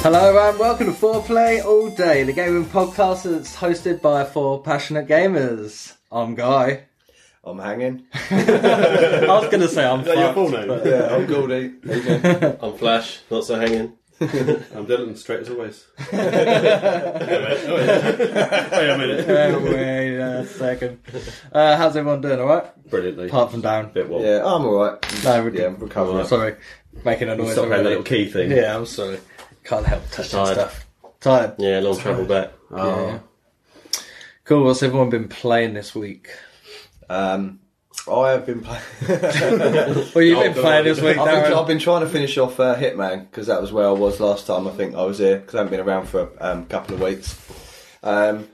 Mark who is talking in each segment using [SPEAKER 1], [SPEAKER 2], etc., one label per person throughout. [SPEAKER 1] Hello and welcome to Foreplay All Day, the gaming podcast that's hosted by four passionate gamers. I'm Guy.
[SPEAKER 2] I'm hanging.
[SPEAKER 1] I was going to say I'm fucked, but-
[SPEAKER 3] uh,
[SPEAKER 2] Yeah, I'm Goldie.
[SPEAKER 4] I'm Flash, not so hanging.
[SPEAKER 3] I'm Dylan, straight as always.
[SPEAKER 4] Wait a minute.
[SPEAKER 1] Uh, wait a second. Uh, how's everyone doing? All right,
[SPEAKER 3] Brilliantly.
[SPEAKER 1] apart from down.
[SPEAKER 3] Bit warm.
[SPEAKER 2] Yeah, I'm alright.
[SPEAKER 1] No, we're
[SPEAKER 2] Yeah, I'm recovering.
[SPEAKER 1] I'm sorry, making a noise.
[SPEAKER 3] Stop playing the
[SPEAKER 1] already.
[SPEAKER 3] little key thing.
[SPEAKER 1] Yeah, I'm sorry. Can't help touching
[SPEAKER 4] Tired.
[SPEAKER 1] stuff. Tired.
[SPEAKER 4] Yeah, long travel back.
[SPEAKER 3] Oh.
[SPEAKER 1] Yeah. Cool. What's everyone been playing this week?
[SPEAKER 2] Um, I have been playing.
[SPEAKER 1] Well, you've
[SPEAKER 3] Oh,
[SPEAKER 1] been
[SPEAKER 3] God.
[SPEAKER 1] playing this week,
[SPEAKER 2] I've, been, I've
[SPEAKER 1] Darren.
[SPEAKER 2] been trying to finish off uh, Hitman because that was where I was last time. I think I was here because I haven't been around for a um, couple of weeks. Um,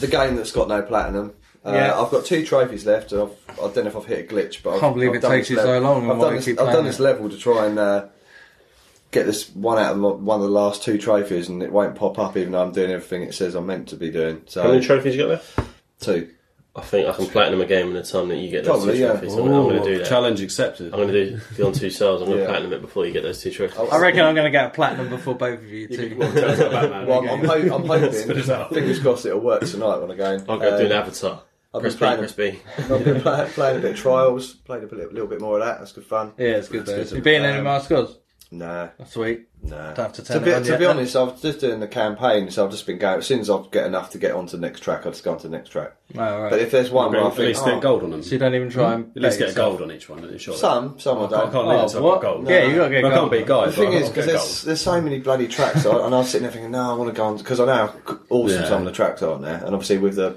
[SPEAKER 2] the game that's got no platinum. Uh,
[SPEAKER 1] Yeah.
[SPEAKER 2] I've got two trophies left, and I've, I don't know if I've hit a glitch, but I've,
[SPEAKER 1] Can't believe
[SPEAKER 2] I've
[SPEAKER 1] it
[SPEAKER 2] done
[SPEAKER 1] takes
[SPEAKER 2] this
[SPEAKER 1] you so
[SPEAKER 2] level-
[SPEAKER 1] long and
[SPEAKER 2] I've
[SPEAKER 1] why
[SPEAKER 2] done,
[SPEAKER 1] you
[SPEAKER 2] this,
[SPEAKER 1] keep
[SPEAKER 2] I've done
[SPEAKER 1] playing
[SPEAKER 2] this
[SPEAKER 1] it.
[SPEAKER 2] level to try and uh, get this one out of my- one of the last two trophies, and it won't pop up, even though I'm doing everything it says I'm meant to be doing.
[SPEAKER 4] How
[SPEAKER 2] So
[SPEAKER 4] many trophies you got left?
[SPEAKER 2] two.
[SPEAKER 4] I think I can platinum a game in the time that you get those
[SPEAKER 2] Probably,
[SPEAKER 4] two
[SPEAKER 2] yeah.
[SPEAKER 4] trophies. I'm, I'm going to do that.
[SPEAKER 3] Challenge accepted.
[SPEAKER 4] I'm going to do Beyond Two Souls. I'm going to
[SPEAKER 2] Yeah.
[SPEAKER 4] platinum it before you get those two trophies.
[SPEAKER 2] Oh,
[SPEAKER 1] I reckon I'm going to get a platinum before both of you too.
[SPEAKER 2] Well, I'm, I'm, ho- I'm hoping. fingers crossed it'll work tonight when I go in.
[SPEAKER 4] I'll go
[SPEAKER 2] Um,
[SPEAKER 4] do an avatar.
[SPEAKER 2] I've been
[SPEAKER 4] Press B,
[SPEAKER 2] playing-
[SPEAKER 4] press B.
[SPEAKER 2] I've been play, playing a bit of trials, played a bit- little bit more of that. That's good um, fun.
[SPEAKER 1] Yeah, it's good though.
[SPEAKER 3] That's good.
[SPEAKER 1] You beating any of my scores?
[SPEAKER 2] Nah,
[SPEAKER 1] Sweet.
[SPEAKER 2] nah.
[SPEAKER 1] Don't have to
[SPEAKER 2] To
[SPEAKER 1] turn
[SPEAKER 2] be,
[SPEAKER 1] it on
[SPEAKER 2] to
[SPEAKER 1] yet,
[SPEAKER 2] be
[SPEAKER 1] no?
[SPEAKER 2] honest, I've just doing the campaign, so I've just been going. As soon as I get enough to get onto the next track, I just go on to the next track.
[SPEAKER 1] All right.
[SPEAKER 2] But if there's one where I
[SPEAKER 3] At
[SPEAKER 2] think,
[SPEAKER 3] least
[SPEAKER 2] oh,
[SPEAKER 3] get gold on them.
[SPEAKER 1] So you don't even try and
[SPEAKER 3] At
[SPEAKER 1] bet
[SPEAKER 3] least Hmm? get a
[SPEAKER 1] yourself?
[SPEAKER 3] gold on each one. Sure.
[SPEAKER 2] some, some I
[SPEAKER 3] I can't, I
[SPEAKER 2] don't.
[SPEAKER 3] can't
[SPEAKER 1] Oh,
[SPEAKER 3] live until
[SPEAKER 1] what?
[SPEAKER 3] I've got gold.
[SPEAKER 1] Yeah, you gotta get
[SPEAKER 3] I
[SPEAKER 1] gold.
[SPEAKER 3] can't beat guys.
[SPEAKER 2] The thing is,
[SPEAKER 3] but I'll get
[SPEAKER 2] because there's, there's so many bloody tracks, I, and I was sitting there thinking, no, I want to go on because I know how awesome
[SPEAKER 3] Yeah.
[SPEAKER 2] some of the tracks are on there, and obviously with the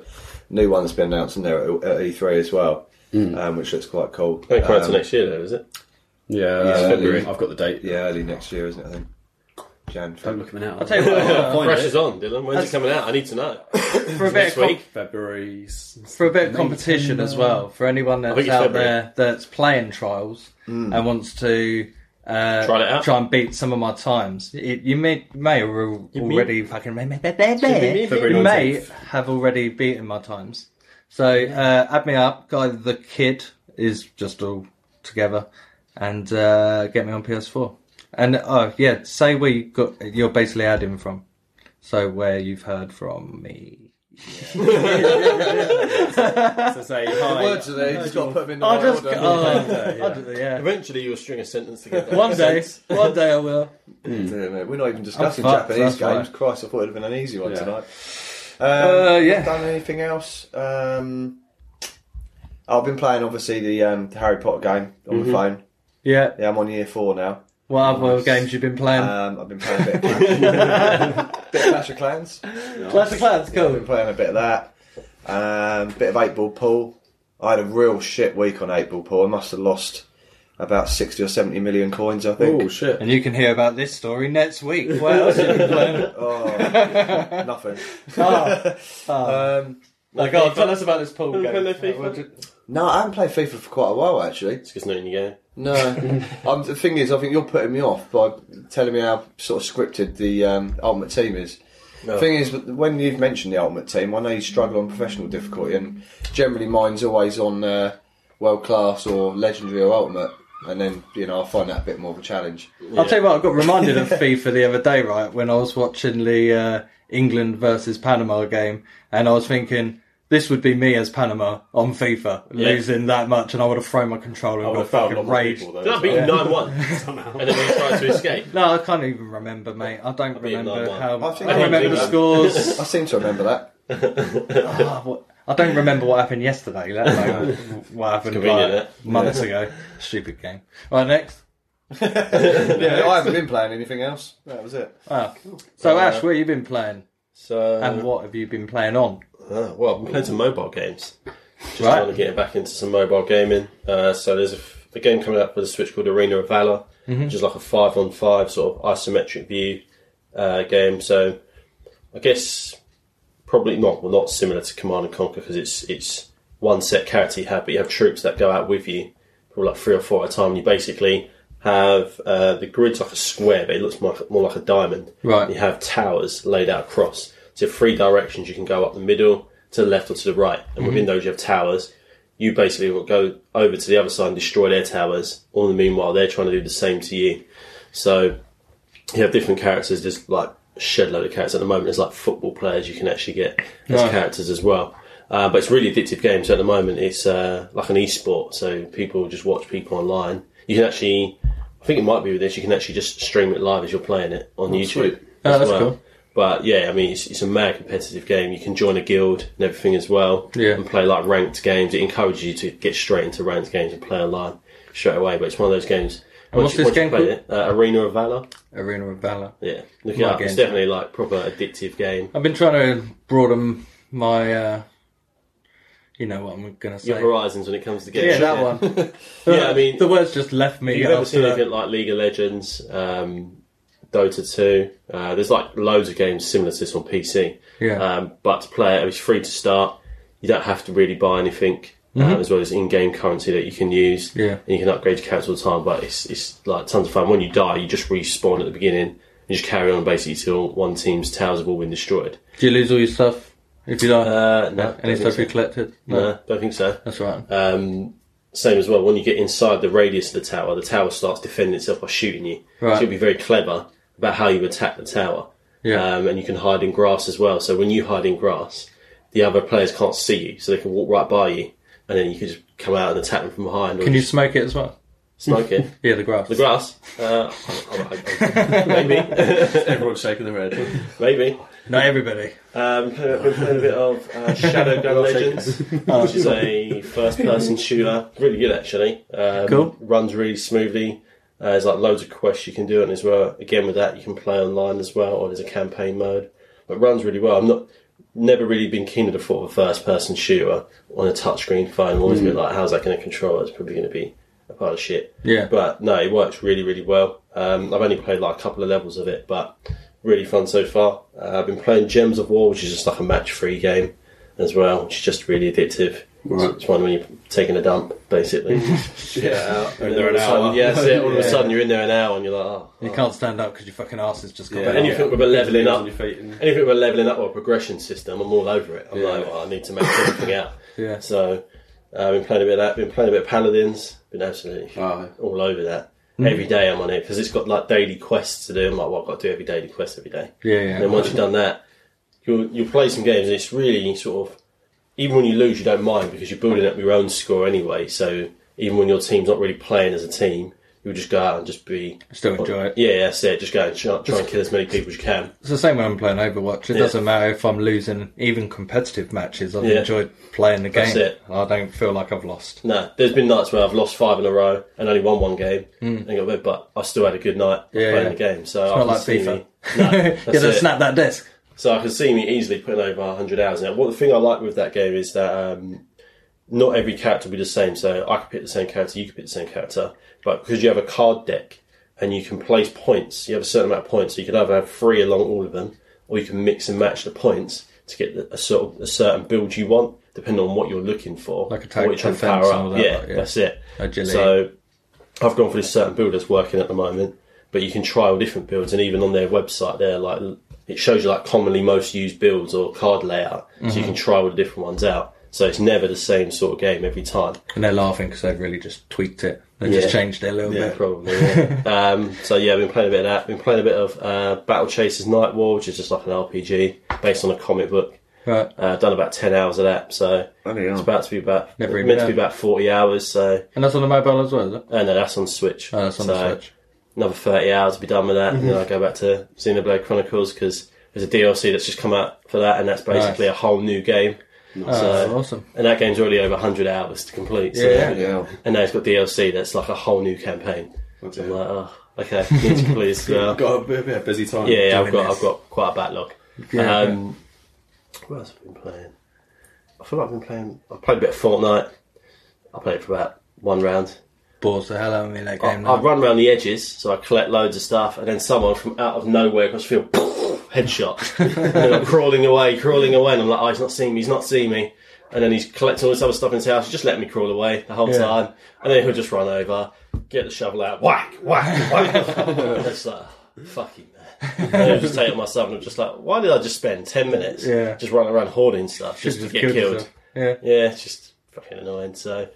[SPEAKER 2] new one that's been announced in there at, at E3 as well, um, which looks quite cool.
[SPEAKER 4] Wait quite
[SPEAKER 2] Um,
[SPEAKER 4] until next year, though, is it?
[SPEAKER 3] gold. Yeah,
[SPEAKER 2] Yeah.
[SPEAKER 3] February. I've got the date.
[SPEAKER 2] Yeah, early next year, isn't it? I think. Jan.
[SPEAKER 3] Don't look at me now.
[SPEAKER 1] I'll tell you what, uh,
[SPEAKER 3] Find
[SPEAKER 4] Fresh
[SPEAKER 3] it.
[SPEAKER 4] is on, Dylan. When's
[SPEAKER 1] That's-
[SPEAKER 4] it coming out? I need to know.
[SPEAKER 1] for a bit of
[SPEAKER 4] Next
[SPEAKER 1] com-
[SPEAKER 4] week.
[SPEAKER 3] February. s-
[SPEAKER 1] for a bit of competition as well for anyone that's
[SPEAKER 4] think it's
[SPEAKER 1] out
[SPEAKER 4] February.
[SPEAKER 1] there that's playing trials and wants to uh,
[SPEAKER 4] Trial it out.
[SPEAKER 1] try and beat some of my times. It, you may may al- already fucking may, may, may, may,
[SPEAKER 4] February
[SPEAKER 1] you may
[SPEAKER 4] 19th.
[SPEAKER 1] have already beaten my times. So uh, add me up, guy. The kid is just all together, and uh, get me on PS4. And oh yeah, say where you got you're basically adding from. So where you've heard from me.
[SPEAKER 3] So say hi.
[SPEAKER 2] Words are there, you just got to put them in the
[SPEAKER 1] I
[SPEAKER 2] right
[SPEAKER 1] just,
[SPEAKER 2] order.
[SPEAKER 1] oh, I just- yeah.
[SPEAKER 4] Eventually, you'll string a sentence together.
[SPEAKER 1] One day, one day I will.
[SPEAKER 2] Dear me, We're not even discussing
[SPEAKER 1] I'm fucked,
[SPEAKER 2] Japanese
[SPEAKER 1] that's
[SPEAKER 2] games.
[SPEAKER 1] right.
[SPEAKER 2] Christ, I thought it'd have been an easy one
[SPEAKER 3] Yeah.
[SPEAKER 2] tonight. Um,
[SPEAKER 1] Uh, yeah.
[SPEAKER 2] Done anything else? Um, I've been playing obviously the um, the Harry Potter game on the phone.
[SPEAKER 1] Yeah.
[SPEAKER 2] Yeah, I'm on year four now.
[SPEAKER 1] What other games you've been playing?
[SPEAKER 2] Um, I've been playing a bit of Clash, bit of Clash of Clans.
[SPEAKER 1] Clash of Clans,
[SPEAKER 2] I've
[SPEAKER 1] cool.
[SPEAKER 2] been playing a bit of that. Um, bit of eight ball pool. I had a real shit week on eight ball pool. I must have lost about sixty or seventy million coins. I think.
[SPEAKER 3] Oh shit.
[SPEAKER 1] And you can hear about this story next week. What else have you been playing?
[SPEAKER 2] Oh, nothing.
[SPEAKER 1] Oh, oh.
[SPEAKER 2] Um,
[SPEAKER 1] Like, oh, tell us about this pool
[SPEAKER 4] Have you
[SPEAKER 1] game.
[SPEAKER 4] been playing
[SPEAKER 1] What
[SPEAKER 4] FIFA?
[SPEAKER 1] did-
[SPEAKER 2] no, I haven't played FIFA for quite a while actually.
[SPEAKER 4] It's because not in your game.
[SPEAKER 2] No, um, the thing is, I think you're putting me off by telling me how sort of scripted the um, Ultimate Team is. The thing is, when you've mentioned the Ultimate Team, I know you struggle on professional difficulty, and generally mine's always on uh, world class or legendary or ultimate, and then you know I find that a bit more of a challenge.
[SPEAKER 1] I'll tell you what, I got reminded of FIFA the other day, right? When I was watching the uh, England versus Panama game, and I was thinking, this would be me as Panama on FIFA,
[SPEAKER 4] Yeah.
[SPEAKER 1] losing that much, and I would have thrown my controller and got fucking rage.
[SPEAKER 4] Did I beat you 9 1? And then we tried to escape.
[SPEAKER 1] No, I can't even remember, mate. I don't
[SPEAKER 4] beat
[SPEAKER 1] remember
[SPEAKER 4] 9-1.
[SPEAKER 1] how.
[SPEAKER 2] I
[SPEAKER 1] I,
[SPEAKER 2] think
[SPEAKER 1] don't
[SPEAKER 2] I
[SPEAKER 1] remember
[SPEAKER 4] did that.
[SPEAKER 1] scores.
[SPEAKER 2] I seem to remember that.
[SPEAKER 1] Ah, what- I don't remember what happened yesterday. Let alone what happened
[SPEAKER 4] convenient,
[SPEAKER 1] like, months ago. Stupid game. Right next.
[SPEAKER 2] yeah, I haven't been playing anything else. That was it.
[SPEAKER 1] Ah. So
[SPEAKER 4] Uh,
[SPEAKER 1] Ash, where you been playing,
[SPEAKER 4] So,
[SPEAKER 1] and what have you been playing on?
[SPEAKER 4] Uh, well, I'm playing some mobile games. Just
[SPEAKER 1] Right.
[SPEAKER 4] trying to get back into some mobile gaming. Uh, so there's a, f- a game coming out for the Switch called Arena of Valor, which is like a five-on-five sort of isometric view uh, game. So I guess probably not well, not similar to Command and Conquer because it's it's one set character you have, but you have troops that go out with you, probably like three or four at a time. You basically have uh, the grid's like a square, but it looks more, more like a diamond.
[SPEAKER 1] Right.
[SPEAKER 4] You have towers laid out across. So three directions you can go up the middle, to the left, or to the right, and within those you have towers. You basically will go over to the other side and destroy their towers. All the meanwhile, they're trying to do the same to you. So you have different characters, just like a shed load of characters at the moment. There's like football players you can actually get as
[SPEAKER 1] Right.
[SPEAKER 4] characters as well. Uh, but it's a really addictive game. So at the moment, it's uh, like an e-sport. So people just watch people online. You can actually, I think it might be with this, you can actually just stream it live as you're playing it on YouTube.
[SPEAKER 2] sweet.
[SPEAKER 1] Oh,
[SPEAKER 4] as
[SPEAKER 1] that's
[SPEAKER 4] well.
[SPEAKER 1] cool.
[SPEAKER 4] But yeah, I mean, it's, it's a mad competitive game. You can join a guild and everything as well,
[SPEAKER 1] Yeah.
[SPEAKER 4] and play like ranked games. It encourages you to get straight into ranked games and play online straight away. But it's one of those games.
[SPEAKER 1] And what's
[SPEAKER 4] once you-
[SPEAKER 1] this
[SPEAKER 4] once you
[SPEAKER 1] game
[SPEAKER 4] play
[SPEAKER 1] called?
[SPEAKER 4] it, uh, Arena of Valor.
[SPEAKER 1] Arena of Valor.
[SPEAKER 4] Yeah, look it
[SPEAKER 1] My
[SPEAKER 4] up. It's
[SPEAKER 1] game.
[SPEAKER 4] definitely like proper addictive game.
[SPEAKER 1] I've been trying to broaden my, uh, you know what I'm going to say.
[SPEAKER 4] Your horizons when it comes to
[SPEAKER 1] yeah,
[SPEAKER 4] games.
[SPEAKER 1] that one.
[SPEAKER 4] Yeah, I mean-
[SPEAKER 1] the words just left me.
[SPEAKER 4] If you've ever
[SPEAKER 1] after
[SPEAKER 4] seen
[SPEAKER 1] that.
[SPEAKER 4] anything like League of Legends, um, Dota 2, uh, there's like loads of games similar to this on PC.
[SPEAKER 1] Yeah.
[SPEAKER 4] Um, but to play it, it's free to start. You don't have to really buy anything, um, as well as in-game currency that you can use.
[SPEAKER 1] Mm-hmm. Yeah.
[SPEAKER 4] And you can upgrade your character all the time, but it's, it's like tons of fun. When you die, you just respawn at the beginning and just carry on basically till one team's towers have all been destroyed.
[SPEAKER 1] Do you lose all your stuff if you die?
[SPEAKER 4] Uh, no. don't
[SPEAKER 1] Any
[SPEAKER 4] think
[SPEAKER 1] stuff
[SPEAKER 4] so.
[SPEAKER 1] you collected?
[SPEAKER 4] No, don't think so.
[SPEAKER 1] That's all right.
[SPEAKER 4] Um, same as well, when you get inside the radius of the tower, the tower starts defending itself by shooting you.
[SPEAKER 1] Right.
[SPEAKER 4] So you'll be very clever about how you attack the tower.
[SPEAKER 1] Yeah.
[SPEAKER 4] Um, and you can hide in grass as well. So when you hide in grass, the other players can't see you, so they can walk right by you, and then you can just come out and attack them from behind. Or
[SPEAKER 1] Can you
[SPEAKER 4] just
[SPEAKER 1] smoke it as well?
[SPEAKER 4] smoke it?
[SPEAKER 1] Yeah, the grass.
[SPEAKER 4] The grass? Uh, I- I- I- maybe,
[SPEAKER 3] Everyone's shaking their head.
[SPEAKER 4] maybe.
[SPEAKER 1] Not everybody.
[SPEAKER 4] Um, I've been playing a bit of uh, Shadowgun Legends,
[SPEAKER 1] Oh,
[SPEAKER 4] which is a first-person shooter. Really good, actually. Um,
[SPEAKER 1] Cool.
[SPEAKER 4] Runs really smoothly. Uh, there's like loads of quests you can do on it as well. Again, with that, you can play online as well, or there's a campaign mode. But runs really well. I'm not never really been keen to the thought of a first-person shooter on a touchscreen phone. I'm always
[SPEAKER 1] Hmm.
[SPEAKER 4] been like, how's that going to control? It's probably going to be a pile of shit.
[SPEAKER 1] Yeah.
[SPEAKER 4] But no, it works really, really well. Um, I've only played like a couple of levels of it, but really fun so far. Uh, I've been playing Gems of War, which is just like a match-free game as well, which is just really addictive.
[SPEAKER 2] Right.
[SPEAKER 4] It's one when you're taking a dump, basically. Shit out.
[SPEAKER 3] You're
[SPEAKER 4] And
[SPEAKER 3] in there an
[SPEAKER 4] all of a sudden-
[SPEAKER 3] hour.
[SPEAKER 4] Yeah, that's it. All of a
[SPEAKER 3] Yeah.
[SPEAKER 4] sudden you're in there an hour and you're like, oh.
[SPEAKER 1] You
[SPEAKER 4] oh.
[SPEAKER 1] can't stand up because your fucking ass has just got
[SPEAKER 4] But
[SPEAKER 1] yeah.
[SPEAKER 4] anything with a levelling up.
[SPEAKER 3] On your feet and-
[SPEAKER 4] Anything with a levelling up or a progression system, I'm all over it. I'm
[SPEAKER 3] Yeah.
[SPEAKER 4] like, well, I need to make everything out.
[SPEAKER 1] Yeah.
[SPEAKER 4] So uh, I've been playing a bit of that. Been playing a bit of Paladins. Been absolutely
[SPEAKER 2] Oh.
[SPEAKER 4] all over that.
[SPEAKER 1] Mm-hmm.
[SPEAKER 4] Every day I'm on it because it's got like daily quests to do. I'm like, well, I've got to do every daily quest every day.
[SPEAKER 1] Yeah,
[SPEAKER 4] And then
[SPEAKER 1] yeah.
[SPEAKER 4] once you've done that, you'll you'll play some games, and it's really sort of even when you lose, you don't mind because you're building up your own score anyway. So even when your team's not really playing as a team, you'll just go out and just be
[SPEAKER 1] Still enjoy it.
[SPEAKER 4] yeah, that's it. Just go and try, try and kill as many people as you can.
[SPEAKER 1] It's the same when I'm playing Overwatch. It
[SPEAKER 4] Yeah.
[SPEAKER 1] doesn't matter if I'm losing even competitive matches. I've
[SPEAKER 4] Yeah.
[SPEAKER 1] enjoyed playing the game.
[SPEAKER 4] That's it.
[SPEAKER 1] I don't feel like I've lost.
[SPEAKER 4] No, there's been nights where I've lost five in a row and only won one game, and got rid, but I still had a good night
[SPEAKER 1] Mm. Yeah,
[SPEAKER 4] playing
[SPEAKER 1] yeah.
[SPEAKER 4] the game. So I
[SPEAKER 1] Not
[SPEAKER 4] can
[SPEAKER 1] like
[SPEAKER 4] see
[SPEAKER 1] FIFA.
[SPEAKER 4] me. No,
[SPEAKER 1] You're
[SPEAKER 4] that's
[SPEAKER 1] going to
[SPEAKER 4] it.
[SPEAKER 1] snap that disc.
[SPEAKER 4] So I can see me easily putting over 100 hours. Now, what the thing I like with that game is that um, not every character will be the same. So I could pick the same character, you could pick the same character, but because you have a card deck and you can place points, you have a certain amount of points. So you could either have three along all of them, or you can mix and match the points to get the, a sort of a certain build you want, depending on what you're looking for.
[SPEAKER 1] Like attack,
[SPEAKER 4] or what you're trying to
[SPEAKER 1] defense,
[SPEAKER 4] power
[SPEAKER 1] and all
[SPEAKER 4] up.
[SPEAKER 1] that,
[SPEAKER 4] yeah,
[SPEAKER 1] like, yeah.
[SPEAKER 4] that's it.
[SPEAKER 1] Agility.
[SPEAKER 4] So I've gone for this certain build that's working at the moment, but you can try all different builds, and even on their website, they're like it shows you like commonly most used builds or card layout, so you
[SPEAKER 1] Mm-hmm.
[SPEAKER 4] can try all the different ones out. So it's never the same sort of game every time.
[SPEAKER 1] And they're laughing because they've really just tweaked it. They
[SPEAKER 4] Yeah.
[SPEAKER 1] just changed it a little
[SPEAKER 4] Yeah,
[SPEAKER 1] bit.
[SPEAKER 4] probably. Yeah. um, so yeah, I've been playing a bit of that. Been playing a bit of uh, Battle Chasers Night War, which is just like an RPG based on a comic book.
[SPEAKER 1] Right.
[SPEAKER 4] Uh, done about ten hours of that, so
[SPEAKER 2] Bloody
[SPEAKER 4] it's
[SPEAKER 2] hell.
[SPEAKER 4] about to be about
[SPEAKER 1] Never even
[SPEAKER 4] meant to be
[SPEAKER 1] done.
[SPEAKER 4] about forty hours. So
[SPEAKER 1] And that's on the mobile as well, is it?
[SPEAKER 4] uh, no, that's on Switch.
[SPEAKER 1] Oh, that's on
[SPEAKER 4] So-
[SPEAKER 1] the Switch.
[SPEAKER 4] another 30 hours to be done with that, and then
[SPEAKER 1] Mm-hmm.
[SPEAKER 4] I go back to Xenoblade Chronicles because there's a DLC that's just come out for that, and that's basically a whole new game.
[SPEAKER 1] Oh, awesome.
[SPEAKER 4] And that game's already over 100 hours to complete. So
[SPEAKER 1] Yeah.
[SPEAKER 2] Yeah.
[SPEAKER 4] And now it's got DLC that's like a whole new campaign. So I'm like, oh, okay, need to complete this as well.
[SPEAKER 3] Got a bit of a busy time.
[SPEAKER 4] Yeah, yeah I've
[SPEAKER 1] doing
[SPEAKER 4] got
[SPEAKER 1] this.
[SPEAKER 4] I've got quite a backlog.
[SPEAKER 1] Yeah,
[SPEAKER 4] um, What else have I been playing? I feel like I've been playing. I played a bit of Fortnite. I played for about one round.
[SPEAKER 1] Bores the hell out of me that
[SPEAKER 4] I,
[SPEAKER 1] game
[SPEAKER 4] I
[SPEAKER 1] now.
[SPEAKER 4] run around the edges, so I collect loads of stuff, and then someone from out of nowhere across the field, headshot. and then I'm crawling away, crawling away, and I'm like, oh, he's not seeing me, he's not seeing me. And then he's collecting all this other stuff in his house, just let me crawl away the whole
[SPEAKER 1] Yeah.
[SPEAKER 4] time. And then he'll just run over, get the shovel out, whack, whack, whack. and it's like, fucking man. And then I'll just take it myself, and I'm just like, why did I just spend 10 minutes
[SPEAKER 1] Yeah.
[SPEAKER 4] just running around hoarding stuff just to
[SPEAKER 1] Should've
[SPEAKER 4] get
[SPEAKER 1] killed
[SPEAKER 4] killed?
[SPEAKER 1] yourself. Yeah.
[SPEAKER 4] Yeah, it's just fucking annoying. So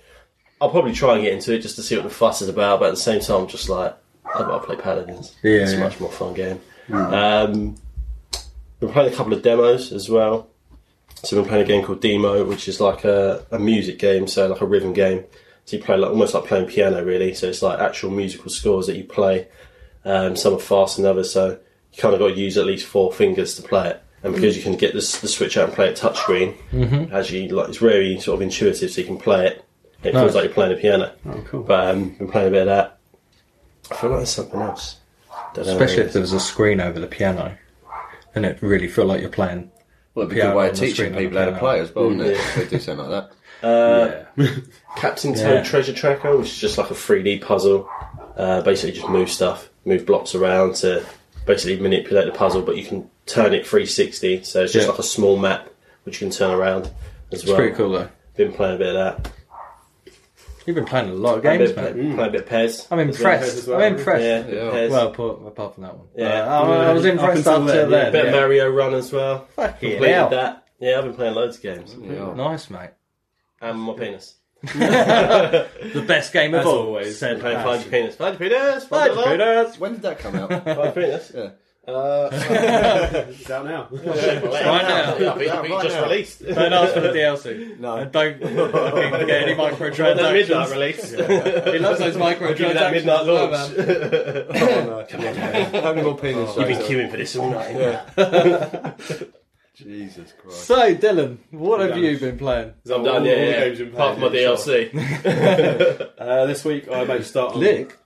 [SPEAKER 4] I'll probably try and get into it just to see what the fuss is about, but at the same time, I'm just like, I'd rather play Paladins.
[SPEAKER 1] Yeah,
[SPEAKER 4] it's a
[SPEAKER 1] yeah. Hmm.
[SPEAKER 4] much more fun game. Um, been playing a couple of demos as well. So we've been playing a game called Demo, which is like a, a music game, so like a rhythm game. So you play like almost like playing piano, really. So it's like actual musical scores that you play. Um, some are faster than others, so you kind of got to use at least four fingers to play it. And because you can get this, the switch out and play it touchscreen, actually, like it's very sort of intuitive, so you can play it. It
[SPEAKER 1] Nice.
[SPEAKER 4] feels like you're playing a piano.
[SPEAKER 3] Oh, cool.
[SPEAKER 4] But um, been playing a bit of that. I feel like there's something else. Don't know
[SPEAKER 1] Especially
[SPEAKER 4] what it
[SPEAKER 1] if there was a screen over the piano, and it really feel like you're playing.
[SPEAKER 2] Well, it'd be a
[SPEAKER 1] Piano
[SPEAKER 2] good way
[SPEAKER 1] on
[SPEAKER 2] of
[SPEAKER 1] the
[SPEAKER 2] teaching
[SPEAKER 1] screen on
[SPEAKER 2] people
[SPEAKER 1] the
[SPEAKER 2] how to
[SPEAKER 1] piano.
[SPEAKER 2] play as well, wouldn't it? If they do something like that.
[SPEAKER 4] Captain Toad
[SPEAKER 1] Yeah.
[SPEAKER 4] Treasure Tracker, which is just like a 3D puzzle. Uh, basically, just move stuff, move blocks around to basically manipulate the puzzle, but you can turn it 360. So it's just
[SPEAKER 1] Yeah.
[SPEAKER 4] like a small map which you can turn around as
[SPEAKER 1] It's
[SPEAKER 4] well.
[SPEAKER 1] pretty cool though.
[SPEAKER 4] Been playing a bit of that.
[SPEAKER 1] You've been playing a lot of
[SPEAKER 4] Playing a
[SPEAKER 1] games,
[SPEAKER 4] bit,
[SPEAKER 1] man. Mm.
[SPEAKER 4] playing a bit of Pez.
[SPEAKER 1] I'm
[SPEAKER 4] as well.
[SPEAKER 1] impressed.
[SPEAKER 3] as well.
[SPEAKER 1] I'm impressed.
[SPEAKER 4] Yeah,
[SPEAKER 2] Yeah.
[SPEAKER 4] Pez.
[SPEAKER 1] Well, apart, apart from that one.
[SPEAKER 4] Yeah.
[SPEAKER 1] Uh, I, I was
[SPEAKER 3] Yeah,
[SPEAKER 1] impressed
[SPEAKER 3] up
[SPEAKER 1] up
[SPEAKER 3] until
[SPEAKER 1] until
[SPEAKER 3] then, yeah.
[SPEAKER 1] then.
[SPEAKER 4] bit of
[SPEAKER 1] yeah.
[SPEAKER 4] Mario Run as well.
[SPEAKER 1] Fucking
[SPEAKER 4] Completed
[SPEAKER 1] hell.
[SPEAKER 4] that. Yeah, I've been playing loads of games.
[SPEAKER 2] Yeah.
[SPEAKER 1] Nice, mate.
[SPEAKER 4] And my penis.
[SPEAKER 1] The best game of
[SPEAKER 3] As
[SPEAKER 1] all.
[SPEAKER 3] always.
[SPEAKER 1] Said
[SPEAKER 4] Playing
[SPEAKER 1] Ash.
[SPEAKER 4] Find Your Penis. Find Your Penis!
[SPEAKER 1] Find
[SPEAKER 4] Find
[SPEAKER 1] your
[SPEAKER 4] Your
[SPEAKER 1] penis.
[SPEAKER 2] When did that come out?
[SPEAKER 4] Penis!
[SPEAKER 2] yeah.
[SPEAKER 3] It's out now.
[SPEAKER 1] Right now.
[SPEAKER 4] Yeah, I think, I think
[SPEAKER 2] Right
[SPEAKER 4] it just
[SPEAKER 2] now.
[SPEAKER 4] released.
[SPEAKER 1] Don't ask for the DLC.
[SPEAKER 2] No.
[SPEAKER 1] And don't fucking get any
[SPEAKER 4] That midnight
[SPEAKER 1] microtransactions.
[SPEAKER 4] release.
[SPEAKER 1] he loves those
[SPEAKER 4] During that
[SPEAKER 1] microtransactions.
[SPEAKER 4] midnight
[SPEAKER 1] as well,
[SPEAKER 4] launch.
[SPEAKER 1] man.
[SPEAKER 2] How many more penis
[SPEAKER 4] You've
[SPEAKER 2] shows?
[SPEAKER 4] been queuing for this all night.
[SPEAKER 2] Jesus Christ.
[SPEAKER 1] So, Dylan, what have
[SPEAKER 3] done.
[SPEAKER 1] you been playing?
[SPEAKER 4] I'm done, yeah. yeah. Apart from my DLC.
[SPEAKER 3] Uh, this week I made a start on
[SPEAKER 1] Lick.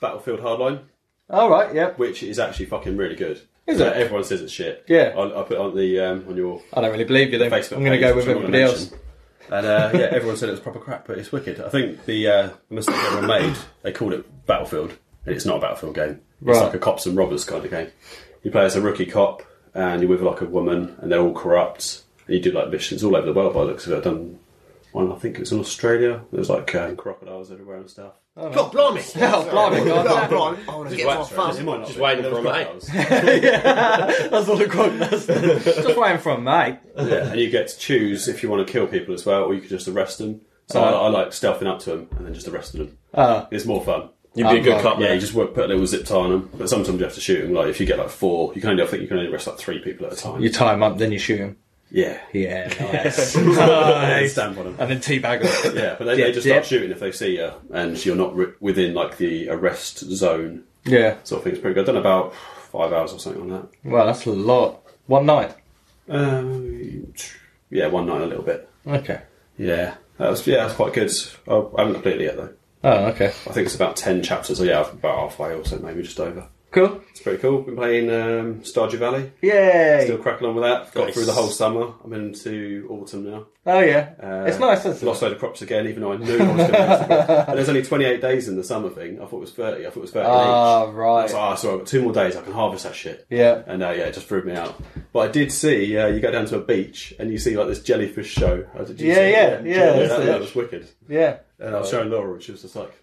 [SPEAKER 3] Battlefield Hardline,
[SPEAKER 1] All right, yep.
[SPEAKER 3] which is actually fucking really good.
[SPEAKER 1] Is
[SPEAKER 3] Uh,
[SPEAKER 1] it?
[SPEAKER 3] Everyone says it's shit.
[SPEAKER 1] Yeah.
[SPEAKER 3] I, I put it on the um, on your
[SPEAKER 1] I don't really believe you then.
[SPEAKER 3] Facebook.
[SPEAKER 1] I'm going to
[SPEAKER 3] page,
[SPEAKER 1] go
[SPEAKER 3] which
[SPEAKER 1] with
[SPEAKER 3] I'm not gonna
[SPEAKER 1] everybody else.
[SPEAKER 3] mention. And uh, yeah, everyone said it was proper crap, but it's wicked. I think the uh, mistake everyone made, they called it Battlefield, and it's not a Battlefield game.
[SPEAKER 1] Right.
[SPEAKER 3] It's like a cops and robbers kind of game. You play as a rookie cop, and you're with like a woman, and they're all corrupt, and you do like missions all over the world by the looks of it. I've done one, I think it was in Australia. There was like um, crocodiles everywhere and stuff.
[SPEAKER 4] God, blimey!
[SPEAKER 1] Oh, blimey, God.
[SPEAKER 2] I want to get my
[SPEAKER 3] It might not
[SPEAKER 4] Just
[SPEAKER 3] be.
[SPEAKER 4] waiting
[SPEAKER 3] There
[SPEAKER 4] for
[SPEAKER 3] was
[SPEAKER 4] a mate.
[SPEAKER 3] crocodiles.
[SPEAKER 1] That's all the quote. That's just where I'm from, mate.
[SPEAKER 3] Yeah, and you get to choose if you want to kill people as well, or you can just arrest them. So I, I like stealthing up to them and then just arresting them.
[SPEAKER 1] Ah.
[SPEAKER 3] it's more fun.
[SPEAKER 4] You'd be a good cop,
[SPEAKER 3] Yeah, you
[SPEAKER 4] mate.
[SPEAKER 3] just work, put a little zip tie on them, but sometimes you have to shoot them. Like if you get like four, you can only I think you can only arrest like three people at a time.
[SPEAKER 1] You tie him up, then you shoot him.
[SPEAKER 3] yeah,
[SPEAKER 1] Yeah, nice.
[SPEAKER 3] They
[SPEAKER 1] nice. Uh,
[SPEAKER 3] stamp on them.
[SPEAKER 1] And then teabag him.
[SPEAKER 3] Yeah, but they,
[SPEAKER 1] Dip,
[SPEAKER 3] they just start
[SPEAKER 1] dip.
[SPEAKER 3] shooting if they see you, and you're not ri within like the arrest zone
[SPEAKER 1] Yeah.
[SPEAKER 3] sort of thing. It's pretty good. I've done about five hours or something on
[SPEAKER 1] Well, that's a lot. One night.
[SPEAKER 3] that. Um, yeah, one night and a little bit.
[SPEAKER 1] Okay.
[SPEAKER 3] Yeah, that was yeah, that's quite good. I I haven't completed it yet though.
[SPEAKER 1] Oh, okay.
[SPEAKER 3] I think it's about 10 chapters, so yeah, about halfway or so, maybe just over.
[SPEAKER 1] Cool.
[SPEAKER 3] It's pretty cool. Been playing um, Stardew Valley.
[SPEAKER 1] Yay.
[SPEAKER 3] Still cracking on with that. Got
[SPEAKER 4] Nice.
[SPEAKER 3] through the whole summer. I'm into autumn now.
[SPEAKER 1] Oh, yeah.
[SPEAKER 3] Uh,
[SPEAKER 1] it's nice, isn't it?
[SPEAKER 3] Lost load of crops again, even though I knew I was going to lose the crops. And there's only 28 days in the summer thing. I thought it was 30. I thought it was 30
[SPEAKER 1] Ah,
[SPEAKER 3] each. I
[SPEAKER 1] right.
[SPEAKER 3] was like, ah, sorry, I've got two more days. I can harvest that shit.
[SPEAKER 1] Yeah.
[SPEAKER 3] And uh, yeah, it just threw me out. But I did see, uh, you go down to a beach and you see like this jellyfish show. Uh, did you
[SPEAKER 1] Yeah,
[SPEAKER 3] see
[SPEAKER 1] yeah,
[SPEAKER 3] it?
[SPEAKER 1] yeah,
[SPEAKER 3] that,
[SPEAKER 1] that's it.
[SPEAKER 3] that was wicked.
[SPEAKER 1] Yeah.
[SPEAKER 3] And I
[SPEAKER 4] Uh,
[SPEAKER 3] was showing Laura and she was just like,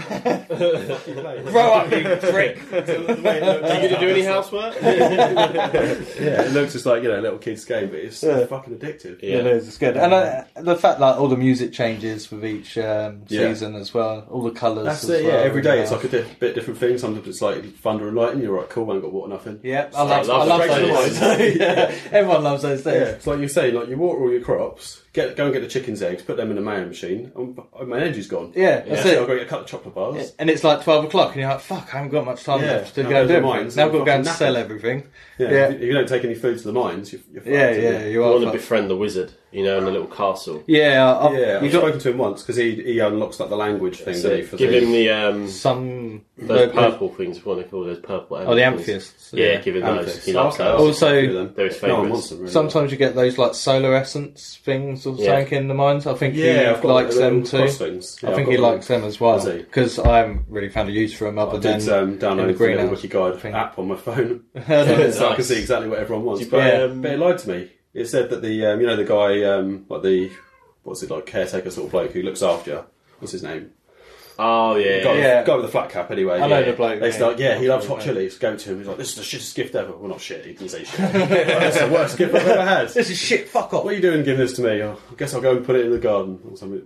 [SPEAKER 1] Grow up, you prick.
[SPEAKER 4] Are you going to do any housework?
[SPEAKER 3] Yeah, it looks just like you know a little kid's game, but it's
[SPEAKER 1] Yeah.
[SPEAKER 3] fucking addictive.
[SPEAKER 1] It is. It's good, and uh, the fact that all the music changes with each um,
[SPEAKER 3] Yeah.
[SPEAKER 1] season as well, all the colours.
[SPEAKER 3] That's
[SPEAKER 1] as
[SPEAKER 3] it. Yeah,
[SPEAKER 1] well,
[SPEAKER 3] every day it's
[SPEAKER 1] yeah.
[SPEAKER 3] like a diff- bit different thing. Sometimes it's like thunder and lightning. You're like, cool, I ain't got water, nothing.
[SPEAKER 1] Yeah, I love,
[SPEAKER 4] I
[SPEAKER 1] I
[SPEAKER 4] love
[SPEAKER 1] love those.
[SPEAKER 4] those.
[SPEAKER 1] yeah, everyone loves those
[SPEAKER 3] Yeah,
[SPEAKER 1] things.
[SPEAKER 3] it's like you say, like you water all your crops, get go and get the chicken's eggs, put them in the mowing machine, and oh, my energy's gone.
[SPEAKER 1] Yeah, that's
[SPEAKER 3] so
[SPEAKER 1] it.
[SPEAKER 3] I've got to get a couple of chocolate bars.
[SPEAKER 1] And it's like twelve o'clock, and you're like, "Fuck, I haven't got much time
[SPEAKER 3] Yeah,
[SPEAKER 1] left to
[SPEAKER 3] now
[SPEAKER 1] go
[SPEAKER 3] those
[SPEAKER 1] do
[SPEAKER 3] are
[SPEAKER 1] it.
[SPEAKER 3] mine, so
[SPEAKER 1] Now I've
[SPEAKER 3] I'm
[SPEAKER 1] got to go and
[SPEAKER 3] fucking
[SPEAKER 1] sell
[SPEAKER 3] knackered.
[SPEAKER 1] everything."
[SPEAKER 3] Yeah,
[SPEAKER 1] yeah.
[SPEAKER 3] If, you- if you don't take any food to the mines, you're, you're fucked,
[SPEAKER 1] Yeah,
[SPEAKER 3] aren't
[SPEAKER 1] yeah,
[SPEAKER 3] you?
[SPEAKER 1] you
[SPEAKER 4] I want
[SPEAKER 1] are.
[SPEAKER 4] to
[SPEAKER 1] fucked.
[SPEAKER 4] befriend the wizard, you know, in the little castle.
[SPEAKER 1] Yeah, I-
[SPEAKER 3] Yeah, I've
[SPEAKER 1] you got
[SPEAKER 3] spoken to him once because he, he unlocks like the language thing.
[SPEAKER 4] So
[SPEAKER 3] didn't he, for
[SPEAKER 4] give
[SPEAKER 3] the,
[SPEAKER 4] him the um,
[SPEAKER 1] some.
[SPEAKER 4] those purple things. What are they called? Those purple.
[SPEAKER 1] Oh, the
[SPEAKER 4] amethysts.
[SPEAKER 1] amphius.
[SPEAKER 4] Yeah, give him those.
[SPEAKER 3] amethyst.
[SPEAKER 4] He likes
[SPEAKER 3] Okay,
[SPEAKER 4] those.
[SPEAKER 1] Also-
[SPEAKER 3] I'll do them.
[SPEAKER 4] They're his
[SPEAKER 3] No one
[SPEAKER 4] favourites.
[SPEAKER 3] wants them, really.
[SPEAKER 1] Sometimes you get those like solar essence things or
[SPEAKER 4] Yeah.
[SPEAKER 1] something in the mines. I think
[SPEAKER 3] Yeah,
[SPEAKER 1] he
[SPEAKER 3] I've got
[SPEAKER 1] likes
[SPEAKER 3] the
[SPEAKER 1] them
[SPEAKER 3] little
[SPEAKER 1] too.
[SPEAKER 3] cross things. Yeah,
[SPEAKER 1] I
[SPEAKER 3] I've
[SPEAKER 1] think
[SPEAKER 3] got
[SPEAKER 1] he
[SPEAKER 3] them.
[SPEAKER 1] likes them as well
[SPEAKER 3] Does he?
[SPEAKER 1] because I haven't really found a use for them other
[SPEAKER 3] I
[SPEAKER 1] than
[SPEAKER 3] did um,
[SPEAKER 1] in the
[SPEAKER 3] download the,
[SPEAKER 1] greenhouse.
[SPEAKER 3] little Wiki Guide app on my phone,
[SPEAKER 4] Nice.
[SPEAKER 3] so I can see exactly what everyone wants.
[SPEAKER 4] You play,
[SPEAKER 3] But,
[SPEAKER 4] um,
[SPEAKER 3] but it lied to me. It said that the um, you know the guy um, like the what's it like caretaker sort of bloke who looks after you. What's his name?
[SPEAKER 4] Oh
[SPEAKER 3] Guy,
[SPEAKER 4] yeah.
[SPEAKER 1] Yeah.
[SPEAKER 3] guy with the flat cap. Anyway,
[SPEAKER 1] I know the bloke,
[SPEAKER 3] They
[SPEAKER 1] yeah.
[SPEAKER 3] like, yeah, he loves hot chilies. Go to him. He's like, this is the shittest gift ever. Well, not shit. He didn't say shit. That's the worst gift I've ever had.
[SPEAKER 1] This is shit. Fuck off.
[SPEAKER 3] What are you doing giving this to me? Oh, I guess I'll go and put it in the garden or something.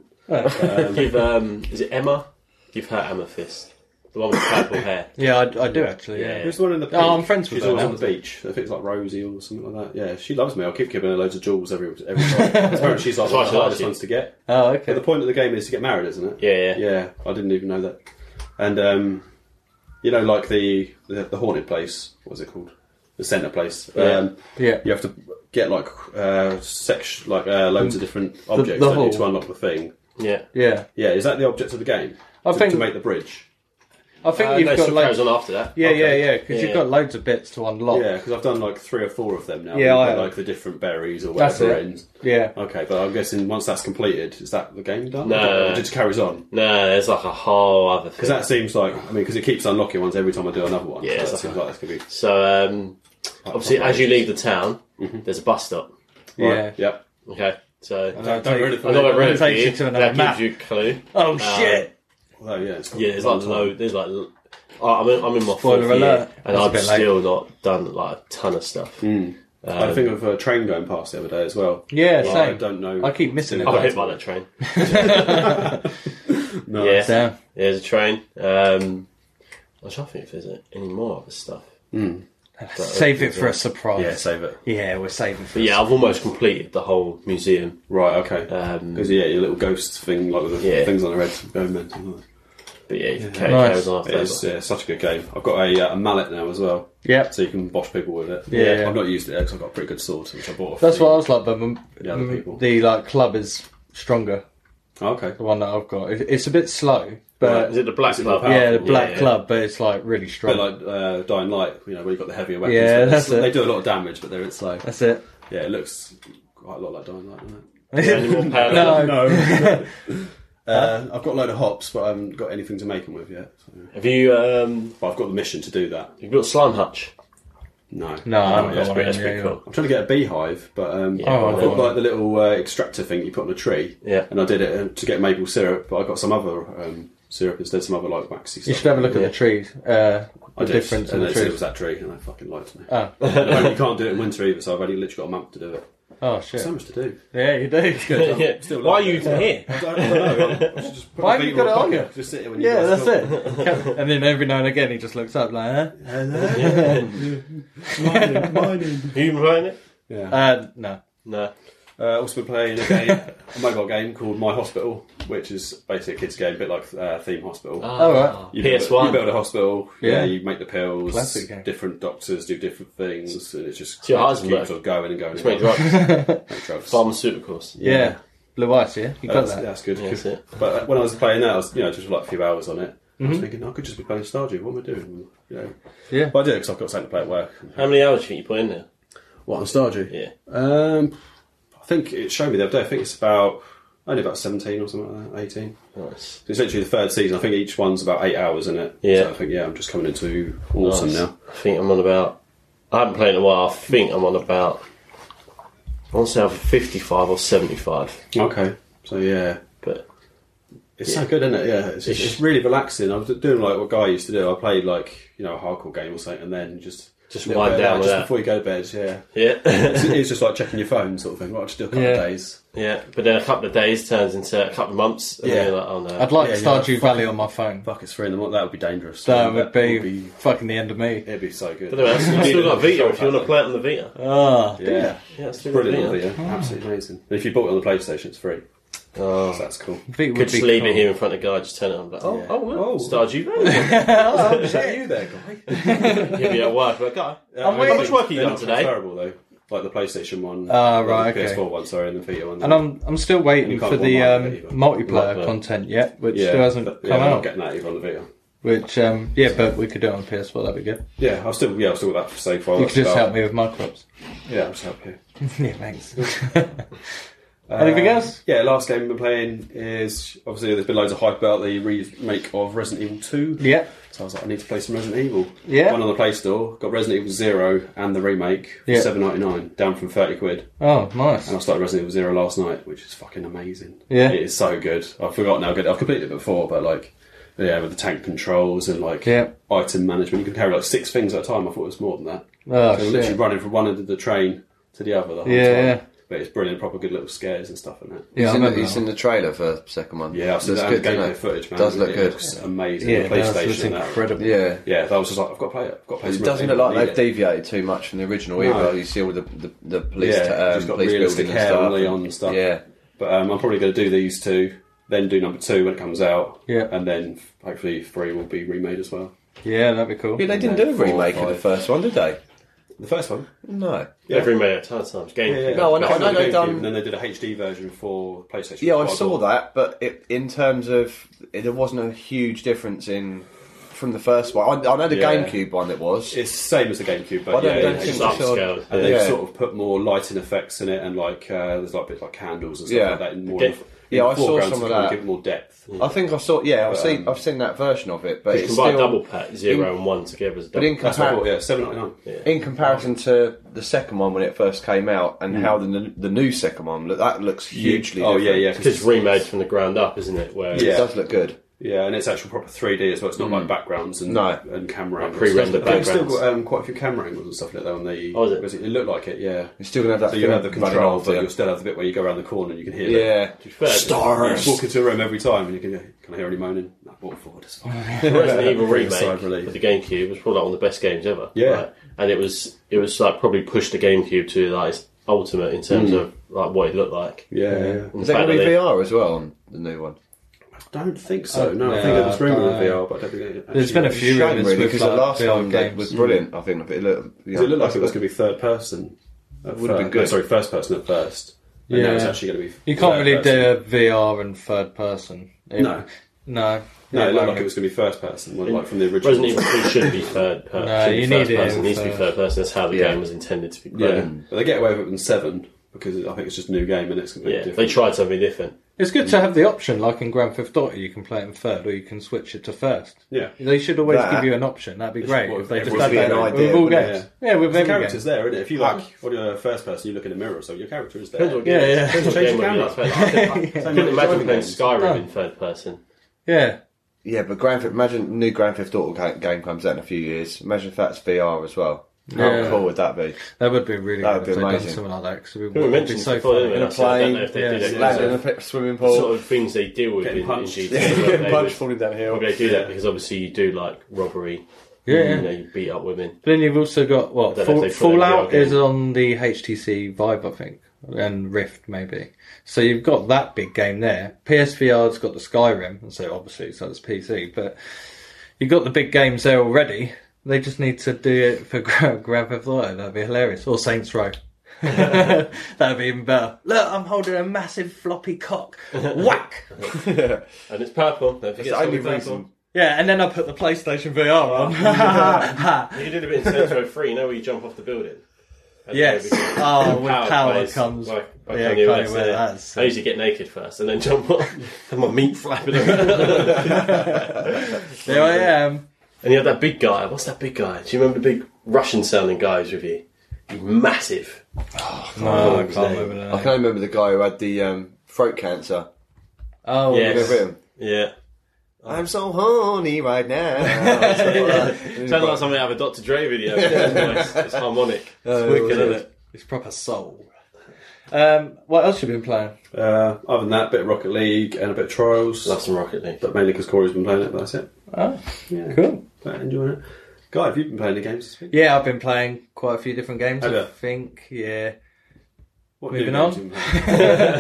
[SPEAKER 4] Give um, is it Emma? Give her amethyst. The one with the purple hair.
[SPEAKER 1] Yeah, I, I do actually. Yeah.
[SPEAKER 4] Yeah.
[SPEAKER 3] Who's the one in the beach?
[SPEAKER 1] Oh, I'm friends with
[SPEAKER 3] She's
[SPEAKER 1] her
[SPEAKER 3] always
[SPEAKER 1] now.
[SPEAKER 3] on the beach. I think it's like Rosie or something like that. Yeah, she loves me. I'll keep giving her loads of jewels every every time. Apparently, she's like one of
[SPEAKER 4] That's why she
[SPEAKER 3] the
[SPEAKER 4] likes
[SPEAKER 3] hardest
[SPEAKER 4] you.
[SPEAKER 3] ones to get.
[SPEAKER 1] Oh,
[SPEAKER 3] But the
[SPEAKER 1] okay.
[SPEAKER 3] point of the game is to get married, isn't it?
[SPEAKER 4] Yeah, yeah.
[SPEAKER 3] Yeah, I didn't even know that. And um, you know, like the the, the haunted place. What was it called? The centre place. Um,
[SPEAKER 1] Yeah.
[SPEAKER 3] You have to get like uh, section, like uh, loads of different
[SPEAKER 1] the
[SPEAKER 3] objects don't you,
[SPEAKER 1] hole.
[SPEAKER 3] to unlock the thing.
[SPEAKER 4] Yeah.
[SPEAKER 1] Yeah.
[SPEAKER 3] Yeah, is that the object of the game?
[SPEAKER 1] I
[SPEAKER 3] to,
[SPEAKER 1] think-
[SPEAKER 3] to make the bridge.
[SPEAKER 1] I think
[SPEAKER 4] Uh,
[SPEAKER 1] you've
[SPEAKER 4] no,
[SPEAKER 1] got
[SPEAKER 4] still carries
[SPEAKER 1] loads.
[SPEAKER 4] on after that.
[SPEAKER 1] Yeah,
[SPEAKER 3] Okay.
[SPEAKER 1] yeah, yeah. Because
[SPEAKER 4] Yeah,
[SPEAKER 1] you've
[SPEAKER 4] yeah.
[SPEAKER 1] got loads of bits to unlock.
[SPEAKER 3] Yeah, because I've done like three or four of them now.
[SPEAKER 1] Oh. Yeah,
[SPEAKER 3] You've
[SPEAKER 1] I
[SPEAKER 3] got,
[SPEAKER 1] have.
[SPEAKER 3] like the different berries or
[SPEAKER 1] That's
[SPEAKER 3] whatever.
[SPEAKER 1] it.
[SPEAKER 3] And,
[SPEAKER 1] Yeah.
[SPEAKER 3] okay, but I'm guessing once that's completed, is that the game done?
[SPEAKER 4] No.
[SPEAKER 3] Or it just carries on.
[SPEAKER 4] No, there's like a whole other thing.
[SPEAKER 3] Because that seems like, I mean, because it keeps unlocking ones every time I do another one.
[SPEAKER 4] Yeah,
[SPEAKER 3] so
[SPEAKER 4] it's
[SPEAKER 3] that seems like that's going to be.
[SPEAKER 4] So um, obviously, as you leave the town,
[SPEAKER 1] Mm-hmm.
[SPEAKER 4] there's a bus stop.
[SPEAKER 1] Yeah.
[SPEAKER 3] Right, yep.
[SPEAKER 4] Okay, so
[SPEAKER 1] That
[SPEAKER 3] Don't
[SPEAKER 1] takes-
[SPEAKER 3] really
[SPEAKER 4] I got it ready for
[SPEAKER 1] takes
[SPEAKER 4] you.
[SPEAKER 1] you to another
[SPEAKER 4] That
[SPEAKER 1] map.
[SPEAKER 4] gives you a clue.
[SPEAKER 1] Oh
[SPEAKER 4] shit.
[SPEAKER 3] Although, yeah, it's got
[SPEAKER 4] Yeah, there's
[SPEAKER 3] a long
[SPEAKER 4] like
[SPEAKER 3] time.
[SPEAKER 4] no, there's like. l- I- I'm in, I'm in my
[SPEAKER 1] Spoiler
[SPEAKER 4] fourth
[SPEAKER 1] alert.
[SPEAKER 4] year, and
[SPEAKER 1] That's a
[SPEAKER 4] I've
[SPEAKER 1] bit late. Mm.
[SPEAKER 4] still not done like a ton of stuff.
[SPEAKER 3] I had a thing of a train going past the other day as well.
[SPEAKER 1] Yeah,
[SPEAKER 3] Like,
[SPEAKER 1] same.
[SPEAKER 3] I don't know.
[SPEAKER 1] I keep missing Oh, it.
[SPEAKER 4] I got hit by that train.
[SPEAKER 3] No.
[SPEAKER 4] Yeah,
[SPEAKER 1] Damn.
[SPEAKER 4] there's a train. Um, I'm trying to think if there's any more of this stuff.
[SPEAKER 1] Save it for a surprise.
[SPEAKER 3] Yeah, save it.
[SPEAKER 1] Yeah, we're saving for.
[SPEAKER 4] But yeah, I've almost completed the whole museum.
[SPEAKER 3] Right, okay.
[SPEAKER 4] Um,
[SPEAKER 3] Because, yeah, your little ghost thing, like with the
[SPEAKER 4] Yeah.
[SPEAKER 3] things on the red going mental.
[SPEAKER 4] but yeah, yeah. Carry,
[SPEAKER 1] Nice.
[SPEAKER 4] carries on after
[SPEAKER 3] It
[SPEAKER 4] that.
[SPEAKER 3] is yeah, uh, such a good game. I've got a, uh, a mallet now as well.
[SPEAKER 1] Yep.
[SPEAKER 3] So you can bosh people with it.
[SPEAKER 1] Yeah, yeah.
[SPEAKER 3] I've not used it because I've got a pretty good sword, which I bought off.
[SPEAKER 1] That's
[SPEAKER 3] the-
[SPEAKER 1] what I was like, but m-
[SPEAKER 3] The other people.
[SPEAKER 1] the like club is stronger.
[SPEAKER 3] Oh, okay.
[SPEAKER 1] The one that I've got, It- it's a bit slow,
[SPEAKER 3] Right.
[SPEAKER 1] but
[SPEAKER 4] Is it the black
[SPEAKER 3] Is it
[SPEAKER 4] club?
[SPEAKER 3] the
[SPEAKER 1] yeah, Uh, the
[SPEAKER 3] powerful?
[SPEAKER 1] black
[SPEAKER 4] Yeah.
[SPEAKER 1] club, but it's like really
[SPEAKER 3] A bit
[SPEAKER 1] strong.
[SPEAKER 3] like uh, Dying Light, you know, where you've got the heavier weapons.
[SPEAKER 1] Yeah,
[SPEAKER 3] but
[SPEAKER 1] that's
[SPEAKER 3] it's- They
[SPEAKER 1] it.
[SPEAKER 3] do a lot of damage, but they're it's slow.
[SPEAKER 1] That's it.
[SPEAKER 3] Yeah, it looks quite a lot like Dying Light, doesn't it?
[SPEAKER 4] Any more power?
[SPEAKER 1] No.
[SPEAKER 3] No. uh, I've got a load of hops, but I haven't got anything to make them with yet. So.
[SPEAKER 4] Have you um,
[SPEAKER 3] But I've got the mission to do that.
[SPEAKER 4] you built slime hutch?
[SPEAKER 3] No.
[SPEAKER 1] No, I haven't
[SPEAKER 3] Oh,
[SPEAKER 1] got
[SPEAKER 3] that's
[SPEAKER 1] one
[SPEAKER 3] pretty-
[SPEAKER 1] in
[SPEAKER 4] that's pretty
[SPEAKER 1] yeah,
[SPEAKER 4] cool.
[SPEAKER 3] I'm trying to get a beehive, but um,
[SPEAKER 1] Oh, I've
[SPEAKER 3] I've got
[SPEAKER 1] got one.
[SPEAKER 3] like the little uh, extractor thing you put on a tree.
[SPEAKER 4] Yeah.
[SPEAKER 3] And I did it uh, to get maple syrup, but I got some other um, syrup instead, some other like waxy stuff.
[SPEAKER 1] You should have a look at
[SPEAKER 4] Yeah.
[SPEAKER 1] the trees. Uh,
[SPEAKER 3] I
[SPEAKER 1] the
[SPEAKER 3] did,
[SPEAKER 1] difference in
[SPEAKER 3] and
[SPEAKER 1] the
[SPEAKER 3] then it
[SPEAKER 1] trees.
[SPEAKER 3] was that tree, and I fucking liked it.
[SPEAKER 1] Oh.
[SPEAKER 3] And apparently you can't do it in winter either, so I've only literally got a month to do it.
[SPEAKER 1] oh
[SPEAKER 3] So
[SPEAKER 1] shit!
[SPEAKER 3] much to do.
[SPEAKER 1] Yeah, you do.
[SPEAKER 4] Yeah.
[SPEAKER 3] still
[SPEAKER 4] Why are
[SPEAKER 3] like
[SPEAKER 4] you
[SPEAKER 3] it.
[SPEAKER 4] here?
[SPEAKER 3] I don't, I don't know. I should just put
[SPEAKER 1] Why
[SPEAKER 3] my
[SPEAKER 1] have you
[SPEAKER 3] feet
[SPEAKER 1] got
[SPEAKER 3] in my
[SPEAKER 1] it on
[SPEAKER 3] pocket, Just sit here when you
[SPEAKER 1] Yeah,
[SPEAKER 3] guys
[SPEAKER 1] that's
[SPEAKER 3] talk.
[SPEAKER 1] it. and then every now and again, he just looks up like, huh?
[SPEAKER 4] Have you been playing it?
[SPEAKER 3] Yeah.
[SPEAKER 1] Uh, no.
[SPEAKER 4] No.
[SPEAKER 3] Uh, also been playing a game, a mobile game called My Hospital, which is basically a kids' game, a bit like uh, Theme Hospital.
[SPEAKER 1] Alright.
[SPEAKER 3] You
[SPEAKER 4] PS1.
[SPEAKER 3] Build, you build a hospital. Yeah.
[SPEAKER 1] Yeah.
[SPEAKER 3] you make the pills.
[SPEAKER 1] Classic game.
[SPEAKER 3] Different doctors do different things, and it's just,
[SPEAKER 4] So your
[SPEAKER 3] it just
[SPEAKER 4] Heisenberg.
[SPEAKER 3] keeps on going and going.
[SPEAKER 4] It's
[SPEAKER 3] and
[SPEAKER 4] made
[SPEAKER 3] going.
[SPEAKER 4] drugs.
[SPEAKER 3] Make drugs.
[SPEAKER 4] Pharmaceuticals.
[SPEAKER 1] Yeah. Blue ice. Yeah, you
[SPEAKER 3] Uh,
[SPEAKER 1] got
[SPEAKER 3] that's,
[SPEAKER 1] that.
[SPEAKER 3] that's good.
[SPEAKER 4] Yeah, that's it.
[SPEAKER 3] But uh, when I was playing that, I was you know just like a few hours on it. I
[SPEAKER 1] Mm-hmm.
[SPEAKER 3] was thinking I could just be playing Stardew. What am I doing? You know.
[SPEAKER 1] Yeah.
[SPEAKER 3] But I do because I've got something to play at work.
[SPEAKER 4] How many hours do you think you put in there?
[SPEAKER 3] What on Stardew?
[SPEAKER 4] Yeah.
[SPEAKER 3] Um, I think it showed me the other day. I think it's about only about seventeen or something like that, eighteen.
[SPEAKER 4] Nice.
[SPEAKER 3] So it's literally the third season. I think each one's about eight hours in it.
[SPEAKER 4] Yeah.
[SPEAKER 3] So I think yeah, I'm just coming into autumn
[SPEAKER 4] Nice.
[SPEAKER 3] now.
[SPEAKER 4] I think I'm on about. I haven't played in a while. I think I'm on about. I want to say I'm 55 or 75,
[SPEAKER 3] Okay. So yeah.
[SPEAKER 4] but
[SPEAKER 3] It's
[SPEAKER 4] Yeah.
[SPEAKER 3] so good, isn't it? Yeah, it's, it's, it's really relaxing. I was doing like what Guy used to do. I played like you know a hardcore game or something, and then just
[SPEAKER 4] Just
[SPEAKER 3] a little
[SPEAKER 4] wind
[SPEAKER 3] bit of
[SPEAKER 4] down
[SPEAKER 3] that
[SPEAKER 4] with
[SPEAKER 3] just
[SPEAKER 4] that.
[SPEAKER 3] before you go to bed. Yeah,
[SPEAKER 4] yeah,
[SPEAKER 3] it's, it's just like checking your phone sort of thing. Well, I just do a couple of
[SPEAKER 1] Yeah.
[SPEAKER 3] days.
[SPEAKER 4] yeah. But then a couple of days turns into a couple of months, and
[SPEAKER 3] Yeah.
[SPEAKER 4] then you're like, oh no.
[SPEAKER 1] I'd like
[SPEAKER 3] Yeah, yeah,
[SPEAKER 1] Stardew
[SPEAKER 3] fucking-
[SPEAKER 1] Valley on my phone.
[SPEAKER 3] Fuck, it's three in the morning. That would be dangerous.
[SPEAKER 1] That would be,
[SPEAKER 3] It'd be,
[SPEAKER 1] fucking the end of me.
[SPEAKER 3] it'd be so good.
[SPEAKER 4] But anyway, I've I've still got a Vita if you want to play it on the Vita.
[SPEAKER 1] Ah,
[SPEAKER 3] Yeah,
[SPEAKER 4] Yeah, it's
[SPEAKER 3] brilliant Vita. Absolutely amazing. And if you bought it on the PlayStation, it's free.
[SPEAKER 4] Oh.
[SPEAKER 3] So that's cool.
[SPEAKER 1] I think it would
[SPEAKER 4] Could
[SPEAKER 1] be
[SPEAKER 4] just leave
[SPEAKER 1] cool.
[SPEAKER 4] it here in front of the guy, just turn it on. Like, oh, oh, look,
[SPEAKER 3] Oh.
[SPEAKER 4] Stardew Valley.
[SPEAKER 3] Is that you there, Guy?
[SPEAKER 4] He'll be at work. Like, guy,
[SPEAKER 1] I'm
[SPEAKER 4] how
[SPEAKER 1] waiting-
[SPEAKER 4] much work have you
[SPEAKER 3] They're
[SPEAKER 4] done
[SPEAKER 3] not
[SPEAKER 4] today?
[SPEAKER 3] Terrible though. Like the PlayStation one.
[SPEAKER 1] Ah,
[SPEAKER 3] like the
[SPEAKER 1] right, okay.
[SPEAKER 3] PS4 one, sorry, and the Vita one.
[SPEAKER 1] And I'm I'm still waiting
[SPEAKER 3] You can't
[SPEAKER 1] for the
[SPEAKER 3] go
[SPEAKER 1] um,
[SPEAKER 3] online, can you?
[SPEAKER 1] multiplayer
[SPEAKER 4] Multiplayer.
[SPEAKER 1] content yet, which
[SPEAKER 3] yeah,
[SPEAKER 1] still hasn't
[SPEAKER 3] but-
[SPEAKER 1] come
[SPEAKER 3] yeah, I'm not
[SPEAKER 1] out.
[SPEAKER 3] getting that either on the Vita.
[SPEAKER 1] Which um, yeah, but we could do it on PS4. That'd be good.
[SPEAKER 3] Yeah, I'll still yeah, I'll still got that save file.
[SPEAKER 1] You
[SPEAKER 3] That's
[SPEAKER 1] could just
[SPEAKER 3] about-
[SPEAKER 1] help me with my crops.
[SPEAKER 3] Yeah, I'll just help you. Um,
[SPEAKER 1] yeah, thanks. Anything else?
[SPEAKER 3] Yeah, last game we've been playing is obviously there's been loads of hype about the remake of Resident Evil Two.
[SPEAKER 1] Yeah.
[SPEAKER 3] So I was like, I need to play some Resident Evil.
[SPEAKER 1] Yeah.
[SPEAKER 3] Went on the Play Store, got Resident Evil Zero and the remake for
[SPEAKER 1] Yeah.
[SPEAKER 3] seven ninety nine, down from thirty quid.
[SPEAKER 1] Oh, nice.
[SPEAKER 3] And I started Resident Evil Zero last night, which is fucking amazing.
[SPEAKER 1] Yeah.
[SPEAKER 3] It is so good. I forgot now good I've completed it before, but like yeah, with the tank controls and like
[SPEAKER 1] Yeah.
[SPEAKER 3] item management. You can carry like six things at a time. I thought it was more than that.
[SPEAKER 1] Oh
[SPEAKER 3] So we're literally
[SPEAKER 1] shit.
[SPEAKER 3] running from one end of the train to the other the whole
[SPEAKER 1] Yeah,
[SPEAKER 3] time.
[SPEAKER 1] yeah.
[SPEAKER 3] But it's brilliant, proper good little scares and stuff in it.
[SPEAKER 1] Yeah, I
[SPEAKER 2] he's, in the,
[SPEAKER 1] remember
[SPEAKER 2] he's
[SPEAKER 1] that
[SPEAKER 2] in the trailer for second one.
[SPEAKER 3] Yeah, I've seen
[SPEAKER 2] Looks
[SPEAKER 3] that
[SPEAKER 2] doesn't
[SPEAKER 3] gameplay
[SPEAKER 2] it?
[SPEAKER 3] footage, man.
[SPEAKER 2] Does look
[SPEAKER 3] it
[SPEAKER 2] good.
[SPEAKER 3] Looks amazing.
[SPEAKER 1] yeah,
[SPEAKER 3] the
[SPEAKER 1] that was-
[SPEAKER 3] PlayStation,
[SPEAKER 1] was
[SPEAKER 3] that-
[SPEAKER 1] incredible.
[SPEAKER 2] Yeah.
[SPEAKER 3] Yeah, that was just like I've got to play it. I've got to play
[SPEAKER 2] It
[SPEAKER 3] some
[SPEAKER 2] doesn't
[SPEAKER 3] Resident
[SPEAKER 2] look like
[SPEAKER 3] Evil.
[SPEAKER 2] they've deviated too much from the original
[SPEAKER 3] No.
[SPEAKER 2] either. You see all the the, the police,
[SPEAKER 3] Yeah,
[SPEAKER 2] ta- um,
[SPEAKER 3] just got
[SPEAKER 2] police
[SPEAKER 3] realistic
[SPEAKER 2] building and
[SPEAKER 3] hair on
[SPEAKER 2] stuff.
[SPEAKER 3] Leon and stuff.
[SPEAKER 2] Yeah,
[SPEAKER 3] But um, I'm probably going to do these two, then do number two when it comes out.
[SPEAKER 1] Yeah.
[SPEAKER 3] And then hopefully three will be remade as well.
[SPEAKER 1] Yeah, that'd be cool.
[SPEAKER 2] yeah, they didn't do a
[SPEAKER 3] Four,
[SPEAKER 2] remake of the
[SPEAKER 3] five.
[SPEAKER 2] first one, did they?
[SPEAKER 3] The first one?
[SPEAKER 2] No.
[SPEAKER 3] Yeah.
[SPEAKER 4] Every minute, a ton of times. Game.
[SPEAKER 2] No, I know-
[SPEAKER 3] They came
[SPEAKER 2] I know
[SPEAKER 3] out
[SPEAKER 2] they've
[SPEAKER 3] GameCube,
[SPEAKER 2] done-
[SPEAKER 3] And then they did a HD version for PlayStation.
[SPEAKER 2] Yeah, I
[SPEAKER 3] which
[SPEAKER 2] saw
[SPEAKER 3] bought.
[SPEAKER 2] that, but it, in terms of there wasn't a huge difference in from the first one. I, I know the
[SPEAKER 3] Yeah.
[SPEAKER 2] GameCube one it was.
[SPEAKER 3] It's the same as the GameCube,
[SPEAKER 2] I
[SPEAKER 3] but
[SPEAKER 2] don't,
[SPEAKER 3] yeah,
[SPEAKER 2] don't
[SPEAKER 3] it's
[SPEAKER 2] think
[SPEAKER 4] it's
[SPEAKER 3] like-
[SPEAKER 2] they showed-
[SPEAKER 4] upscaled.
[SPEAKER 3] and they've
[SPEAKER 2] Yeah.
[SPEAKER 3] sort of put more lighting effects in it, and like uh, there's like bits like candles and stuff
[SPEAKER 2] Yeah.
[SPEAKER 3] like that. In more
[SPEAKER 4] Yeah.
[SPEAKER 3] in the
[SPEAKER 2] Yeah, I saw
[SPEAKER 3] foreground
[SPEAKER 2] some
[SPEAKER 3] to
[SPEAKER 2] of
[SPEAKER 3] kind
[SPEAKER 2] that. Mm.
[SPEAKER 3] give it more depth.
[SPEAKER 2] I think I saw. Yeah, I've
[SPEAKER 3] But,
[SPEAKER 2] seen.
[SPEAKER 3] um,
[SPEAKER 2] I've seen that version of it, but
[SPEAKER 4] You
[SPEAKER 2] it's
[SPEAKER 4] can buy a
[SPEAKER 2] still
[SPEAKER 4] double pack, zero and one together as a double
[SPEAKER 2] in
[SPEAKER 4] pack.
[SPEAKER 3] That's what I
[SPEAKER 2] compar-
[SPEAKER 3] bought. Yeah, seven ninety nine.
[SPEAKER 4] Yeah.
[SPEAKER 2] in comparison to the second one when it first came out, and how the n- the new second one look, that looks hugely.
[SPEAKER 3] Hmm. Oh yeah,
[SPEAKER 2] different.
[SPEAKER 3] yeah.
[SPEAKER 4] It's remade from the ground up, isn't it? Where
[SPEAKER 2] It
[SPEAKER 3] Yeah.
[SPEAKER 2] does look good.
[SPEAKER 3] Yeah, and it's actual proper 3D as well. It's not like backgrounds and
[SPEAKER 2] No.
[SPEAKER 3] and camera angles.
[SPEAKER 4] pre-rendered
[SPEAKER 3] I think it's still
[SPEAKER 4] backgrounds.
[SPEAKER 3] got um, quite a few camera angles and stuff like that on the.
[SPEAKER 4] Oh, is it?
[SPEAKER 3] was It looked like it, yeah.
[SPEAKER 2] You're still gonna have that.
[SPEAKER 3] So you have the
[SPEAKER 2] thing running
[SPEAKER 3] control,
[SPEAKER 2] off,
[SPEAKER 3] but
[SPEAKER 2] yeah.
[SPEAKER 3] you'll still have the bit where you go around the corner and you can hear. that.
[SPEAKER 2] Yeah.
[SPEAKER 4] To be fair,
[SPEAKER 3] You walk into a room every time and you can, go, can I hear any moaning? No, walk forward. It's fine.
[SPEAKER 4] The Resident Evil
[SPEAKER 3] Bring
[SPEAKER 4] remake
[SPEAKER 3] aside relief.
[SPEAKER 4] of the GameCube was probably like one of the best games ever.
[SPEAKER 3] Yeah.
[SPEAKER 4] Like, and it was it was like probably pushed the GameCube to like its ultimate in terms of like what it looked like.
[SPEAKER 3] yeah, yeah.
[SPEAKER 4] And
[SPEAKER 2] Is
[SPEAKER 4] the
[SPEAKER 2] that
[SPEAKER 4] fact
[SPEAKER 2] gonna be
[SPEAKER 4] that they-
[SPEAKER 2] VR as well on the new one?
[SPEAKER 3] I don't think so. no, I
[SPEAKER 1] yeah,
[SPEAKER 3] think it was rumour
[SPEAKER 1] uh,
[SPEAKER 3] of VR, but I don't think it
[SPEAKER 1] There's been a
[SPEAKER 3] actually-
[SPEAKER 1] few
[SPEAKER 2] Shame
[SPEAKER 1] rumours
[SPEAKER 2] really
[SPEAKER 1] with,
[SPEAKER 2] because the
[SPEAKER 3] uh,
[SPEAKER 1] like,
[SPEAKER 2] last
[SPEAKER 1] VR
[SPEAKER 2] one that
[SPEAKER 1] games.
[SPEAKER 2] was brilliant. I think it looked.
[SPEAKER 3] It looked like it was going to be third person. It
[SPEAKER 2] Would've been good.
[SPEAKER 3] Sorry, first person at first. And now it's
[SPEAKER 1] Yeah.
[SPEAKER 3] actually going to be.
[SPEAKER 1] You can't really
[SPEAKER 3] third person.
[SPEAKER 1] do VR and third person. It-
[SPEAKER 3] No.
[SPEAKER 1] No.
[SPEAKER 3] No, it looked
[SPEAKER 1] won't.
[SPEAKER 3] like it was going to be first person, like from the original.
[SPEAKER 4] Resident Evil 3 should be third person.
[SPEAKER 1] No,
[SPEAKER 4] should be
[SPEAKER 1] you
[SPEAKER 4] first
[SPEAKER 1] need it
[SPEAKER 4] person.
[SPEAKER 1] in
[SPEAKER 4] needs to be
[SPEAKER 1] first.
[SPEAKER 4] third person. That's how the
[SPEAKER 2] Yeah.
[SPEAKER 4] game was intended to be
[SPEAKER 3] Yeah,
[SPEAKER 4] played.
[SPEAKER 3] but they get away with it in seven because I think it's just a new game and it's
[SPEAKER 4] Yeah.
[SPEAKER 3] completely
[SPEAKER 4] They
[SPEAKER 3] different.
[SPEAKER 4] tried something different.
[SPEAKER 1] It's good to have the option, like in Grand Theft Auto, you can play it in third or you can switch it to first.
[SPEAKER 3] yeah,
[SPEAKER 1] They should always
[SPEAKER 2] That-
[SPEAKER 1] give you an option. That'd be great
[SPEAKER 3] what
[SPEAKER 1] if they just
[SPEAKER 3] everyone's
[SPEAKER 1] had that
[SPEAKER 2] got an idea,
[SPEAKER 1] with all
[SPEAKER 2] wouldn't
[SPEAKER 1] games. Yeah, with
[SPEAKER 3] the
[SPEAKER 1] every
[SPEAKER 3] character's
[SPEAKER 1] game.
[SPEAKER 3] there, isn't it? If you like, when you're first person, you look in the mirror, so your character is there.
[SPEAKER 1] game it is. Yeah, yeah.
[SPEAKER 4] Depends
[SPEAKER 3] Change
[SPEAKER 4] what game
[SPEAKER 3] the
[SPEAKER 4] it
[SPEAKER 3] camera.
[SPEAKER 4] is. I couldn't- I couldn't imagine playing Skyrim
[SPEAKER 1] No.
[SPEAKER 4] in third person.
[SPEAKER 1] Yeah,
[SPEAKER 2] Yeah, but Grand Theft, imagine new Grand Theft Auto ga- game comes out in a few years. Imagine if that's VR as well. How
[SPEAKER 1] Yeah.
[SPEAKER 2] cool would that be?
[SPEAKER 1] that would be really good
[SPEAKER 2] That would
[SPEAKER 1] if
[SPEAKER 2] be
[SPEAKER 1] they'd done
[SPEAKER 2] amazing.
[SPEAKER 1] something like that because it
[SPEAKER 4] We
[SPEAKER 1] would be
[SPEAKER 4] mentioned
[SPEAKER 1] so
[SPEAKER 4] before, didn't we?
[SPEAKER 1] fun.
[SPEAKER 4] And I said, I don't know if they
[SPEAKER 1] Yeah,
[SPEAKER 4] did it.
[SPEAKER 1] yeah.
[SPEAKER 2] Land in
[SPEAKER 4] So,
[SPEAKER 2] a fi- swimming
[SPEAKER 4] the
[SPEAKER 2] pool.
[SPEAKER 4] sort of things they deal with
[SPEAKER 3] Getting
[SPEAKER 4] in, in
[SPEAKER 3] punched.
[SPEAKER 4] GTA.
[SPEAKER 2] Yeah,
[SPEAKER 4] they
[SPEAKER 2] punch
[SPEAKER 4] would-
[SPEAKER 2] falling down
[SPEAKER 4] Well,
[SPEAKER 2] hill.
[SPEAKER 4] they do that because obviously you do like robbery.
[SPEAKER 1] Yeah,
[SPEAKER 4] You
[SPEAKER 1] yeah.
[SPEAKER 4] know, you beat up women.
[SPEAKER 1] But then you've also got what
[SPEAKER 4] I don't know if
[SPEAKER 1] Fall,
[SPEAKER 4] they put it in the
[SPEAKER 1] Fallout
[SPEAKER 4] VR game.
[SPEAKER 1] is on the HTC Vive, I think, and Rift maybe. So you've got that big game there. PSVR's got the Skyrim, and so obviously so it's PC. But you've got the big games there already. They just need to do it for Gra- Grand Theft Auto. That'd be hilarious. Or Saints Row. That'd be even better. Look, I'm holding a massive floppy cock. Whack.
[SPEAKER 4] And it's purple. Don't
[SPEAKER 2] It's
[SPEAKER 4] forget,
[SPEAKER 2] the only
[SPEAKER 4] purple.
[SPEAKER 2] reason.
[SPEAKER 1] Yeah, and then I put the PlayStation VR on.
[SPEAKER 4] You did a bit in Saints Row 3, you know where you jump off the building? And
[SPEAKER 1] yes.
[SPEAKER 4] then we-
[SPEAKER 1] Oh, with power,
[SPEAKER 4] plays,
[SPEAKER 1] comes.
[SPEAKER 4] like- like
[SPEAKER 1] yeah,
[SPEAKER 4] Kanye
[SPEAKER 1] Kanye
[SPEAKER 4] West,
[SPEAKER 1] West.
[SPEAKER 4] yeah.
[SPEAKER 1] That's
[SPEAKER 4] I usually get naked first and then jump off. Have my meat flapping around.
[SPEAKER 1] There I am.
[SPEAKER 4] and you have that big guy. What's that big guy? Do you remember the big Russian sounding guy who's with you? He's massive.
[SPEAKER 1] No,
[SPEAKER 4] I can't remember
[SPEAKER 2] I can only remember the guy who had the um, throat cancer.
[SPEAKER 1] Oh,
[SPEAKER 4] Yes.
[SPEAKER 2] Remember him?
[SPEAKER 4] Yeah.
[SPEAKER 2] I'm so horny right now.
[SPEAKER 4] Sounds like something out of a Dr. Dre video. It's, nice. It's harmonic.
[SPEAKER 2] Uh,
[SPEAKER 4] it's wicked,
[SPEAKER 2] it was
[SPEAKER 4] isn't
[SPEAKER 2] good.
[SPEAKER 4] it?
[SPEAKER 1] it's proper soul. Um, what else have you been playing?
[SPEAKER 3] Uh, other than that, a bit of Rocket League and a bit of Trials,
[SPEAKER 4] Love some Rocket League.
[SPEAKER 3] but mainly because Corey's been playing it. But that's it.
[SPEAKER 1] Oh,
[SPEAKER 3] Yeah,
[SPEAKER 1] cool.
[SPEAKER 3] But enjoying it. Guy, have you been playing the games this week?
[SPEAKER 1] Yeah, I've been playing quite a few different games.
[SPEAKER 3] Have
[SPEAKER 1] I
[SPEAKER 3] you?
[SPEAKER 1] think. Yeah.
[SPEAKER 3] What
[SPEAKER 1] Moving
[SPEAKER 3] new games
[SPEAKER 1] on.
[SPEAKER 3] have you been playing?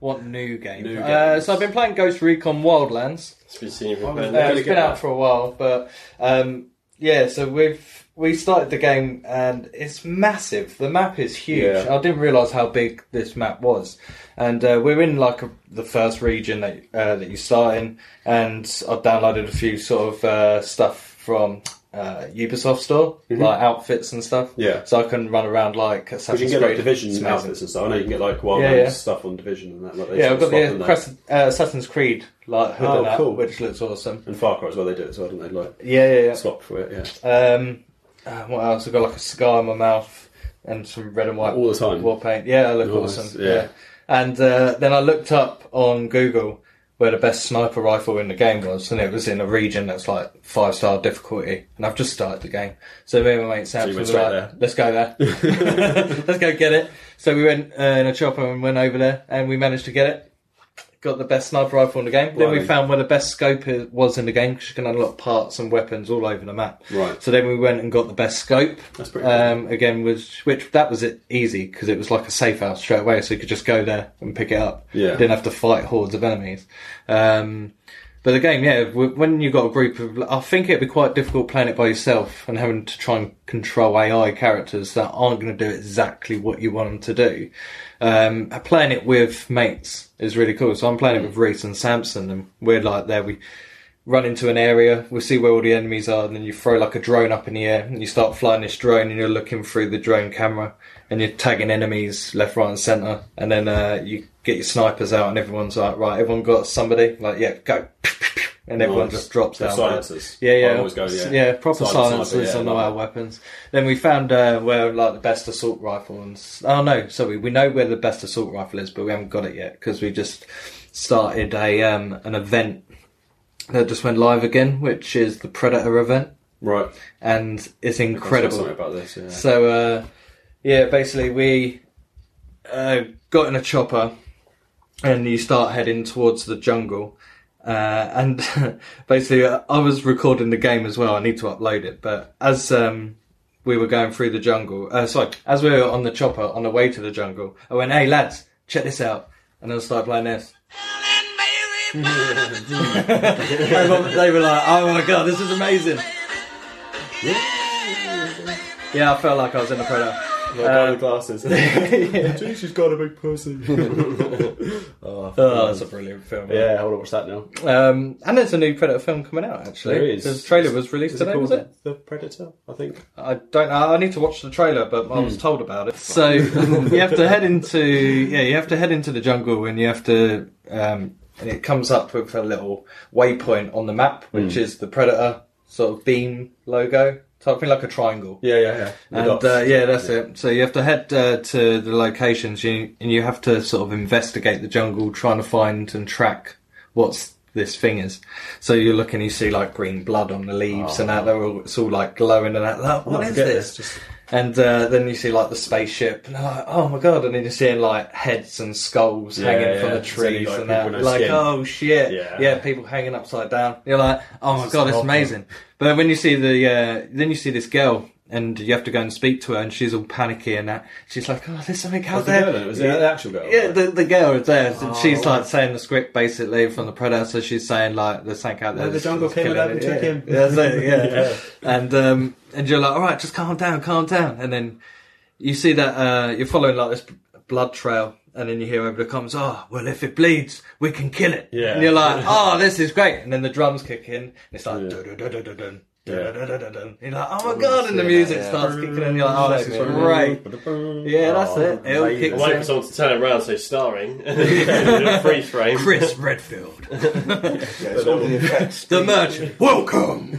[SPEAKER 1] What new game?
[SPEAKER 3] New
[SPEAKER 1] uh,
[SPEAKER 3] games.
[SPEAKER 1] so I've been playing Ghost Recon Wildlands.
[SPEAKER 4] It's been seen you've been
[SPEAKER 3] Oh,
[SPEAKER 4] playing
[SPEAKER 1] Uh,
[SPEAKER 3] yeah.
[SPEAKER 4] that.
[SPEAKER 3] gonna
[SPEAKER 1] it's
[SPEAKER 3] get
[SPEAKER 1] been out
[SPEAKER 3] that.
[SPEAKER 1] for a while, but um, yeah. So we've we started the game and it's massive. The map is huge.
[SPEAKER 3] Yeah.
[SPEAKER 1] I didn't realize how big this map was, and uh, we're in like a, the first region that uh, that you start in. And I downloaded a few sort of uh, stuff from uh, Ubisoft store, like outfits and stuff.
[SPEAKER 3] Mm-hmm. Yeah.
[SPEAKER 1] So I can run around like
[SPEAKER 3] Because
[SPEAKER 1] Assassin's
[SPEAKER 3] you can get like
[SPEAKER 1] Creed. It's
[SPEAKER 3] division
[SPEAKER 1] amazing.
[SPEAKER 3] outfits and stuff. I know you can get like wild
[SPEAKER 1] Yeah,
[SPEAKER 3] Lands
[SPEAKER 1] yeah.
[SPEAKER 3] stuff on division and that. Like, they
[SPEAKER 1] Yeah,
[SPEAKER 3] sort
[SPEAKER 1] I've
[SPEAKER 3] of
[SPEAKER 1] got
[SPEAKER 3] swap in
[SPEAKER 1] the
[SPEAKER 3] that.
[SPEAKER 1] Crest- uh, Assassin's Creed like hood
[SPEAKER 3] Oh,
[SPEAKER 1] and that,
[SPEAKER 3] cool.
[SPEAKER 1] which looks awesome.
[SPEAKER 3] and Far Cry as well. They do it as well, don't they? Like
[SPEAKER 1] Yeah, yeah, yeah.
[SPEAKER 3] swap for it. Yeah.
[SPEAKER 1] Um, uh, what else? I've got like a cigar in my mouth and some red and white
[SPEAKER 3] All the time.
[SPEAKER 1] wall paint. Yeah, I look
[SPEAKER 3] Nice,
[SPEAKER 1] awesome.
[SPEAKER 3] yeah.
[SPEAKER 1] Yeah. And uh, then I looked up on Google where the best sniper rifle in the game was, and it was in a region that's like five star difficulty. And I've just started the game, so me and my mate Sam
[SPEAKER 3] you
[SPEAKER 1] were
[SPEAKER 3] went
[SPEAKER 1] like,
[SPEAKER 3] straight there?
[SPEAKER 1] "Let's go there, let's go get it." So we went uh, in a chopper and went over there, and we managed to get it. Got the best sniper rifle in the game. Then we
[SPEAKER 3] Blimey.
[SPEAKER 1] found where the best scope i- was in the game because you can unlock parts and weapons all over the map.
[SPEAKER 3] Right.
[SPEAKER 1] So then we went and got the best scope.
[SPEAKER 3] That's pretty cool.
[SPEAKER 1] Um, again, which, which that was it easy because it was like a safe house straight away, so you could just go there and pick it up.
[SPEAKER 3] Yeah.
[SPEAKER 1] Didn't have to fight hordes of enemies. Um, but the game, yeah, w- when you've got a group of, I think it'd be quite difficult playing it by yourself and having to try and control AI characters that aren't going to do exactly what you want them to do. Um, playing it with mates is really cool. So I'm playing it with Reese and Samson, and we're like there we run into an area, we'll see where all the enemies are, and then you throw like a drone up in the air, and you start flying this drone, and you're looking through the drone camera, and you're tagging enemies left, right, and centre, and then uh, you get your snipers out, and everyone's like, right, everyone got somebody, like, yeah, go, and everyone
[SPEAKER 3] Nice.
[SPEAKER 1] just drops
[SPEAKER 3] So
[SPEAKER 1] down.
[SPEAKER 3] silencers.
[SPEAKER 1] Yeah, yeah,
[SPEAKER 3] I always go, yeah.
[SPEAKER 1] proper
[SPEAKER 3] Silent sniper,
[SPEAKER 1] silencers
[SPEAKER 3] yeah,
[SPEAKER 1] on
[SPEAKER 3] like
[SPEAKER 1] our
[SPEAKER 3] that.
[SPEAKER 1] weapons. Then we found uh, where like the best assault rifle and s- oh no, sorry, we know where the best assault rifle is, but we haven't got it yet because we just started a um, an event that just went live again, which is the Predator event,
[SPEAKER 3] Right.
[SPEAKER 1] and it's
[SPEAKER 3] I saw
[SPEAKER 1] incredible.
[SPEAKER 3] Something about this. Yeah.
[SPEAKER 1] So uh, yeah, basically we uh, got in a chopper and you start heading towards the jungle. Uh, and basically, uh, I was recording the game as well. I need to upload it, but as um, we were going through the jungle, uh, sorry, as we were on the chopper on the way to the jungle, I went, "Hey lads, check this out!" And I started playing this. they, were, they were like, "Oh my god, this is amazing!" Yeah, I felt like I was in a predator. um,
[SPEAKER 3] Like, glasses.
[SPEAKER 4] She's got a big pussy.
[SPEAKER 1] Oh, that's a brilliant film.
[SPEAKER 3] yeah, I want to watch that now.
[SPEAKER 1] Um, and there's a new Predator film coming out, actually.
[SPEAKER 3] There is.
[SPEAKER 1] The trailer was released today, was it?
[SPEAKER 3] The Predator, I think.
[SPEAKER 1] I don't know. I need to watch the trailer, but I was told about it. Hmm. So you have to head into yeah, you have to head into the jungle, and you have to um, and it comes up with a little waypoint on the map, which is the Predator sort of beam logo, something like a triangle.
[SPEAKER 3] Yeah, yeah, yeah. The
[SPEAKER 1] And
[SPEAKER 3] dots.
[SPEAKER 1] uh, yeah, that's it. So you have to head uh, to the locations, you, and you have to sort of investigate the jungle, trying to find and track what's this thing is. So you look and you see like green blood on the leaves, and
[SPEAKER 3] Oh.
[SPEAKER 1] that they're all, it's all like glowing, and that like, what
[SPEAKER 3] I
[SPEAKER 1] is
[SPEAKER 3] forget
[SPEAKER 1] this?
[SPEAKER 3] Just,
[SPEAKER 1] And uh, then you see like the spaceship, and they're like, oh my god! And then you're seeing like heads and skulls
[SPEAKER 3] Yeah,
[SPEAKER 1] hanging from
[SPEAKER 3] yeah.
[SPEAKER 1] the
[SPEAKER 3] So you,
[SPEAKER 1] trees
[SPEAKER 3] like,
[SPEAKER 1] and
[SPEAKER 3] people
[SPEAKER 1] that.
[SPEAKER 3] no
[SPEAKER 1] Like,
[SPEAKER 3] skin.
[SPEAKER 1] oh shit!
[SPEAKER 3] Yeah.
[SPEAKER 1] people hanging upside down. You're like, oh my
[SPEAKER 3] is
[SPEAKER 1] god, it's
[SPEAKER 3] awful.
[SPEAKER 1] amazing. But then when you see the, uh, then you see this girl, and you have to go and speak to her, and she's all panicky and that. She's like, oh, there's something out
[SPEAKER 3] was the
[SPEAKER 1] there.
[SPEAKER 3] girl then? Was it the actual girl? Oh.
[SPEAKER 1] Yeah, the, the girl is there. So she's like saying the script basically from the predator. So she's saying like the sank out there.
[SPEAKER 3] No, the
[SPEAKER 1] that's-
[SPEAKER 3] jungle
[SPEAKER 1] that's
[SPEAKER 3] came
[SPEAKER 1] killing
[SPEAKER 3] alive
[SPEAKER 1] it.
[SPEAKER 3] and took
[SPEAKER 1] yeah.
[SPEAKER 3] him.
[SPEAKER 1] Yeah, that's it, yeah. And um, and you're like, all right, just calm down, calm down. And then you see that uh, you're following like this b- blood trail. And then you hear over the comms, oh, well, if it bleeds, we can kill it.
[SPEAKER 3] Yeah.
[SPEAKER 1] And you're like, oh, this is great. And then the drums kick in. And it's like,
[SPEAKER 3] Yeah.
[SPEAKER 1] dun, dun, dun, dun, dun,
[SPEAKER 3] Yeah.
[SPEAKER 1] dun, dun, dun, dun. You're like, oh my God. And the music
[SPEAKER 2] yeah.
[SPEAKER 1] starts kicking in. And you're like, oh, this is great. Yeah, that's it. It'll
[SPEAKER 3] Oh, amazing.
[SPEAKER 1] kick
[SPEAKER 4] I'm waiting for someone to turn around and say starring. freeze frame.
[SPEAKER 1] Chris Redfield.
[SPEAKER 2] Yeah, it's all the effects.
[SPEAKER 1] The merchant. Welcome.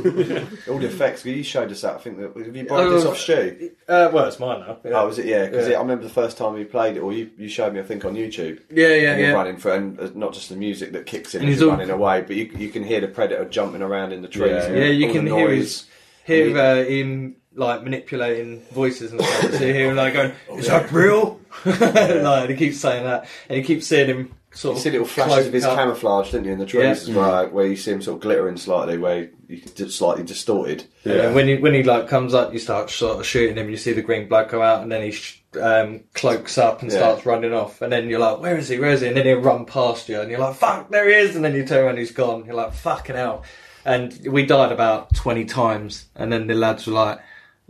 [SPEAKER 2] all the effects. You showed us that. I think that have you borrowed this
[SPEAKER 1] Oh,
[SPEAKER 2] off Stu?
[SPEAKER 1] Uh, well, it's mine now.
[SPEAKER 2] Oh, was it? Yeah, because
[SPEAKER 1] Yeah.
[SPEAKER 2] I remember the first time you played it, or you, you showed me. I think on YouTube.
[SPEAKER 1] Yeah, yeah,
[SPEAKER 2] and you're
[SPEAKER 1] yeah.
[SPEAKER 2] running for, and uh, not just the music that kicks in
[SPEAKER 1] And
[SPEAKER 2] as
[SPEAKER 1] he's
[SPEAKER 2] you're
[SPEAKER 1] all-
[SPEAKER 2] running away, but you, you can hear the predator jumping around in the trees.
[SPEAKER 3] Yeah,
[SPEAKER 2] and
[SPEAKER 1] Yeah, you
[SPEAKER 2] all
[SPEAKER 1] can
[SPEAKER 2] the
[SPEAKER 1] hear
[SPEAKER 2] noise.
[SPEAKER 1] his hear uh, him like manipulating voices and stuff. so you hear him like going,
[SPEAKER 2] Oh,
[SPEAKER 1] "Is that real?" like he keeps saying that, and you keep seeing him sort
[SPEAKER 2] You
[SPEAKER 1] of
[SPEAKER 2] see little flashes of his
[SPEAKER 1] cloak up.
[SPEAKER 2] camouflage, didn't you, in the trees
[SPEAKER 1] Yeah.
[SPEAKER 2] as well, where you see him sort of glittering slightly, where you can just slightly distorted.
[SPEAKER 1] And then when he when he like comes up, you start sort of shooting him. You see the green blood come out, and then he sh- um, cloaks up and
[SPEAKER 2] Yeah.
[SPEAKER 1] starts running off. And then you're like, "Where is he? Where is he?" And then he'll run past you, and you're like, "Fuck, there he is!" And then you turn around, he's gone. You're like, "Fucking hell!" And we died about twenty times, and then the lads were like,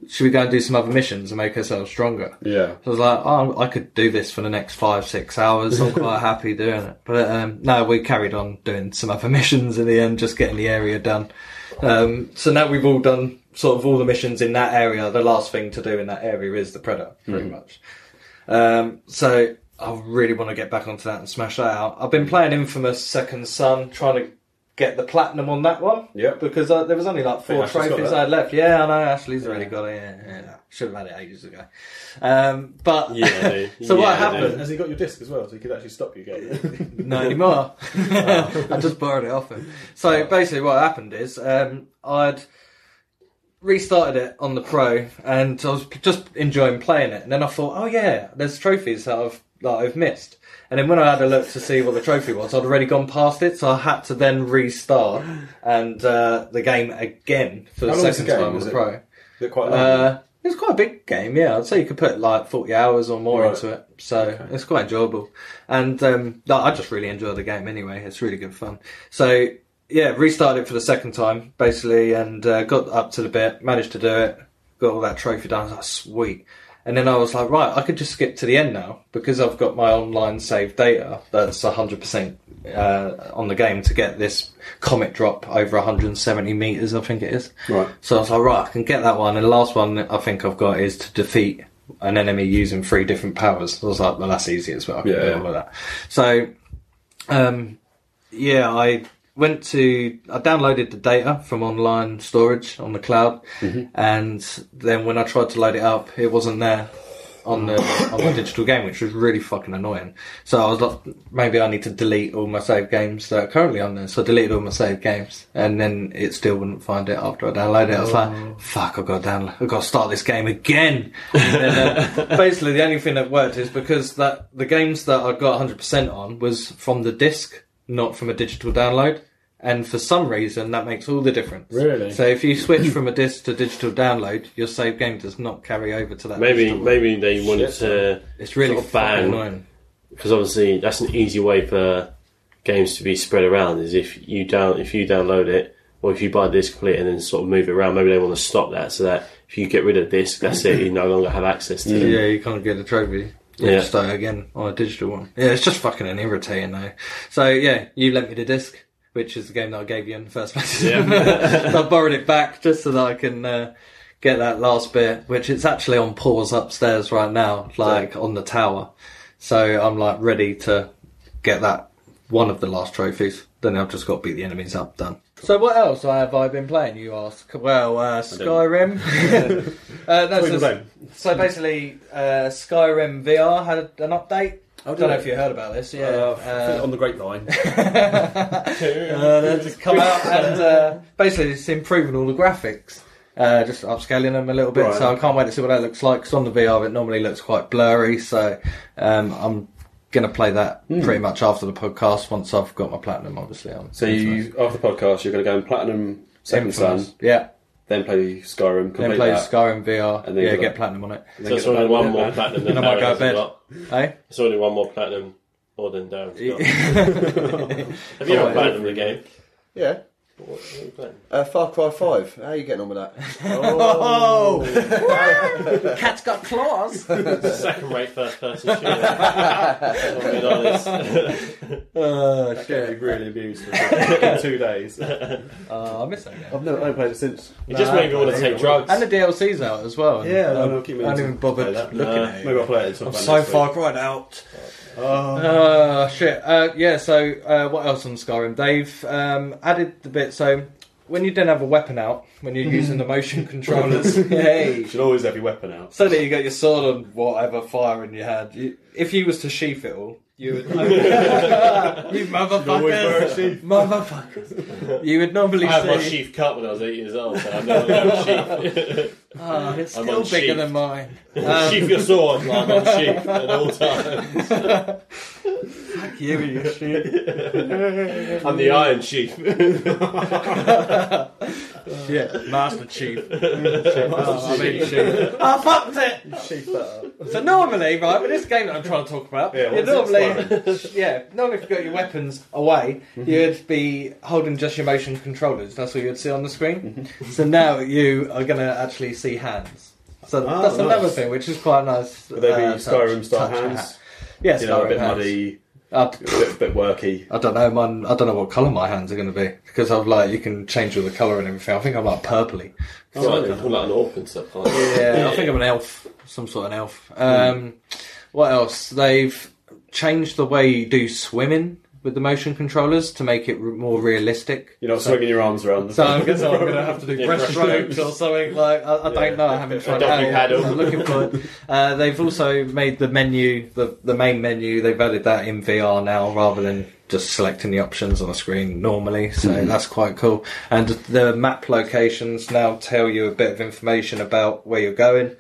[SPEAKER 1] "Should we go and do some other missions and make ourselves stronger?"
[SPEAKER 3] Yeah.
[SPEAKER 1] So I was like, oh, I could do this for the next five, six hours. I'm quite happy doing it. But um, no, we carried on doing some other missions in the end, just getting the area done. Um, so now we've all done sort of all the missions in that area. The last thing to do in that area is the Predator,
[SPEAKER 3] Hmm.
[SPEAKER 1] pretty much. Um, so I really want to get back onto that and smash that out. I've been playing Infamous Second Son, trying to get the platinum on that one.
[SPEAKER 3] Yep.
[SPEAKER 1] Because I, there was only like four
[SPEAKER 3] Ashley's got
[SPEAKER 1] trophies
[SPEAKER 3] that.
[SPEAKER 1] I had left. Yeah, I know Ashley's already
[SPEAKER 3] Yeah.
[SPEAKER 1] got it. Yeah, yeah. Should have had it ages ago. Um, but
[SPEAKER 4] Yeah,
[SPEAKER 1] so what
[SPEAKER 4] yeah,
[SPEAKER 1] happened?
[SPEAKER 3] Oh, Has he got your disc as well, so he could actually stop you getting it?
[SPEAKER 1] No anymore. I just borrowed it off him. So basically, what happened is um, I'd restarted it on the pro, and I was p- just enjoying playing it. And then I thought, oh yeah, there's trophies that I've that I've missed. And then when I had a look to see what the trophy was, I'd already gone past it, so I had to then restart and uh, the game again for the
[SPEAKER 3] How long was the
[SPEAKER 1] second
[SPEAKER 3] game?
[SPEAKER 1] time on
[SPEAKER 3] Was
[SPEAKER 1] the
[SPEAKER 3] it-
[SPEAKER 1] pro.
[SPEAKER 3] They're quite long.
[SPEAKER 1] Uh, it's quite a big game, yeah. I'd say you could put like 40 hours or more
[SPEAKER 3] Right.
[SPEAKER 1] into it. So it's quite enjoyable. And um, no, I just really enjoy the game anyway. It's really good fun. So yeah, restarted it for the second time, basically, and uh, got up to the bit, managed to do it, got all that trophy done. I was like, sweet. And then I was like, right, I could just skip to the end now because I've got my online save data that's 100% uh, on the game to get this comet drop over 170 meters, I think it is.
[SPEAKER 3] Right.
[SPEAKER 1] So I was like, right, I can get that one. And the last one I think I've got is to defeat an enemy using three different powers. I was like, well, that's easy as well. I can
[SPEAKER 3] Yeah,
[SPEAKER 1] do
[SPEAKER 3] yeah.
[SPEAKER 1] all of that. So, um, yeah, I went to, I downloaded the data from online storage on the cloud.
[SPEAKER 3] Mm-hmm.
[SPEAKER 1] And then when I tried to load it up, it wasn't there on the on my digital game, which was really fucking annoying. So I was like, maybe I need to delete all my save games that are currently on there. So I deleted all my save games, and then it still wouldn't find it after I downloaded it. I was like, fuck, I've got to download, I've got to start this game again. And then, uh, basically, the only thing that worked is because that the games that I got 100% on was from the disc, not from a digital download. And for some reason, that makes all the difference.
[SPEAKER 4] Really?
[SPEAKER 1] So if you switch from a disc to digital download, your save game does not carry over to that.
[SPEAKER 4] Maybe
[SPEAKER 1] digital one.
[SPEAKER 4] maybe they wanted to
[SPEAKER 1] It's really
[SPEAKER 4] sort of
[SPEAKER 1] fucking
[SPEAKER 4] ban
[SPEAKER 1] annoying.
[SPEAKER 4] because obviously that's an easy way for games to be spread around is if you down if you download it or if you buy this complete and then sort of move it around. Maybe they want to stop that so that if you get rid of this, that's it. You no longer have access to it.
[SPEAKER 1] Yeah, you can't get a trophy. You
[SPEAKER 4] Yeah.
[SPEAKER 1] have to start again on a digital one. Yeah, it's just fucking an irritating though. So yeah, you lent me the disc, which is the game that I gave you in the first place. so I borrowed it back just so that I can uh, get that last bit, which it's actually on pause upstairs right now, like on the tower. So I'm like ready to get that one of the last trophies. Then I've just got to beat the enemies up. Done. So what else have I been playing? You ask. Well, uh, Skyrim. uh, no,
[SPEAKER 3] Tweet
[SPEAKER 1] so-
[SPEAKER 3] the blame.
[SPEAKER 1] so basically, uh, Skyrim VR had an update. I
[SPEAKER 3] Oh, did
[SPEAKER 1] don't know
[SPEAKER 3] it?
[SPEAKER 1] if you heard about this. Yeah,
[SPEAKER 3] Uh,
[SPEAKER 1] uh,
[SPEAKER 3] on the grapevine.
[SPEAKER 1] uh, that's come out and uh, basically it's improving all the graphics, uh, just upscaling them a little bit.
[SPEAKER 3] Right.
[SPEAKER 1] So I can't wait to see what that looks like. Because on the VR, it normally looks quite blurry. So um, I'm gonna play that
[SPEAKER 3] Hmm.
[SPEAKER 1] pretty much after the podcast once I've got my platinum, obviously. On
[SPEAKER 3] So you, after the podcast, you're going to go and platinum Second Son,
[SPEAKER 1] yeah,
[SPEAKER 3] then play Skyrim, complete
[SPEAKER 1] then play
[SPEAKER 3] that,
[SPEAKER 1] Skyrim VR,
[SPEAKER 3] And
[SPEAKER 1] and
[SPEAKER 3] then
[SPEAKER 1] yeah,
[SPEAKER 3] get
[SPEAKER 1] get,
[SPEAKER 3] that.
[SPEAKER 1] platinum on it.
[SPEAKER 3] and then
[SPEAKER 4] So
[SPEAKER 3] get
[SPEAKER 4] it's
[SPEAKER 3] the
[SPEAKER 4] only one
[SPEAKER 3] platinum.
[SPEAKER 4] more platinum than
[SPEAKER 1] Then I might
[SPEAKER 4] Darren
[SPEAKER 1] go to
[SPEAKER 4] has
[SPEAKER 1] bed.
[SPEAKER 4] got.
[SPEAKER 1] Hey,
[SPEAKER 4] It's only one more platinum more than Darren's got. Have you
[SPEAKER 1] Oh,
[SPEAKER 4] ever
[SPEAKER 1] yeah.
[SPEAKER 4] platinum the game?
[SPEAKER 2] Yeah.
[SPEAKER 4] What- what are you playing?
[SPEAKER 2] Uh, Far Cry 5. How are you getting on with that?
[SPEAKER 1] Oh. cat's got claws.
[SPEAKER 4] Second rate first person shooter. I'll be honest.
[SPEAKER 1] Oh
[SPEAKER 3] That game
[SPEAKER 1] shit!
[SPEAKER 3] you really abused for in two days. I've
[SPEAKER 1] Oh, I miss that game.
[SPEAKER 3] never I haven't played it since.
[SPEAKER 4] It just made me want to take drugs.
[SPEAKER 1] And the DLC's out as well. and,
[SPEAKER 3] Yeah,
[SPEAKER 1] um,
[SPEAKER 3] I'll keep
[SPEAKER 1] I
[SPEAKER 3] meaning
[SPEAKER 1] haven't
[SPEAKER 3] to
[SPEAKER 1] even
[SPEAKER 3] play
[SPEAKER 1] bothered
[SPEAKER 3] that. Uh,
[SPEAKER 1] looking
[SPEAKER 4] No.
[SPEAKER 1] at it.
[SPEAKER 3] Maybe I'll play it until
[SPEAKER 1] I'm so far cried out. Oh shit! Uh, yeah. So uh, what else on Skyrim? They've um, added the bit. So when you don't have a weapon out, when
[SPEAKER 3] Mm-hmm.
[SPEAKER 1] you're using the motion controllers, hey,
[SPEAKER 3] You should always have your weapon out.
[SPEAKER 1] so that you got your sword on whatever fire in your hand. You, if you was to sheath it all, you would. you motherfuckers! Motherfuckers! You would normally
[SPEAKER 4] I had my
[SPEAKER 1] see-
[SPEAKER 4] sheath cut when I was eight years old, so I've never learned sheath.
[SPEAKER 1] Oh, it's
[SPEAKER 4] I'm
[SPEAKER 1] still
[SPEAKER 4] on
[SPEAKER 1] bigger
[SPEAKER 4] sheath.
[SPEAKER 1] than mine.
[SPEAKER 4] sheath your sword, like I'm on sheath at all times.
[SPEAKER 1] Yeah, with your sheath.
[SPEAKER 4] I'm the iron sheath.
[SPEAKER 1] Yeah, Master Chief.
[SPEAKER 3] Master
[SPEAKER 1] I mean, sheep. I fucked it. So normally, right, with this game that I'm trying to talk about,
[SPEAKER 3] Yeah,
[SPEAKER 1] you
[SPEAKER 3] what's
[SPEAKER 1] normally, yeah, normally if you got your weapons away,
[SPEAKER 3] Mm-hmm.
[SPEAKER 1] you'd be holding just your motion controllers. That's what you'd see on the screen.
[SPEAKER 3] Mm-hmm.
[SPEAKER 1] so now you are going to actually see hands. So
[SPEAKER 3] Ah,
[SPEAKER 1] that's another
[SPEAKER 3] nice.
[SPEAKER 1] thing, which is quite nice.
[SPEAKER 3] Would they be
[SPEAKER 1] uh,
[SPEAKER 3] Skyrim style
[SPEAKER 1] touch
[SPEAKER 3] hands?
[SPEAKER 1] Yeah,
[SPEAKER 3] You know, a
[SPEAKER 1] Skyrim
[SPEAKER 3] bit
[SPEAKER 1] hands. Uh,
[SPEAKER 3] muddy,
[SPEAKER 1] I,
[SPEAKER 3] a bit, a bit worky.
[SPEAKER 1] I don't know. Mine, I don't know what colour my hands are going to be because I've like you can change all the colour and everything. I think I'm like purpley.
[SPEAKER 3] Oh,
[SPEAKER 4] It's like, I'm like an orc and stuff. Like
[SPEAKER 1] Yeah, I think I'm an elf, some sort of an elf. Um, What else? They've changed the way you do swimming with the motion controllers to make it r- more realistic.
[SPEAKER 3] You're not swinging your arms around. The
[SPEAKER 1] So I guess I'm going to have to do
[SPEAKER 4] Yeah,
[SPEAKER 1] breaststrokes
[SPEAKER 4] breaststrokes.
[SPEAKER 1] or something. Like I, I
[SPEAKER 4] Yeah.
[SPEAKER 1] don't know. I haven't
[SPEAKER 4] A
[SPEAKER 1] tried it
[SPEAKER 4] doggy
[SPEAKER 1] out.
[SPEAKER 4] paddle.
[SPEAKER 1] I'm looking for it. Uh, they've also made the menu, the the main menu. They've added that in VR now, rather than just selecting the options on the screen normally. So
[SPEAKER 4] Mm-hmm.
[SPEAKER 1] that's quite cool. And the map locations now tell you a bit of information about where you're going.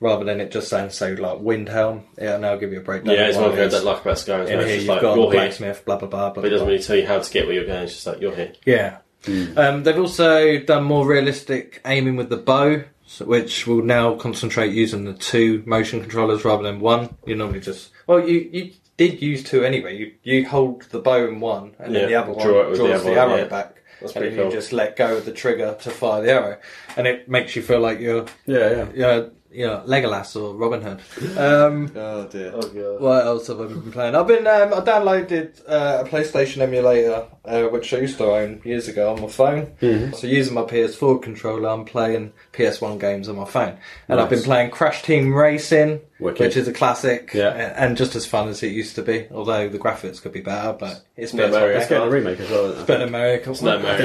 [SPEAKER 1] Rather than it just saying, so like Windhelm, it'll now give you a breakdown.
[SPEAKER 4] Yeah,
[SPEAKER 1] of
[SPEAKER 4] it's
[SPEAKER 1] why
[SPEAKER 4] one thing
[SPEAKER 1] it's-
[SPEAKER 4] that like about Skyrim. as well.
[SPEAKER 1] in
[SPEAKER 4] It's
[SPEAKER 1] here
[SPEAKER 4] just
[SPEAKER 1] you've
[SPEAKER 4] like
[SPEAKER 1] got
[SPEAKER 4] you're here,
[SPEAKER 1] blacksmith, blah blah blah. blah
[SPEAKER 4] but it doesn't
[SPEAKER 1] blah.
[SPEAKER 4] really tell you how to get where you're going. It's just like you're here.
[SPEAKER 1] Yeah.
[SPEAKER 4] Hmm.
[SPEAKER 1] Um, they've also done more realistic aiming with the bow, so, which will now concentrate using the two motion controllers rather than one. You normally just well, you you did use two anyway. You you hold the bow in one, and then the
[SPEAKER 4] Yeah,
[SPEAKER 1] other
[SPEAKER 4] draw it
[SPEAKER 1] one
[SPEAKER 4] with the
[SPEAKER 1] draws the,
[SPEAKER 4] other one,
[SPEAKER 1] arrow
[SPEAKER 4] yeah.
[SPEAKER 1] back.
[SPEAKER 4] That's
[SPEAKER 1] and
[SPEAKER 4] pretty
[SPEAKER 1] then
[SPEAKER 4] cool.
[SPEAKER 1] you just let go of the trigger to fire the arrow, and it makes you feel like you're
[SPEAKER 3] Yeah, yeah.
[SPEAKER 1] you're, you're Legolas or Robin Hood. Um,
[SPEAKER 2] Oh dear.
[SPEAKER 1] What else have I been playing? I've been um, I downloaded uh, a PlayStation emulator, uh, which I used to own years ago on my phone.
[SPEAKER 3] Mm-hmm.
[SPEAKER 1] So using my PS4 controller, I'm playing PS1 games on my phone, and I've been
[SPEAKER 3] Nice.
[SPEAKER 1] playing Crash Team Racing,
[SPEAKER 3] Wicked.
[SPEAKER 1] which is a classic,
[SPEAKER 3] Yeah.
[SPEAKER 1] a- and just as fun as it used to be. Although the graphics could be better, but it's
[SPEAKER 4] No,
[SPEAKER 1] better.
[SPEAKER 4] Mario.
[SPEAKER 3] It's getting a remake as well. Isn't it?
[SPEAKER 1] Better Mario Kart.
[SPEAKER 4] No Mario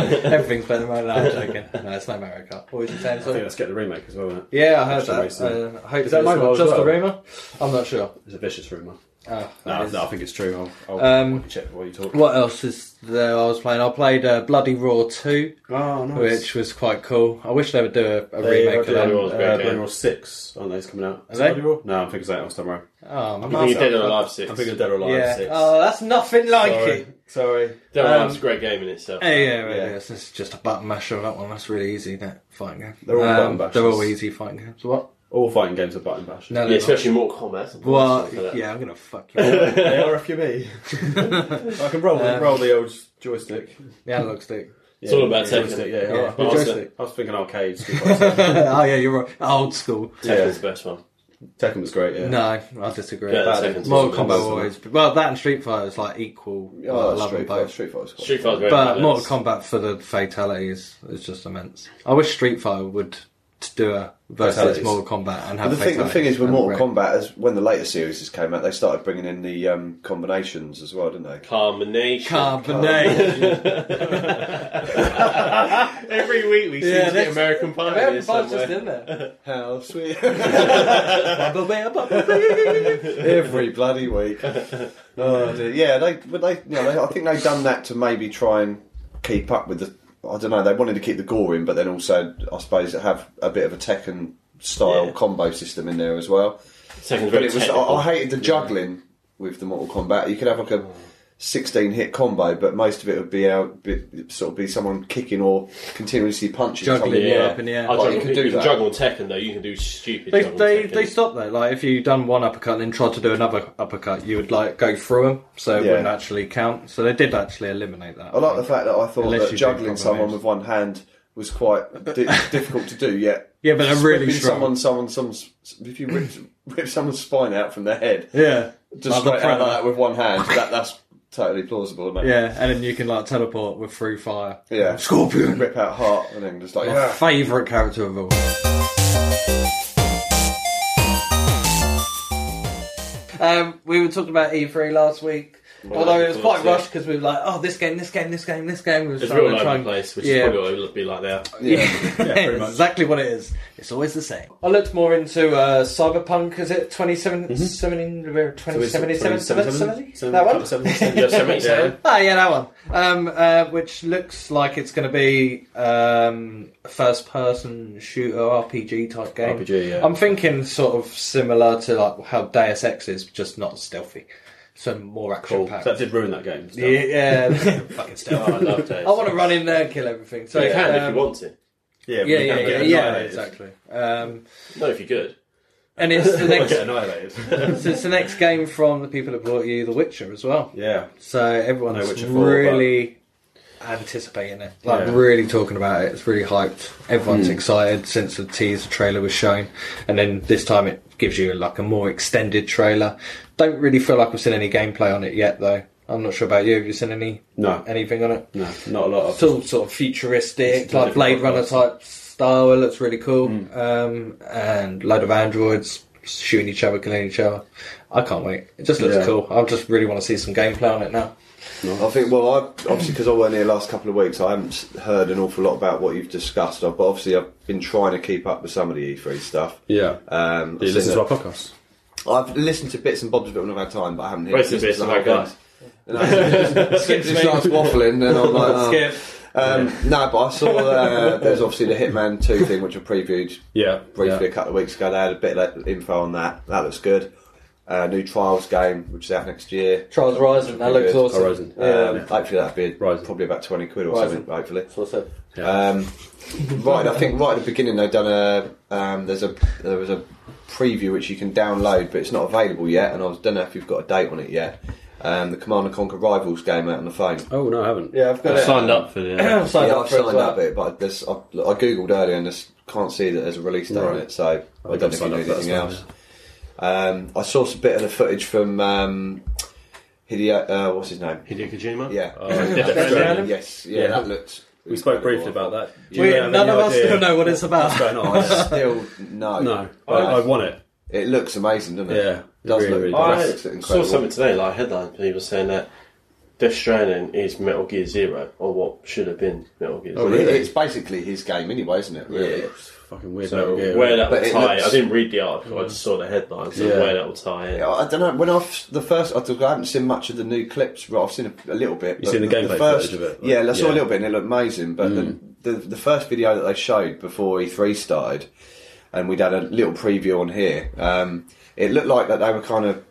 [SPEAKER 1] Everything's better than Mario. No, I'm joking. No, it's not Mario Kart. What was you saying?
[SPEAKER 3] I think
[SPEAKER 1] Sorry?
[SPEAKER 3] that's getting a remake as well. Isn't it?
[SPEAKER 1] Yeah, I heard
[SPEAKER 3] Extra
[SPEAKER 1] that.
[SPEAKER 3] racing.
[SPEAKER 1] Uh, hopefully
[SPEAKER 3] that
[SPEAKER 1] it's not
[SPEAKER 3] mobile as
[SPEAKER 1] just a
[SPEAKER 3] well?
[SPEAKER 1] rumor. I'm not sure.
[SPEAKER 3] It's a vicious rumor.
[SPEAKER 1] Oh,
[SPEAKER 3] No,
[SPEAKER 1] it is.
[SPEAKER 3] no, I think it's true. I'll, I'll
[SPEAKER 1] Um,
[SPEAKER 3] check before you talk.
[SPEAKER 1] What else is there? I was playing. I played uh, Bloody Raw Two,
[SPEAKER 3] Oh, nice.
[SPEAKER 1] which was quite cool. I wish they would do a, a
[SPEAKER 3] They
[SPEAKER 1] remake
[SPEAKER 3] are
[SPEAKER 1] of that.
[SPEAKER 3] doing,
[SPEAKER 4] Bloody Raw's
[SPEAKER 3] uh,
[SPEAKER 4] great
[SPEAKER 3] Bloody
[SPEAKER 4] game.
[SPEAKER 3] Raw Six, aren't they? It's coming out.
[SPEAKER 1] Are they?
[SPEAKER 3] Bloody Raw? No, I'm thinking something else tomorrow.
[SPEAKER 1] Oh, my
[SPEAKER 4] You
[SPEAKER 1] mouth's
[SPEAKER 4] think you're Dead or
[SPEAKER 1] up.
[SPEAKER 4] Alive Six?
[SPEAKER 3] I'm thinking Dead or Alive
[SPEAKER 1] yeah.
[SPEAKER 3] Six.
[SPEAKER 1] Oh, that's nothing like
[SPEAKER 3] Sorry.
[SPEAKER 1] it.
[SPEAKER 3] Sorry.
[SPEAKER 4] Dead or
[SPEAKER 1] Um,
[SPEAKER 4] Alive's a great game in itself.
[SPEAKER 1] Yeah, yeah, yeah.
[SPEAKER 3] Yeah.
[SPEAKER 1] It's it's just a button masher. That one. That's really easy. That fighting game. Um,
[SPEAKER 3] They're all button bashers.
[SPEAKER 1] They're all easy fighting games. What?
[SPEAKER 3] All fighting games are button bash.
[SPEAKER 1] No,
[SPEAKER 4] Yeah,
[SPEAKER 1] they're not.
[SPEAKER 4] especially Mortal Kombat.
[SPEAKER 1] Well, yeah, I'm gonna fuck you. up.
[SPEAKER 3] they are FQB. I can roll, the
[SPEAKER 1] Um,
[SPEAKER 3] roll the old joystick.
[SPEAKER 1] the analog stick.
[SPEAKER 3] It's
[SPEAKER 4] all about Tekken.
[SPEAKER 3] joystick. Yeah,
[SPEAKER 1] Yeah,
[SPEAKER 3] alright.
[SPEAKER 1] the
[SPEAKER 3] I, was,
[SPEAKER 1] joystick.
[SPEAKER 3] I was thinking arcade. Street Fighter.
[SPEAKER 1] oh yeah, you're right. Old school.
[SPEAKER 4] Tekken's the best one.
[SPEAKER 3] Tekken was great. Yeah.
[SPEAKER 1] No, I disagree.
[SPEAKER 4] Yeah,
[SPEAKER 1] That-
[SPEAKER 4] Tekken's
[SPEAKER 1] Mortal
[SPEAKER 4] awesome.
[SPEAKER 1] Kombat always. Well, that and Street Fighter is like equal.
[SPEAKER 2] Oh,
[SPEAKER 1] I love
[SPEAKER 2] that's
[SPEAKER 1] them
[SPEAKER 2] Street Fighter.
[SPEAKER 1] both.
[SPEAKER 2] Street Fighter's quite-
[SPEAKER 4] Street Fighter's great.
[SPEAKER 1] But
[SPEAKER 4] it's-
[SPEAKER 1] Mortal Kombat for the fatality is, is just immense. I wish Street Fighter would t- do a versus
[SPEAKER 3] Fatalities.
[SPEAKER 1] Mortal Kombat and
[SPEAKER 2] But
[SPEAKER 1] have
[SPEAKER 2] the thing, the
[SPEAKER 1] fatalities.
[SPEAKER 2] thing is, with
[SPEAKER 1] That'd be
[SPEAKER 2] Mortal
[SPEAKER 1] great.
[SPEAKER 2] Kombat, as when the later series came out, they started bringing in the um, combinations as well, didn't they?
[SPEAKER 4] Combination.
[SPEAKER 1] Carbonate.
[SPEAKER 4] Every week we
[SPEAKER 1] Yeah,
[SPEAKER 4] seem to get
[SPEAKER 1] that's-
[SPEAKER 4] American Pie. in
[SPEAKER 1] Remember
[SPEAKER 4] here
[SPEAKER 1] the bus just
[SPEAKER 4] somewhere.
[SPEAKER 1] in there?
[SPEAKER 2] How sweet!
[SPEAKER 1] Bumblebee, bumblebee.
[SPEAKER 2] Every bloody week. Oh dear. Yeah, they, but they, you know, they, I think they've done that to maybe try and keep up with the. I don't know. They wanted to keep the gore in, but then also, I suppose, have a bit of a Tekken style
[SPEAKER 4] Yeah.
[SPEAKER 2] combo system in there as well.
[SPEAKER 4] Tekken's
[SPEAKER 2] But
[SPEAKER 4] very
[SPEAKER 2] it was. I,
[SPEAKER 4] technical.
[SPEAKER 2] I hated the juggling with the Mortal Kombat. You could have like a sixteen hit combo, but most of it would be out, be, sort of be someone kicking or continuously punching.
[SPEAKER 1] Juggling,
[SPEAKER 2] someone.
[SPEAKER 1] yeah. up in the air.
[SPEAKER 4] I
[SPEAKER 2] Well, you
[SPEAKER 4] juggle,
[SPEAKER 2] can
[SPEAKER 4] you
[SPEAKER 2] do
[SPEAKER 4] can
[SPEAKER 2] that.
[SPEAKER 4] juggle on Tekken though. You can do stupid.
[SPEAKER 1] They,
[SPEAKER 4] juggle
[SPEAKER 1] they,
[SPEAKER 4] Tekken.
[SPEAKER 1] they stopped though. Like if you done one uppercut and then tried to do another uppercut, you would like go through them, so it
[SPEAKER 2] Yeah.
[SPEAKER 1] wouldn't actually count. So they did actually eliminate that.
[SPEAKER 2] I like the fact that I thought
[SPEAKER 1] Unless you
[SPEAKER 2] that
[SPEAKER 1] do
[SPEAKER 2] juggling
[SPEAKER 1] combo
[SPEAKER 2] someone
[SPEAKER 1] moves.
[SPEAKER 2] with one hand was quite di- difficult to do. Yet,
[SPEAKER 1] Yeah, but they're really
[SPEAKER 2] Ripping
[SPEAKER 1] strong.
[SPEAKER 2] someone, someone, someone's if you rip, rip someone's spine out from their head,
[SPEAKER 1] Yeah,
[SPEAKER 2] just
[SPEAKER 1] Like the
[SPEAKER 2] straight out
[SPEAKER 1] Predator.
[SPEAKER 2] like that with one hand, that, that's totally plausible. Mate.
[SPEAKER 1] yeah, and then you can like teleport with through fire.
[SPEAKER 2] Yeah.
[SPEAKER 1] Scorpion.
[SPEAKER 2] rip out heart and then just like
[SPEAKER 1] My favourite character of all. Um, we were talking about E3 last week. Although it was
[SPEAKER 4] of
[SPEAKER 1] quite
[SPEAKER 4] course, yeah.
[SPEAKER 1] rushed because we were like, oh, this game, this game, this game, this game. We were
[SPEAKER 4] It's
[SPEAKER 1] trying
[SPEAKER 4] real
[SPEAKER 1] to
[SPEAKER 4] all
[SPEAKER 1] try
[SPEAKER 4] over the
[SPEAKER 1] and-
[SPEAKER 4] place, which
[SPEAKER 1] Yeah.
[SPEAKER 4] is probably what it would be like there.
[SPEAKER 2] yeah.
[SPEAKER 3] pretty much.
[SPEAKER 1] exactly what it is. It's always the same. I looked more into uh, Cyberpunk. Is it 2077? 2077? 2077? That one?
[SPEAKER 4] Yosemite Sam.
[SPEAKER 1] Ah, yeah, that one. Um, uh, which looks like it's going to be um, a first-person shooter RPG type game.
[SPEAKER 3] RPG, yeah.
[SPEAKER 1] I'm thinking sort of similar to like how Deus Ex is, just not stealthy, so more action
[SPEAKER 3] Cool.
[SPEAKER 1] packed.
[SPEAKER 3] That did ruin that game.
[SPEAKER 1] Yeah, yeah. fucking
[SPEAKER 4] Oh, I
[SPEAKER 1] stealth.
[SPEAKER 4] love Dave.
[SPEAKER 1] I want to run in there and kill everything. So
[SPEAKER 4] So you can if
[SPEAKER 1] um,
[SPEAKER 4] you want to.
[SPEAKER 1] Yeah,
[SPEAKER 3] yeah,
[SPEAKER 1] yeah, yeah,
[SPEAKER 3] get
[SPEAKER 1] yeah,
[SPEAKER 3] annihilated.
[SPEAKER 1] exactly. Um,
[SPEAKER 4] No, if you could.
[SPEAKER 1] and it's the
[SPEAKER 3] We'll
[SPEAKER 1] next.
[SPEAKER 3] get annihilated.
[SPEAKER 1] so it's the next game from the people that brought you The Witcher as well.
[SPEAKER 3] yeah.
[SPEAKER 1] So everyone's
[SPEAKER 3] No Witcher 4,
[SPEAKER 1] really anticipating it, like
[SPEAKER 3] Yeah.
[SPEAKER 1] really talking about it. It's really hyped. Everyone's excited since the teaser trailer was shown, and then this time it gives you like a more extended trailer. Don't really feel like we've seen any gameplay on it yet, though. I'm not sure about you. Have you seen any
[SPEAKER 3] No.
[SPEAKER 1] anything on it?
[SPEAKER 3] No, not a lot of.
[SPEAKER 1] It's all sort of futuristic,
[SPEAKER 3] It's Hmm. a
[SPEAKER 1] like Blade
[SPEAKER 3] different
[SPEAKER 1] Runner
[SPEAKER 3] class.
[SPEAKER 1] type style. It looks really cool, um, and load of androids shooting each other, killing each other. I can't wait. It just looks
[SPEAKER 3] Yeah.
[SPEAKER 1] cool. I just really want to see some gameplay on it now.
[SPEAKER 2] I think, well, I, obviously, because I weren't here last couple of weeks, I haven't s- heard an awful lot about what you've discussed. I've, but obviously, I've been trying to keep up with some of the E3 stuff.
[SPEAKER 3] Yeah.
[SPEAKER 2] Um,
[SPEAKER 3] Do you
[SPEAKER 2] I've, seen
[SPEAKER 3] listen to
[SPEAKER 2] a-
[SPEAKER 3] Uh, our podcast?
[SPEAKER 2] I've listened to bits and bobs of it when I've had time, but I haven't heard
[SPEAKER 4] Basically, it's like guys.
[SPEAKER 2] Skip this last waffling, and I'm like, oh. um, no, but I saw uh, there's obviously the Hitman 2 thing, which I previewed
[SPEAKER 3] Yeah.
[SPEAKER 2] briefly
[SPEAKER 3] yeah.
[SPEAKER 2] a couple of weeks ago. They had a bit of info on that. That looks good. Uh, new Trials game, which is out next year.
[SPEAKER 1] Trials Rising, that
[SPEAKER 2] Pretty
[SPEAKER 1] looks
[SPEAKER 2] good.
[SPEAKER 3] Oh,
[SPEAKER 1] awesome.
[SPEAKER 3] Rising.
[SPEAKER 2] Um, Hopefully that'd be
[SPEAKER 3] Rising.
[SPEAKER 2] probably about 20 quid or
[SPEAKER 1] Rising.
[SPEAKER 2] something, hopefully.
[SPEAKER 1] That's what I said.
[SPEAKER 3] Yeah.
[SPEAKER 2] Um, right, I think right at the beginning they've done a, um, there's a, there was a preview which you can download, but it's not available yet, and I was, don't know if you've got a date on it yet. Um, the Command and Conquer Rivals game out on the phone.
[SPEAKER 3] oh, no, I haven't.
[SPEAKER 1] Yeah, I've got
[SPEAKER 4] I
[SPEAKER 1] it.
[SPEAKER 4] signed up for the. uh,
[SPEAKER 1] I've signed
[SPEAKER 2] yeah,
[SPEAKER 1] up
[SPEAKER 2] I've
[SPEAKER 1] for it as
[SPEAKER 2] signed
[SPEAKER 1] well.
[SPEAKER 2] up it, but this, I, I googled earlier and just can't see that there's a release date on
[SPEAKER 3] Right.
[SPEAKER 2] it, so I,
[SPEAKER 3] think
[SPEAKER 2] don't know
[SPEAKER 3] I've
[SPEAKER 2] if you
[SPEAKER 3] signed
[SPEAKER 2] know
[SPEAKER 3] up for that as
[SPEAKER 2] anything
[SPEAKER 3] well,
[SPEAKER 2] else. Um, I saw some bit of the footage from um, Hideo, uh, what's his name?
[SPEAKER 4] Hideo Kojima?
[SPEAKER 2] Uh, Yeah.
[SPEAKER 4] Death
[SPEAKER 1] Death Stranding?
[SPEAKER 2] Yes, yeah,
[SPEAKER 3] Yeah.
[SPEAKER 2] that looked.
[SPEAKER 3] We spoke briefly about that. Do
[SPEAKER 1] We,
[SPEAKER 3] you have
[SPEAKER 1] none
[SPEAKER 3] any
[SPEAKER 1] of us
[SPEAKER 3] idea
[SPEAKER 1] still know what it's about.
[SPEAKER 3] what's going
[SPEAKER 2] I
[SPEAKER 3] on?
[SPEAKER 2] still no.
[SPEAKER 3] no, I, I want it.
[SPEAKER 2] It looks amazing, doesn't it?
[SPEAKER 3] Yeah, it
[SPEAKER 2] It does
[SPEAKER 3] really,
[SPEAKER 2] look
[SPEAKER 3] really
[SPEAKER 2] it
[SPEAKER 4] I
[SPEAKER 2] looks
[SPEAKER 4] saw
[SPEAKER 2] incredible.
[SPEAKER 4] something today, like a headline, people saying that Death Stranding is Metal Gear Zero, or what should have been Metal Gear Zero.
[SPEAKER 2] Well, it- It's basically his game anyway, isn't it? Really.
[SPEAKER 4] Yeah.
[SPEAKER 3] Fucking weird.
[SPEAKER 4] So
[SPEAKER 3] Metal Gear.
[SPEAKER 4] where that
[SPEAKER 2] But
[SPEAKER 4] will
[SPEAKER 2] it
[SPEAKER 4] tie,
[SPEAKER 2] looks-
[SPEAKER 4] I didn't read the article. I just saw the headline. So
[SPEAKER 3] Yeah.
[SPEAKER 4] where that will tie in.
[SPEAKER 2] Yeah, I don't know. When I've the first, I don't- I haven't seen much of the new clips. But I've seen a, a little bit.
[SPEAKER 3] You've
[SPEAKER 2] but
[SPEAKER 3] seen the gameplay
[SPEAKER 2] first,
[SPEAKER 3] footage of it,
[SPEAKER 2] Yeah, I saw
[SPEAKER 3] yeah. Mm.
[SPEAKER 2] a little bit, and it looked amazing. But the, the the first video that they showed before E3 started, and we'd had a little preview on here. Um, it looked like that they were kind of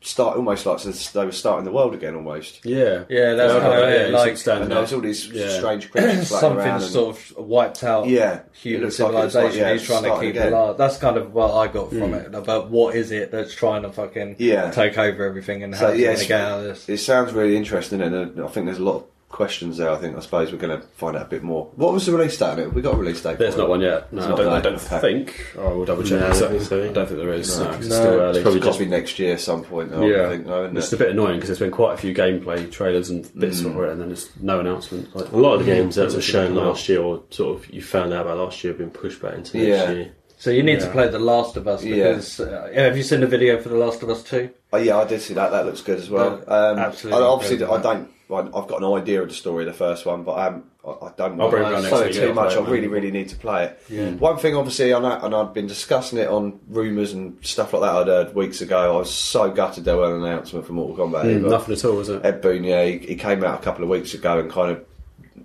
[SPEAKER 2] start almost like they were starting the world again, almost.
[SPEAKER 3] Yeah,
[SPEAKER 1] Yeah, that's
[SPEAKER 3] Yeah,
[SPEAKER 1] kinda
[SPEAKER 3] yeah,
[SPEAKER 1] it,
[SPEAKER 3] he's
[SPEAKER 1] like-
[SPEAKER 3] sort of standing
[SPEAKER 2] And there
[SPEAKER 3] there.
[SPEAKER 2] was all these
[SPEAKER 3] Yeah.
[SPEAKER 2] strange creatures floating around.
[SPEAKER 1] Something
[SPEAKER 2] and-
[SPEAKER 1] sort of wiped out
[SPEAKER 2] Yeah. It
[SPEAKER 1] human
[SPEAKER 2] looks like it's
[SPEAKER 1] civilization.
[SPEAKER 2] like, yeah,
[SPEAKER 1] He's trying to
[SPEAKER 2] starting
[SPEAKER 1] keep
[SPEAKER 2] again. Hmm.
[SPEAKER 1] it alive. That's kind of what I got from it. About what is it that's trying to fucking
[SPEAKER 2] Yeah.
[SPEAKER 1] take over everything and
[SPEAKER 2] So,
[SPEAKER 1] how yeah,
[SPEAKER 2] yeah, it's-
[SPEAKER 1] to get out of this.
[SPEAKER 2] It sounds really interesting, and uh, I think there's a lot of questions there. I think I suppose we're going to find out a bit more. What was the release date on it? We got a release date.
[SPEAKER 3] There's
[SPEAKER 2] for it?
[SPEAKER 3] not one yet. No,
[SPEAKER 2] There's
[SPEAKER 3] I
[SPEAKER 2] not
[SPEAKER 3] don't, I
[SPEAKER 2] one.
[SPEAKER 3] don't
[SPEAKER 2] Okay.
[SPEAKER 3] think. Oh, we'll double check.
[SPEAKER 4] No, I don't
[SPEAKER 3] So-
[SPEAKER 4] think so.
[SPEAKER 3] I don't think there is. No, 'cause it's
[SPEAKER 1] No,
[SPEAKER 3] still early.
[SPEAKER 4] it's probably
[SPEAKER 2] It's got to be next year, at some point. I
[SPEAKER 3] yeah,
[SPEAKER 2] think, no, isn't
[SPEAKER 3] it's
[SPEAKER 2] it?
[SPEAKER 3] a bit annoying because there's been quite a few gameplay trailers and bits for it, and then there's no announcement. Like,
[SPEAKER 4] A lot of the games that
[SPEAKER 3] Doesn't
[SPEAKER 4] were
[SPEAKER 3] come
[SPEAKER 4] shown
[SPEAKER 3] out.
[SPEAKER 4] last year, or sort of you found out about last year, have been pushed back into next
[SPEAKER 2] Yeah.
[SPEAKER 4] year.
[SPEAKER 1] So you need to
[SPEAKER 3] Yeah.
[SPEAKER 1] play The Last of Us
[SPEAKER 2] Yeah.
[SPEAKER 1] because uh, have you seen the video for The Last of Us two?
[SPEAKER 2] Oh, yeah, I did see that. That looks good as well.
[SPEAKER 1] Yeah,
[SPEAKER 2] Um,
[SPEAKER 1] absolutely.
[SPEAKER 2] I, obviously,
[SPEAKER 1] Yeah.
[SPEAKER 2] I don't. I- I've got an idea of the story of the first one, but I'm, I, I don't know
[SPEAKER 3] I'll bring it around next
[SPEAKER 2] so
[SPEAKER 3] week,
[SPEAKER 2] too
[SPEAKER 3] yeah,
[SPEAKER 2] much.
[SPEAKER 3] play
[SPEAKER 2] I
[SPEAKER 3] it,
[SPEAKER 2] really,
[SPEAKER 3] man.
[SPEAKER 2] really need to play it. One thing, obviously, I know, and I've been discussing it on rumours and stuff like that I'd heard weeks ago. I was so gutted there was an announcement for Mortal Kombat.
[SPEAKER 3] Mm,
[SPEAKER 2] But-
[SPEAKER 3] nothing at all, was it?
[SPEAKER 2] Ed Boon, yeah, he, he came out a couple of weeks ago and kind of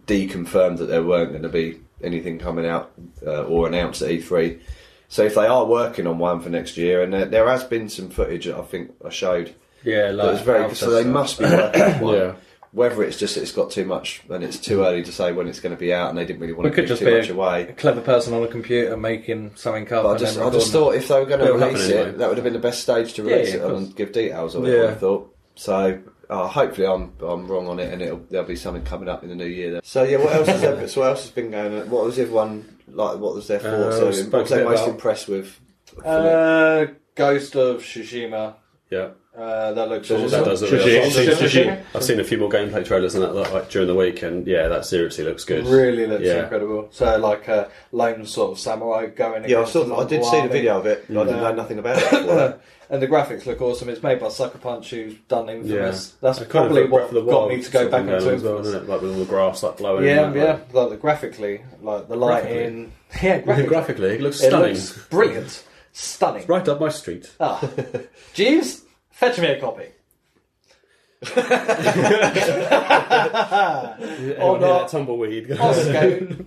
[SPEAKER 2] deconfirmed that there weren't going to be anything coming out uh, or announced at E3. So if they are working on one for next year, and there, there has been some footage that I think I showed,
[SPEAKER 1] Yeah,
[SPEAKER 2] that was very so they must be working on one.
[SPEAKER 3] Yeah.
[SPEAKER 2] Whether it's just that it's got too much and it's too early to say when it's going to be out, and they didn't really want
[SPEAKER 1] We
[SPEAKER 2] to
[SPEAKER 1] could
[SPEAKER 2] give
[SPEAKER 1] just
[SPEAKER 2] too
[SPEAKER 1] be
[SPEAKER 2] much
[SPEAKER 1] a, a
[SPEAKER 2] away.
[SPEAKER 1] clever person on a computer making something up.
[SPEAKER 2] But I
[SPEAKER 1] and
[SPEAKER 2] just,
[SPEAKER 1] then
[SPEAKER 2] I just
[SPEAKER 1] recording
[SPEAKER 2] thought if they were going to
[SPEAKER 3] It'll
[SPEAKER 2] release
[SPEAKER 3] happen
[SPEAKER 2] it,
[SPEAKER 3] anyway.
[SPEAKER 2] that would have been the best stage to
[SPEAKER 1] Yeah,
[SPEAKER 2] release
[SPEAKER 1] yeah,
[SPEAKER 2] it
[SPEAKER 1] of
[SPEAKER 2] and give details of it.
[SPEAKER 3] Yeah.
[SPEAKER 2] I thought so. Uh, hopefully, I'm I'm wrong on it, and it'll, there'll be something coming up in the new year. Then. So yeah, what else has there, so what else has been going? on? What was the other one like? What was their thoughts?
[SPEAKER 3] Uh, we
[SPEAKER 2] so,
[SPEAKER 3] spoke
[SPEAKER 2] what was
[SPEAKER 3] a
[SPEAKER 2] they
[SPEAKER 3] bit
[SPEAKER 2] most
[SPEAKER 3] about-
[SPEAKER 2] impressed with?
[SPEAKER 1] it. Uh, Ghost of Tsushima.
[SPEAKER 3] Yeah,
[SPEAKER 1] Uh, that looks
[SPEAKER 3] that does look
[SPEAKER 4] Shishim.
[SPEAKER 3] really awesome.
[SPEAKER 4] Shishim.
[SPEAKER 1] Shishim.
[SPEAKER 3] I've seen a few more gameplay trailers and that like during the week, and yeah, that seriously looks good.
[SPEAKER 1] Really looks
[SPEAKER 3] Yeah.
[SPEAKER 1] incredible. So like a lone sort of samurai going.
[SPEAKER 2] yeah, I
[SPEAKER 1] against a
[SPEAKER 2] saw. I did
[SPEAKER 1] Mongol
[SPEAKER 2] see the
[SPEAKER 1] army.
[SPEAKER 2] video of it. but I didn't know nothing about it. Before
[SPEAKER 1] Uh,
[SPEAKER 2] that.
[SPEAKER 1] and the graphics look awesome. It's made by Sucker Punch, who's done Infamous.
[SPEAKER 3] Yeah.
[SPEAKER 1] That's
[SPEAKER 3] I kind of
[SPEAKER 1] probably
[SPEAKER 3] like Breath
[SPEAKER 1] what
[SPEAKER 3] of the
[SPEAKER 1] got
[SPEAKER 3] Wild
[SPEAKER 1] me to go
[SPEAKER 3] sort of
[SPEAKER 1] back
[SPEAKER 3] thing
[SPEAKER 1] into
[SPEAKER 3] going as well,
[SPEAKER 1] Infamous.
[SPEAKER 3] isn't it? uh, Like with all the grass like blowing.
[SPEAKER 1] yeah,
[SPEAKER 3] and that,
[SPEAKER 1] yeah. Like the graphically, like the lighting. Yeah,
[SPEAKER 3] Like,
[SPEAKER 1] graphically,
[SPEAKER 3] graphically, it looks
[SPEAKER 1] it
[SPEAKER 3] stunning.
[SPEAKER 1] looks brilliant, stunning.
[SPEAKER 3] Right up my street.
[SPEAKER 1] Ah, Jeeves, fetch me a copy.
[SPEAKER 3] Anyone hear
[SPEAKER 1] not.
[SPEAKER 3] that tumbleweed?
[SPEAKER 1] Oh, Osco.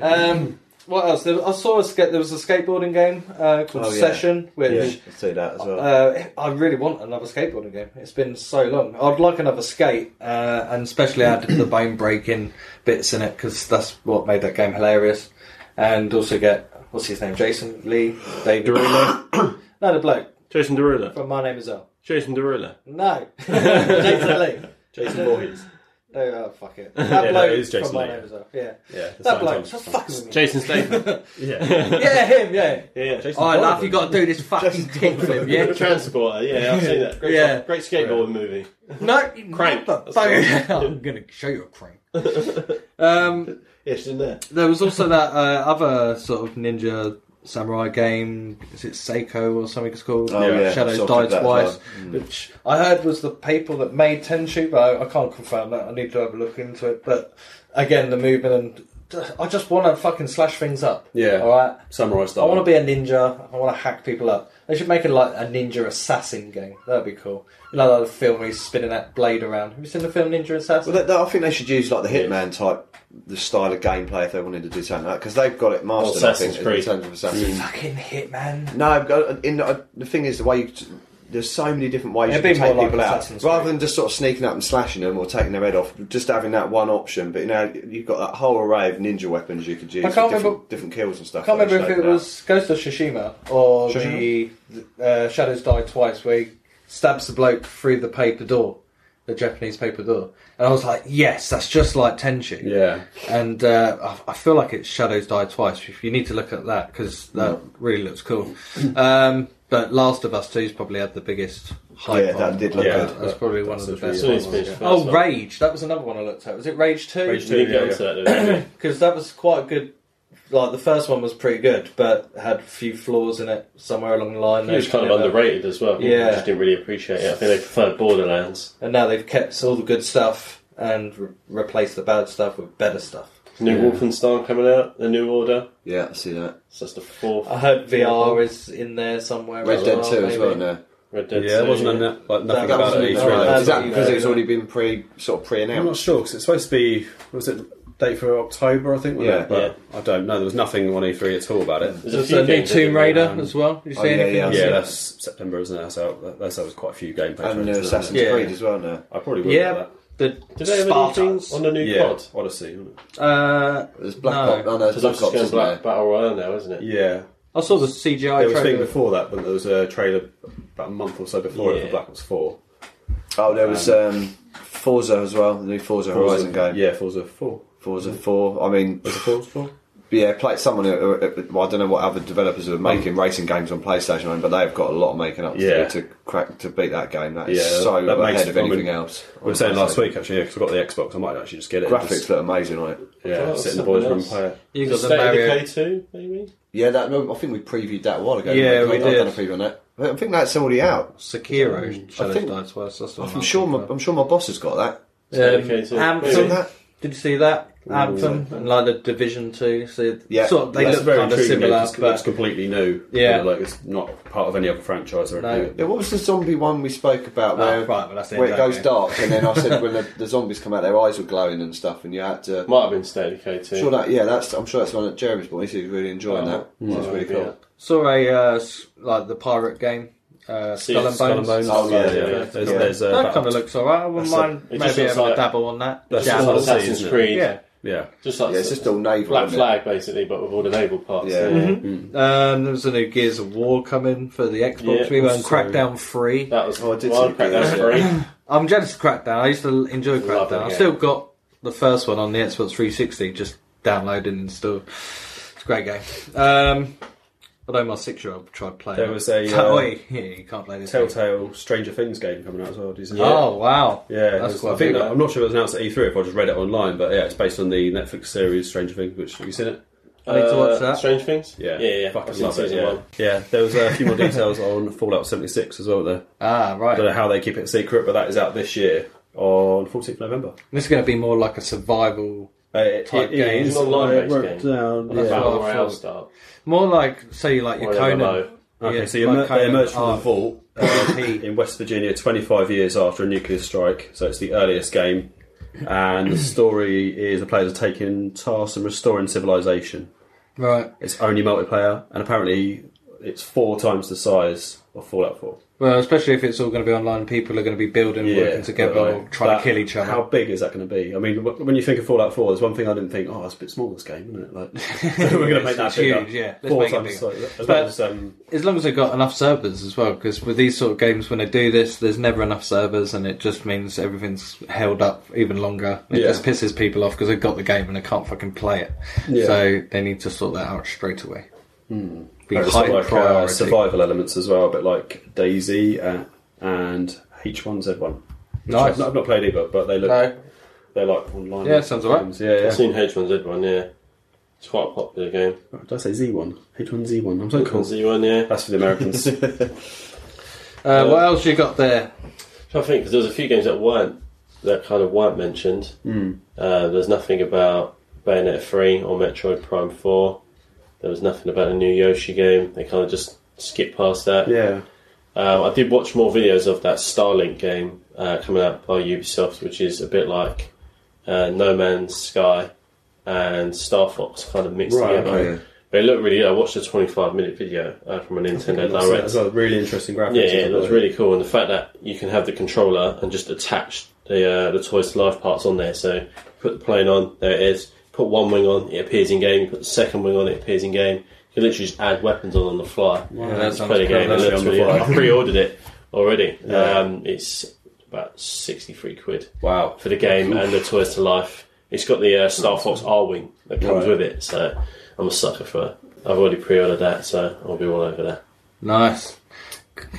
[SPEAKER 1] um, what else? There, I saw a skate. There was a skateboarding game uh, called
[SPEAKER 2] Oh, yeah.
[SPEAKER 1] Session,
[SPEAKER 2] yeah,
[SPEAKER 1] which
[SPEAKER 2] I see that as well.
[SPEAKER 1] uh, I really want another skateboarding game. It's been so long. I'd like another skate, uh, and especially add the bone breaking bits in it because that's what made that game hilarious. And also get what's his name, Jason Lee, Dave Derulo. no, the bloke
[SPEAKER 4] Jason Derulo.
[SPEAKER 1] from My Name Is Earl.
[SPEAKER 4] Jason Derulo.
[SPEAKER 1] No, Jason Lee.
[SPEAKER 3] Jason Voorhees.
[SPEAKER 1] No, oh, fuck it. That
[SPEAKER 3] no,
[SPEAKER 1] bloke
[SPEAKER 3] it is
[SPEAKER 1] from
[SPEAKER 3] Jason
[SPEAKER 1] My
[SPEAKER 3] Lee.
[SPEAKER 1] Name Is Earl. Yeah,
[SPEAKER 3] Yeah, the
[SPEAKER 1] that
[SPEAKER 3] Scientology
[SPEAKER 1] bloke. Stop
[SPEAKER 3] stuff.
[SPEAKER 1] fucking with me.
[SPEAKER 4] Jason Statham.
[SPEAKER 3] Yeah.
[SPEAKER 1] Yeah, him. Yeah.
[SPEAKER 4] yeah.
[SPEAKER 3] Jason
[SPEAKER 1] All right, Oh, laugh.
[SPEAKER 3] Voorhees.
[SPEAKER 1] You got to do this fucking kickflip.
[SPEAKER 4] Yeah,
[SPEAKER 1] Yeah.
[SPEAKER 4] Transporter. Yeah, I've seen that. Great,
[SPEAKER 1] Yeah.
[SPEAKER 4] great skateboard movie.
[SPEAKER 1] No, you
[SPEAKER 4] Crank.
[SPEAKER 1] motherfucker. I'm gonna show you a crank. um,
[SPEAKER 4] Yes, in there.
[SPEAKER 1] there was also that uh, other sort of ninja samurai game. Is it Seiko or something? It's called
[SPEAKER 2] Oh, yeah.
[SPEAKER 1] Shadows
[SPEAKER 2] Sort of
[SPEAKER 1] Die
[SPEAKER 2] that as
[SPEAKER 1] Twice,
[SPEAKER 2] well. Mm.
[SPEAKER 1] which I heard was the people that made Tenchu, but I, I can't confirm that. I need to have a look into it. But again, the movement and I just want to fucking slash things up.
[SPEAKER 3] Yeah.
[SPEAKER 1] all right.
[SPEAKER 3] Samurai
[SPEAKER 1] I
[SPEAKER 3] style.
[SPEAKER 1] want to be a ninja. I want to hack people up. They should make it like a ninja assassin game. That'd be cool. You know, like the film where he's spinning that blade around. Have you seen the film Ninja Assassin?
[SPEAKER 2] Well, that, that- I think they should use like the Hitman type, the style of gameplay if they wanted to do something like that because they've got it mastered.
[SPEAKER 4] Assassin's
[SPEAKER 2] I think,
[SPEAKER 4] Creed.
[SPEAKER 2] in terms of Assassin's.
[SPEAKER 1] Fucking Hitman.
[SPEAKER 2] No, I've got- in, uh, the thing is the way you, there's so many different ways
[SPEAKER 1] It'd
[SPEAKER 2] you
[SPEAKER 1] be
[SPEAKER 2] can
[SPEAKER 1] more
[SPEAKER 2] take
[SPEAKER 1] like
[SPEAKER 2] people out
[SPEAKER 1] Assassin's
[SPEAKER 2] rather
[SPEAKER 1] Creed.
[SPEAKER 2] than just sort of sneaking up and slashing them or taking their head off. Just having that one option, but you know you've got that whole array of ninja weapons you could use,
[SPEAKER 1] I can't
[SPEAKER 2] for different,
[SPEAKER 1] remember-
[SPEAKER 2] different kills and stuff.
[SPEAKER 1] I can't
[SPEAKER 2] that
[SPEAKER 1] remember
[SPEAKER 2] they
[SPEAKER 1] if it
[SPEAKER 2] showed
[SPEAKER 1] was Ghost of Tsushima or
[SPEAKER 2] Tsushima?
[SPEAKER 1] the uh, Shadows Die Twice, where he stabs the bloke through the paper door, the Japanese paper door. And I was like, yes, that's just like Tenchu.
[SPEAKER 3] Yeah.
[SPEAKER 1] And uh, I, I feel like it's Shadows Die Twice. If you need to look at that because that
[SPEAKER 2] Mm.
[SPEAKER 1] really looks cool. Um, but Last of Us Two's probably had the biggest hype.
[SPEAKER 2] Yeah, that
[SPEAKER 1] on.
[SPEAKER 2] did look
[SPEAKER 3] Yeah.
[SPEAKER 2] good.
[SPEAKER 1] That's probably one of
[SPEAKER 3] That's
[SPEAKER 1] the
[SPEAKER 3] literally
[SPEAKER 1] best.
[SPEAKER 3] it.
[SPEAKER 1] ones.
[SPEAKER 4] it's finished first
[SPEAKER 1] Oh,
[SPEAKER 4] one.
[SPEAKER 1] Rage. That was another one I looked at. Was it Rage Two?
[SPEAKER 3] Rage
[SPEAKER 4] We didn't get onto that, did we?
[SPEAKER 1] because that was quite a good. Like the first one was pretty good, but had a few flaws in it somewhere along the line.
[SPEAKER 4] It was kind of underrated as well.
[SPEAKER 1] Yeah.
[SPEAKER 4] I just didn't really appreciate it. I think they preferred Borderlands.
[SPEAKER 1] And now they've kept all the good stuff and re- replaced the bad stuff with better stuff.
[SPEAKER 4] New
[SPEAKER 3] Yeah.
[SPEAKER 4] Wolfenstein coming out, The New Order.
[SPEAKER 2] Yeah, I see that.
[SPEAKER 4] So that's the fourth.
[SPEAKER 1] I hope VR is in there somewhere.
[SPEAKER 2] Red
[SPEAKER 1] as
[SPEAKER 2] Dead
[SPEAKER 1] well,
[SPEAKER 2] Two as
[SPEAKER 1] maybe.
[SPEAKER 2] well. No,
[SPEAKER 4] Red Dead
[SPEAKER 3] Yeah,
[SPEAKER 4] 2.
[SPEAKER 3] it wasn't in that, like, nothing
[SPEAKER 1] That
[SPEAKER 3] about
[SPEAKER 1] wasn't
[SPEAKER 3] it
[SPEAKER 1] in
[SPEAKER 3] at
[SPEAKER 1] that.
[SPEAKER 3] E3.
[SPEAKER 1] That's
[SPEAKER 2] Is that
[SPEAKER 1] what you
[SPEAKER 2] because it's
[SPEAKER 1] know.
[SPEAKER 2] already been pre sort of
[SPEAKER 3] I'm not
[SPEAKER 2] pre-announced?
[SPEAKER 3] sure because it's supposed to be was it date for October I think wasn't
[SPEAKER 2] Yeah.
[SPEAKER 3] it? but I don't know there was nothing on E3 at all about it
[SPEAKER 4] There's
[SPEAKER 1] There's
[SPEAKER 4] a few
[SPEAKER 1] a new
[SPEAKER 4] games that
[SPEAKER 1] Tomb
[SPEAKER 4] didn't
[SPEAKER 1] Raider
[SPEAKER 3] um,
[SPEAKER 1] as well. You see
[SPEAKER 2] oh, yeah,
[SPEAKER 1] anything?
[SPEAKER 2] yeah,
[SPEAKER 3] yeah that's September isn't it so that- that's that was quite a few gameplay
[SPEAKER 2] And uh,
[SPEAKER 3] trailers, wasn't
[SPEAKER 2] Assassin's
[SPEAKER 3] it?
[SPEAKER 1] Yeah.
[SPEAKER 2] Creed as well. No,
[SPEAKER 3] I probably would
[SPEAKER 1] Yeah.
[SPEAKER 3] have
[SPEAKER 1] The
[SPEAKER 4] Did they have anything
[SPEAKER 1] Spartans.
[SPEAKER 4] on the new
[SPEAKER 3] that. yeah
[SPEAKER 4] COD?
[SPEAKER 3] Odyssey wasn't it?
[SPEAKER 1] Uh,
[SPEAKER 2] there's Black
[SPEAKER 1] No.
[SPEAKER 2] Ops. Oh, No, no, there's
[SPEAKER 4] Because that's
[SPEAKER 2] Black
[SPEAKER 4] just
[SPEAKER 2] Ops.
[SPEAKER 4] going
[SPEAKER 2] Isn't
[SPEAKER 4] Black
[SPEAKER 2] there?
[SPEAKER 4] Battle Royale now, isn't it?
[SPEAKER 3] yeah
[SPEAKER 1] I saw the CGI
[SPEAKER 3] there was a thing
[SPEAKER 1] trailer.
[SPEAKER 3] before that but there was a trailer about a month or so before it
[SPEAKER 4] Yeah.
[SPEAKER 3] for Black Ops 4
[SPEAKER 2] Oh, there was um, Forza as well. The new Forza, Horizon game.
[SPEAKER 3] yeah Forza 4
[SPEAKER 2] Forza Four. I mean,
[SPEAKER 3] was it Forza 4
[SPEAKER 2] yeah, play, someone. who- who- Well, I don't know what other developers are making racing games on PlayStation, I mean, but they have got a lot of making up to
[SPEAKER 3] Yeah.
[SPEAKER 2] do to crack to beat that game. That is
[SPEAKER 3] Yeah,
[SPEAKER 2] so
[SPEAKER 3] that makes-
[SPEAKER 2] ahead of
[SPEAKER 3] I mean,
[SPEAKER 2] anything else.
[SPEAKER 3] we were saying last week actually yeah because I got the Xbox I might actually just get it and
[SPEAKER 2] Graphics
[SPEAKER 3] just,
[SPEAKER 2] look amazing on it.
[SPEAKER 4] Oh,
[SPEAKER 3] yeah
[SPEAKER 4] that's
[SPEAKER 3] sit in the boys
[SPEAKER 4] something
[SPEAKER 3] room and
[SPEAKER 4] else.
[SPEAKER 3] play it
[SPEAKER 1] You got
[SPEAKER 4] State
[SPEAKER 1] the
[SPEAKER 4] of the
[SPEAKER 1] Mario.
[SPEAKER 4] K2, maybe?
[SPEAKER 2] Yeah, that I think we previewed that a while ago.
[SPEAKER 1] Yeah,
[SPEAKER 2] didn't
[SPEAKER 1] we
[SPEAKER 2] I've done a
[SPEAKER 1] did.
[SPEAKER 2] preview on that. I think that's already out.
[SPEAKER 1] Sekiro. Shadows
[SPEAKER 2] think-
[SPEAKER 1] Die Twice. That's the one
[SPEAKER 2] I'm
[SPEAKER 1] I
[SPEAKER 2] sure.
[SPEAKER 1] think
[SPEAKER 2] My,
[SPEAKER 1] of.
[SPEAKER 2] I'm sure my boss has got that.
[SPEAKER 4] State of
[SPEAKER 1] Um,
[SPEAKER 4] Decay 2,
[SPEAKER 1] Anthem.
[SPEAKER 2] Is it on
[SPEAKER 4] maybe.
[SPEAKER 2] that?
[SPEAKER 1] Did you see that Anthem and like the Division Two? So
[SPEAKER 2] Yeah.
[SPEAKER 1] sort of, they
[SPEAKER 3] That's
[SPEAKER 1] look
[SPEAKER 3] very
[SPEAKER 1] kind of
[SPEAKER 3] intriguing,
[SPEAKER 1] similar,
[SPEAKER 3] it's, it's
[SPEAKER 1] but
[SPEAKER 3] completely new
[SPEAKER 1] Yeah.
[SPEAKER 3] like it's not part of any other franchise or
[SPEAKER 1] No.
[SPEAKER 3] anything
[SPEAKER 2] Yeah, what was the zombie one we spoke about
[SPEAKER 1] Ah,
[SPEAKER 2] where,
[SPEAKER 1] right, well, that's it,
[SPEAKER 2] where it
[SPEAKER 1] that
[SPEAKER 2] goes
[SPEAKER 1] game.
[SPEAKER 2] dark and then I said when the, the zombies come out their eyes were glowing and stuff and you had to
[SPEAKER 4] Might have been State of Decay 2.
[SPEAKER 2] sure that yeah that's I'm sure that's the one that Jeremy's bought he said he's really enjoying that
[SPEAKER 4] Yeah.
[SPEAKER 2] that's really cool
[SPEAKER 1] saw a uh, s- like the pirate game, uh,
[SPEAKER 4] See,
[SPEAKER 1] Skull and
[SPEAKER 4] it's Skull
[SPEAKER 1] Bones.
[SPEAKER 4] and Bones.
[SPEAKER 2] Oh, yeah,
[SPEAKER 4] yeah.
[SPEAKER 3] There's,
[SPEAKER 2] Yeah.
[SPEAKER 3] there's uh,
[SPEAKER 1] that kind of looks alright. I wouldn't
[SPEAKER 3] That's
[SPEAKER 1] mind
[SPEAKER 4] it. It just
[SPEAKER 1] maybe
[SPEAKER 4] looks
[SPEAKER 1] having a
[SPEAKER 4] like-
[SPEAKER 1] dabble on that.
[SPEAKER 3] That's
[SPEAKER 1] Jab
[SPEAKER 3] just
[SPEAKER 1] on
[SPEAKER 3] like
[SPEAKER 1] it.
[SPEAKER 3] Assassin's
[SPEAKER 4] Assassin's
[SPEAKER 3] Creed.
[SPEAKER 4] Creed.
[SPEAKER 1] Yeah.
[SPEAKER 3] yeah.
[SPEAKER 4] Just like
[SPEAKER 2] yeah it's just all naval
[SPEAKER 4] Black
[SPEAKER 2] isn't it?
[SPEAKER 4] Flag, basically, but with all the naval parts.
[SPEAKER 2] Yeah.
[SPEAKER 1] Um, there was a new Gears of War coming for the Xbox.
[SPEAKER 4] Yeah,
[SPEAKER 1] we were on
[SPEAKER 3] so-
[SPEAKER 1] Crackdown Three.
[SPEAKER 4] That was
[SPEAKER 2] Oh, I did
[SPEAKER 4] well,
[SPEAKER 2] see
[SPEAKER 4] crack
[SPEAKER 2] that,
[SPEAKER 4] that
[SPEAKER 2] yeah.
[SPEAKER 4] free.
[SPEAKER 1] I'm jealous of Crackdown. I used to enjoy
[SPEAKER 4] Love that
[SPEAKER 1] Crackdown. I
[SPEAKER 4] game.
[SPEAKER 1] still got the first one on the Xbox 360, just downloaded and installed. It's a great game. Um, although my six-year-old tried playing.
[SPEAKER 3] There
[SPEAKER 1] it.
[SPEAKER 3] was a,
[SPEAKER 1] So,
[SPEAKER 3] uh,
[SPEAKER 1] "Oi, yeah, you can't play this. game."
[SPEAKER 3] Telltale Stranger Things game coming out as well. Do you see that?
[SPEAKER 1] Oh wow!
[SPEAKER 3] Yeah, it
[SPEAKER 1] that's
[SPEAKER 3] was-
[SPEAKER 1] quite
[SPEAKER 3] I think
[SPEAKER 1] big.
[SPEAKER 3] that- I'm not sure if it was announced at E3 if I just read it online, but yeah, it's based on the Netflix series Stranger Things. Which have you seen it?
[SPEAKER 1] I need to watch that.
[SPEAKER 4] Strange Uh, Things?
[SPEAKER 3] Yeah,
[SPEAKER 4] Yeah, yeah. I've
[SPEAKER 3] fucking
[SPEAKER 4] seen
[SPEAKER 3] love it.
[SPEAKER 4] season
[SPEAKER 3] Yeah.
[SPEAKER 4] one.
[SPEAKER 3] yeah, there was a few more details on Fallout 76 as well. There,
[SPEAKER 1] Ah
[SPEAKER 3] I don't
[SPEAKER 1] right.
[SPEAKER 3] know how they keep it secret, but that is out this year on 14th November.
[SPEAKER 1] This is going to be more like a survival,
[SPEAKER 3] Uh, it,
[SPEAKER 1] Type game.
[SPEAKER 3] is
[SPEAKER 4] It's an online-based
[SPEAKER 3] worked
[SPEAKER 4] game.
[SPEAKER 3] down,
[SPEAKER 1] that's
[SPEAKER 3] yeah.
[SPEAKER 1] what
[SPEAKER 4] Battle
[SPEAKER 1] I
[SPEAKER 4] Royale
[SPEAKER 1] thought.
[SPEAKER 4] style.
[SPEAKER 1] more like say like your
[SPEAKER 4] Or
[SPEAKER 1] Conan.
[SPEAKER 4] MMO.
[SPEAKER 3] Okay,
[SPEAKER 1] Yeah,
[SPEAKER 3] so you
[SPEAKER 1] like
[SPEAKER 3] emer- they
[SPEAKER 1] Conan
[SPEAKER 3] emerged from the
[SPEAKER 1] Arc.
[SPEAKER 3] vault
[SPEAKER 1] RP.
[SPEAKER 3] in West Virginia 25 years after a nuclear strike, so it's the earliest game. And the story is the players are taking tasks and restoring civilization.
[SPEAKER 1] Right.
[SPEAKER 3] It's only multiplayer, and apparently it's four times the size of Fallout 4.
[SPEAKER 1] Well, especially if it's all going to be online, people are going to be building, working together,
[SPEAKER 3] but,
[SPEAKER 1] or
[SPEAKER 3] like,
[SPEAKER 1] trying
[SPEAKER 3] that-
[SPEAKER 1] to kill each other.
[SPEAKER 3] How big is that going to be? I mean, wh- when you think of Fallout 4, there's one thing I didn't think. Oh, it's a bit small this game, isn't it? Like, we're going to make that
[SPEAKER 1] It's
[SPEAKER 3] bigger.
[SPEAKER 1] huge, yeah. Let's
[SPEAKER 3] four
[SPEAKER 1] make it
[SPEAKER 3] times.
[SPEAKER 1] bigger.
[SPEAKER 3] the size- as
[SPEAKER 1] But-
[SPEAKER 3] well as, um,
[SPEAKER 1] as long as they've got enough servers as well, because with these sort of games, when they do this, there's never enough servers, and it just means everything's held up even longer. It
[SPEAKER 3] Yeah.
[SPEAKER 1] just pisses people off because they've got the game and they can't fucking play it.
[SPEAKER 3] Yeah.
[SPEAKER 1] So they need to sort that out straight away. Be
[SPEAKER 3] There's
[SPEAKER 1] high
[SPEAKER 3] sort of like, uh,
[SPEAKER 1] priority.
[SPEAKER 3] survival elements as well, a bit like Daisy uh, and H1Z1. which
[SPEAKER 1] Nice.
[SPEAKER 3] I've, not, I've not played either, but they look
[SPEAKER 1] No. Uh,
[SPEAKER 3] they're like online.
[SPEAKER 1] Yeah, sounds alright.
[SPEAKER 3] games. Yeah,
[SPEAKER 4] I've
[SPEAKER 3] yeah.
[SPEAKER 4] seen H1Z1, yeah. It's quite a popular game.
[SPEAKER 3] Did I say Z1? H1Z1. I'm so cool.
[SPEAKER 4] Z1, yeah.
[SPEAKER 3] That's for the Americans.
[SPEAKER 1] Uh, what else you got there?
[SPEAKER 4] I think because there was a few games that weren't that kind of weren't mentioned.
[SPEAKER 3] Hmm.
[SPEAKER 4] Uh, there's nothing about Bayonetta three or Metroid Prime four. There was nothing about a new Yoshi game. They kind of just skipped past that.
[SPEAKER 3] yeah.
[SPEAKER 4] Um, I did watch more videos of that Starlink game uh, coming out by Ubisoft, which is a bit like uh, No Man's Sky and Star Fox kind of mixed
[SPEAKER 3] Right,
[SPEAKER 4] together.
[SPEAKER 3] okay.
[SPEAKER 2] yeah.
[SPEAKER 4] But it looked really. I watched a 25 minute video uh, from a Nintendo
[SPEAKER 3] That's,
[SPEAKER 4] Direct.
[SPEAKER 3] that's a really interesting graphics.
[SPEAKER 4] Yeah, yeah, it was really cool, and the fact that you can have the controller and just attach the uh, the toys to life parts on there. So put the plane on, there it is. Put one wing on, it appears in game. You put the second wing on, it appears in game. You can literally just add weapons on on the fly.
[SPEAKER 1] Yeah, that sounds
[SPEAKER 4] Play the
[SPEAKER 1] cool.
[SPEAKER 4] game. It
[SPEAKER 3] That's
[SPEAKER 4] looks
[SPEAKER 3] on the
[SPEAKER 4] really-
[SPEAKER 3] fly.
[SPEAKER 4] I pre-ordered it already.
[SPEAKER 3] Yeah.
[SPEAKER 4] Um, it's about sixty three quid
[SPEAKER 3] Wow.
[SPEAKER 4] for the game and the toys to life. It's got the uh, Star Fox R wing that comes
[SPEAKER 3] Right.
[SPEAKER 4] with it. So I'm a sucker for. I've already pre-ordered that, so I'll be all over that.
[SPEAKER 1] Nice.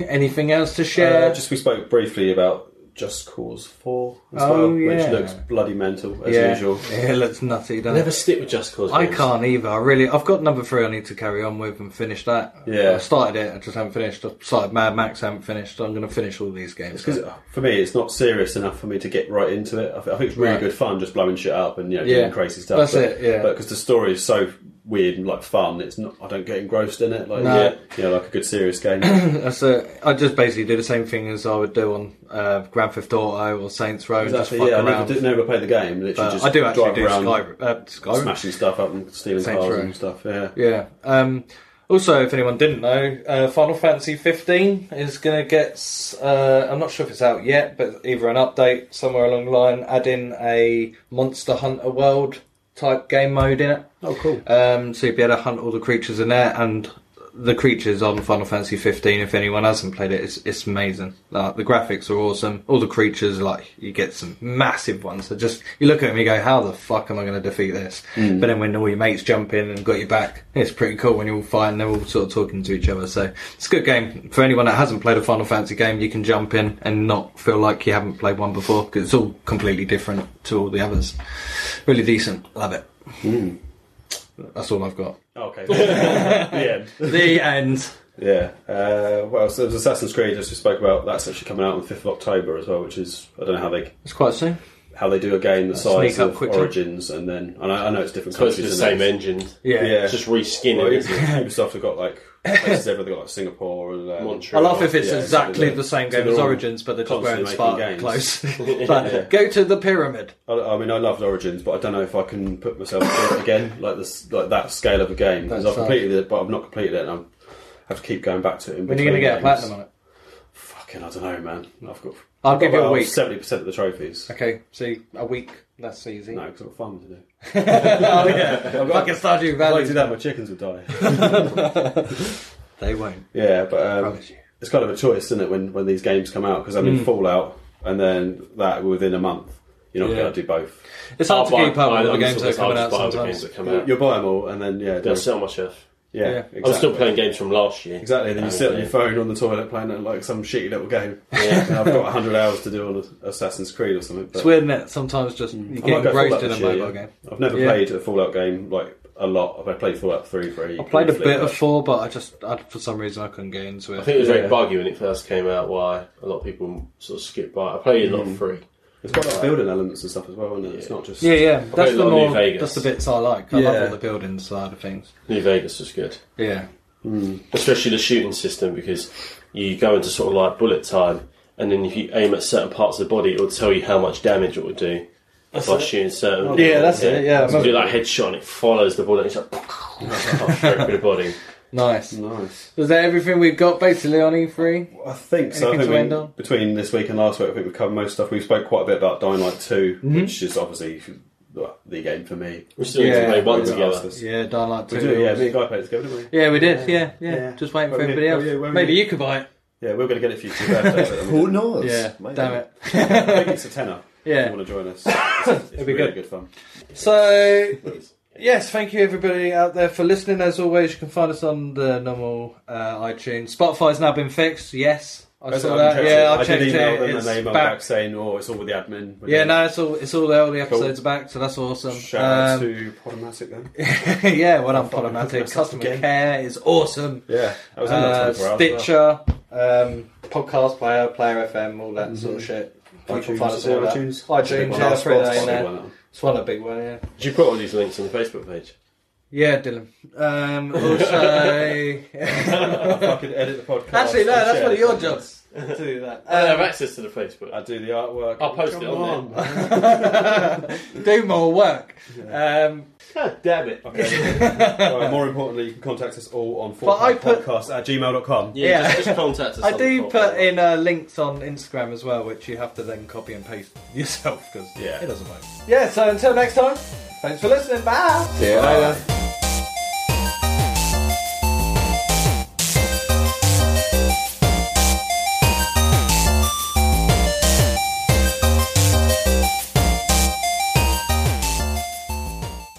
[SPEAKER 1] Anything else to share?
[SPEAKER 3] Uh, just we spoke briefly about Just Cause 4 as
[SPEAKER 1] Oh,
[SPEAKER 3] well,
[SPEAKER 1] yeah.
[SPEAKER 3] which looks bloody mental as
[SPEAKER 1] yeah.
[SPEAKER 3] usual.
[SPEAKER 1] Yeah, it looks nutty,
[SPEAKER 4] I
[SPEAKER 1] doesn't
[SPEAKER 4] never
[SPEAKER 1] it?
[SPEAKER 4] stick with Just Cause.
[SPEAKER 1] I
[SPEAKER 4] games.
[SPEAKER 1] can't either. I really, I've got number three. I need to carry on with and finish that.
[SPEAKER 3] Yeah.
[SPEAKER 1] I started it. I just haven't finished. I started Mad Max. I haven't finished. I'm going to finish all these games.
[SPEAKER 3] Because for me, it's not serious enough for me to get right into it. I, th- I think it's really
[SPEAKER 1] Right.
[SPEAKER 3] good fun just blowing shit up and you know,
[SPEAKER 1] Yeah.
[SPEAKER 3] doing crazy stuff.
[SPEAKER 1] That's
[SPEAKER 3] but,
[SPEAKER 1] it, yeah.
[SPEAKER 3] But because the story is so weird and like fun, it's not. I don't get engrossed in it. Like
[SPEAKER 1] No.
[SPEAKER 3] yeah, you know, like a good serious game.
[SPEAKER 1] That's it. I just basically do the same thing as I would do on uh, Grand Theft Auto or Saints Row. and just
[SPEAKER 3] exactly.
[SPEAKER 1] fuck
[SPEAKER 3] Yeah, I never,
[SPEAKER 1] around.
[SPEAKER 3] did, never played the game. Literally,
[SPEAKER 1] But
[SPEAKER 3] just
[SPEAKER 1] I do actually
[SPEAKER 3] drive
[SPEAKER 1] do
[SPEAKER 3] around,
[SPEAKER 1] Skyrim. Uh, Skyrim.
[SPEAKER 3] smashing stuff up and stealing
[SPEAKER 1] Saints
[SPEAKER 3] cars
[SPEAKER 1] Row.
[SPEAKER 3] and stuff. Yeah.
[SPEAKER 1] Yeah. Um, also, if anyone didn't know, uh, Final Fantasy 15 is going to get. s- Uh, I'm not sure if it's out yet, but either an update somewhere along the line, add in a Monster Hunter World type game mode in it.
[SPEAKER 3] Oh, cool.
[SPEAKER 1] Um, so you'd be able to hunt all the creatures in there, and the creatures on Final Fantasy 15. If anyone hasn't played it, it's it's amazing. Like the graphics are awesome. All the creatures, like you get some massive ones. So just you look at them, you go, "How the fuck am I going to defeat this?" But then when all your mates jump in and got your back, it's pretty cool when you're all fighting. They're all sort of talking to each other. So it's a good game for anyone that hasn't played a Final Fantasy game. You can jump in and not feel like you haven't played one before because it's all completely different to all the others. Really decent. Love it. That's all I've got.
[SPEAKER 3] Oh, Okay. yeah.
[SPEAKER 1] The end.
[SPEAKER 3] Yeah. Uh, what else? There was Assassin's Creed, as we spoke about. That's actually coming out on the fifth of October as well, which is I don't know how they
[SPEAKER 1] It's quite soon.
[SPEAKER 3] how they do a game the
[SPEAKER 1] Uh, Sneak
[SPEAKER 3] size
[SPEAKER 1] up
[SPEAKER 3] of
[SPEAKER 1] quickly.
[SPEAKER 3] Origins, and then and I, I know it's different
[SPEAKER 4] Supposed to
[SPEAKER 3] countries.
[SPEAKER 4] be the
[SPEAKER 3] isn't
[SPEAKER 4] same
[SPEAKER 3] it?
[SPEAKER 4] engine.
[SPEAKER 3] Yeah.
[SPEAKER 4] It's just reskinning.
[SPEAKER 3] Well,
[SPEAKER 4] isn't it?
[SPEAKER 3] Ubisoft Ubisoft have got like places everywhere. They've got like Singapore and um,
[SPEAKER 1] I
[SPEAKER 4] Montreal.
[SPEAKER 1] love if it's
[SPEAKER 3] Yeah,
[SPEAKER 1] exactly
[SPEAKER 3] so
[SPEAKER 1] the same
[SPEAKER 3] so
[SPEAKER 1] game
[SPEAKER 3] they're
[SPEAKER 1] as
[SPEAKER 3] all
[SPEAKER 1] Origins, but they're just
[SPEAKER 3] constantly
[SPEAKER 1] wearing
[SPEAKER 3] making
[SPEAKER 1] Spark
[SPEAKER 3] games.
[SPEAKER 1] clothes. It's like, Go to the pyramid.
[SPEAKER 3] I, I mean, I loved Origins, but I don't know if I can put myself through it again, like this, like that scale of a game. Because
[SPEAKER 1] That's
[SPEAKER 3] I've completed it, but I've not completed it, and I'm, I have to keep going back to it. in
[SPEAKER 1] When are you going to get a
[SPEAKER 3] between games.
[SPEAKER 1] platinum on it?
[SPEAKER 3] Fucking, I don't know, man. I've got.
[SPEAKER 1] I'll give you a week.
[SPEAKER 3] Seventy percent of the trophies.
[SPEAKER 1] Okay, Um, see, a week. That's easy.
[SPEAKER 3] No, because I've got farming to do.
[SPEAKER 1] oh, yeah. I've got Stardew
[SPEAKER 3] If I do
[SPEAKER 1] Valley.
[SPEAKER 3] that, my chickens would die.
[SPEAKER 1] They won't.
[SPEAKER 3] yeah, but
[SPEAKER 1] I
[SPEAKER 3] um,
[SPEAKER 1] promise you.
[SPEAKER 3] it's kind of a choice, isn't it, when, when these games come out? Because I
[SPEAKER 1] Mm.
[SPEAKER 3] mean, Fallout and then that within a month, you're not
[SPEAKER 1] Yeah.
[SPEAKER 3] going to do both.
[SPEAKER 1] It's hard to
[SPEAKER 4] I'll
[SPEAKER 1] keep
[SPEAKER 4] buy-
[SPEAKER 1] up with
[SPEAKER 4] I-
[SPEAKER 1] all the
[SPEAKER 4] I'm
[SPEAKER 1] games
[SPEAKER 4] just-
[SPEAKER 1] that are coming
[SPEAKER 4] I'll
[SPEAKER 1] out
[SPEAKER 4] just buy all the games
[SPEAKER 1] sometimes.
[SPEAKER 4] that come out.
[SPEAKER 3] You'll buy them all, and then yeah,
[SPEAKER 4] They'll
[SPEAKER 3] do-
[SPEAKER 4] sit on my shelf.
[SPEAKER 3] yeah.
[SPEAKER 1] Yeah. I'm
[SPEAKER 3] Exactly.
[SPEAKER 4] I'm still playing games from last year.
[SPEAKER 3] Exactly. Then you sit on your phone on the toilet playing it like some shitty little game. And I've got hundred hours to do on Assassin's Creed or something. But
[SPEAKER 1] It's weird, isn't it? Sometimes just you
[SPEAKER 3] I might
[SPEAKER 1] get
[SPEAKER 3] go Fallout
[SPEAKER 1] engrossed in a
[SPEAKER 3] this year,
[SPEAKER 1] mobile
[SPEAKER 3] yeah.
[SPEAKER 1] game.
[SPEAKER 3] I've never
[SPEAKER 1] Yeah.
[SPEAKER 3] played a Fallout game like a lot. I played Fallout Three very.
[SPEAKER 1] I played a
[SPEAKER 3] briefly,
[SPEAKER 1] bit
[SPEAKER 3] but-
[SPEAKER 1] of 4, but I just, I, for some reason, I couldn't get into
[SPEAKER 4] I
[SPEAKER 1] it.
[SPEAKER 4] think it was
[SPEAKER 3] Yeah.
[SPEAKER 4] very buggy when it first came out. Why a lot of people sort of skipped by. I played a lot
[SPEAKER 1] Mm.
[SPEAKER 4] of free.
[SPEAKER 3] It's got like building elements and stuff as well, isn't it? It's
[SPEAKER 4] Yeah.
[SPEAKER 3] not just
[SPEAKER 1] Yeah, yeah. That's
[SPEAKER 4] a
[SPEAKER 1] the
[SPEAKER 4] lot of New
[SPEAKER 1] more,
[SPEAKER 4] Vegas.
[SPEAKER 1] that's the bits I like. I love
[SPEAKER 3] Yeah.
[SPEAKER 1] all the building side of things.
[SPEAKER 4] New Vegas was good,
[SPEAKER 1] Yeah.
[SPEAKER 4] especially the shooting system because you go into sort of like bullet time, and then if you aim at certain parts of the body, it will tell you how much damage it will do by shooting certain.
[SPEAKER 1] Yeah, that's it, yeah, I
[SPEAKER 4] so you do
[SPEAKER 1] remember.
[SPEAKER 4] like headshot, and it follows the bullet. It's like straight through the body.
[SPEAKER 1] Nice.
[SPEAKER 3] nice.
[SPEAKER 1] Is that everything we've got basically on E E3?
[SPEAKER 3] I think so. I
[SPEAKER 1] Anything
[SPEAKER 3] think
[SPEAKER 1] to
[SPEAKER 3] we-
[SPEAKER 1] end on?
[SPEAKER 3] between this week and last week, I think we covered most stuff. We spoke quite a bit about Dying Light 2
[SPEAKER 1] Mm-hmm.
[SPEAKER 3] which is obviously well, the game for me.
[SPEAKER 4] We still need
[SPEAKER 1] Yeah.
[SPEAKER 4] to play one
[SPEAKER 3] We've
[SPEAKER 4] together.
[SPEAKER 3] asked this.
[SPEAKER 1] Yeah, Dying Light 2.
[SPEAKER 3] We do, yeah. Me and Guy played together, didn't we?
[SPEAKER 1] Yeah, we did. Yeah, yeah.
[SPEAKER 3] Yeah.
[SPEAKER 1] Just waiting for
[SPEAKER 3] Where we-
[SPEAKER 1] everybody else.
[SPEAKER 3] oh, yeah, where we-
[SPEAKER 1] Maybe you could buy it.
[SPEAKER 3] Yeah, we are going to get it for you for your birthday. but, I mean,
[SPEAKER 2] Who knows?
[SPEAKER 1] Yeah,
[SPEAKER 2] Maybe.
[SPEAKER 1] damn it.
[SPEAKER 3] I think it's a tenner.
[SPEAKER 1] Oh, Yeah.
[SPEAKER 3] If you want to join us, it's, it's
[SPEAKER 1] be
[SPEAKER 3] really
[SPEAKER 1] good.
[SPEAKER 3] good. fun.
[SPEAKER 1] So, yes, thank you everybody out there for listening. As always, you can find us on the normal uh, iTunes. Spotify's now been fixed. Yes, I saw that. Yeah, I checked it.
[SPEAKER 3] did email them
[SPEAKER 1] It's
[SPEAKER 3] and they
[SPEAKER 1] back.
[SPEAKER 3] emailed back saying, "Oh, it's all with the admin."
[SPEAKER 1] Yeah, no, it's all it's all there. All the
[SPEAKER 3] Cool.
[SPEAKER 1] episodes are back, so that's awesome.
[SPEAKER 3] Shout out
[SPEAKER 1] Um,
[SPEAKER 3] to Podomatic then.
[SPEAKER 1] yeah, well done,
[SPEAKER 3] Fucking
[SPEAKER 1] Podomatic.
[SPEAKER 3] goodness,
[SPEAKER 1] Customer
[SPEAKER 3] again.
[SPEAKER 1] care is awesome.
[SPEAKER 3] Yeah, that was under
[SPEAKER 1] Uh,
[SPEAKER 3] 24 hours as well.
[SPEAKER 1] Stitcher, um, podcast player, Player FM, all that sort of shit. People
[SPEAKER 3] iTunes,
[SPEAKER 1] find us
[SPEAKER 3] is it
[SPEAKER 1] all that.
[SPEAKER 3] iTunes?
[SPEAKER 1] iTunes,
[SPEAKER 3] Well,
[SPEAKER 1] yeah,
[SPEAKER 3] that's
[SPEAKER 1] throw that
[SPEAKER 3] Spotify,
[SPEAKER 1] in there.
[SPEAKER 3] wasn't it?
[SPEAKER 1] It's one a big one, yeah.
[SPEAKER 4] Did you put all these links on the Facebook page?
[SPEAKER 1] Yeah, Dylan. Um, also,
[SPEAKER 3] I fucking edit the podcast.
[SPEAKER 1] actually, no,
[SPEAKER 3] and
[SPEAKER 1] that's
[SPEAKER 3] share
[SPEAKER 1] one of
[SPEAKER 3] it.
[SPEAKER 1] your jobs to do that.
[SPEAKER 4] I don't have
[SPEAKER 1] Um,
[SPEAKER 4] access to the Facebook.
[SPEAKER 3] I do the artwork.
[SPEAKER 4] I'll post it on
[SPEAKER 3] there.
[SPEAKER 1] Um, do more work. Um,
[SPEAKER 4] God damn it.
[SPEAKER 3] Okay. Alright, more importantly, you can contact us all on
[SPEAKER 1] But I put-
[SPEAKER 3] podcast at gmail.com.
[SPEAKER 4] Yeah,
[SPEAKER 1] Yeah.
[SPEAKER 4] Just, just contact us.
[SPEAKER 1] I
[SPEAKER 4] on
[SPEAKER 1] do
[SPEAKER 4] the
[SPEAKER 1] put
[SPEAKER 4] podcast.
[SPEAKER 1] in uh, links on Instagram as well, which you have to then copy and paste yourself because
[SPEAKER 3] Yeah.
[SPEAKER 1] it doesn't work. Yeah, so until next time, thanks for listening. Bye.
[SPEAKER 2] See you later.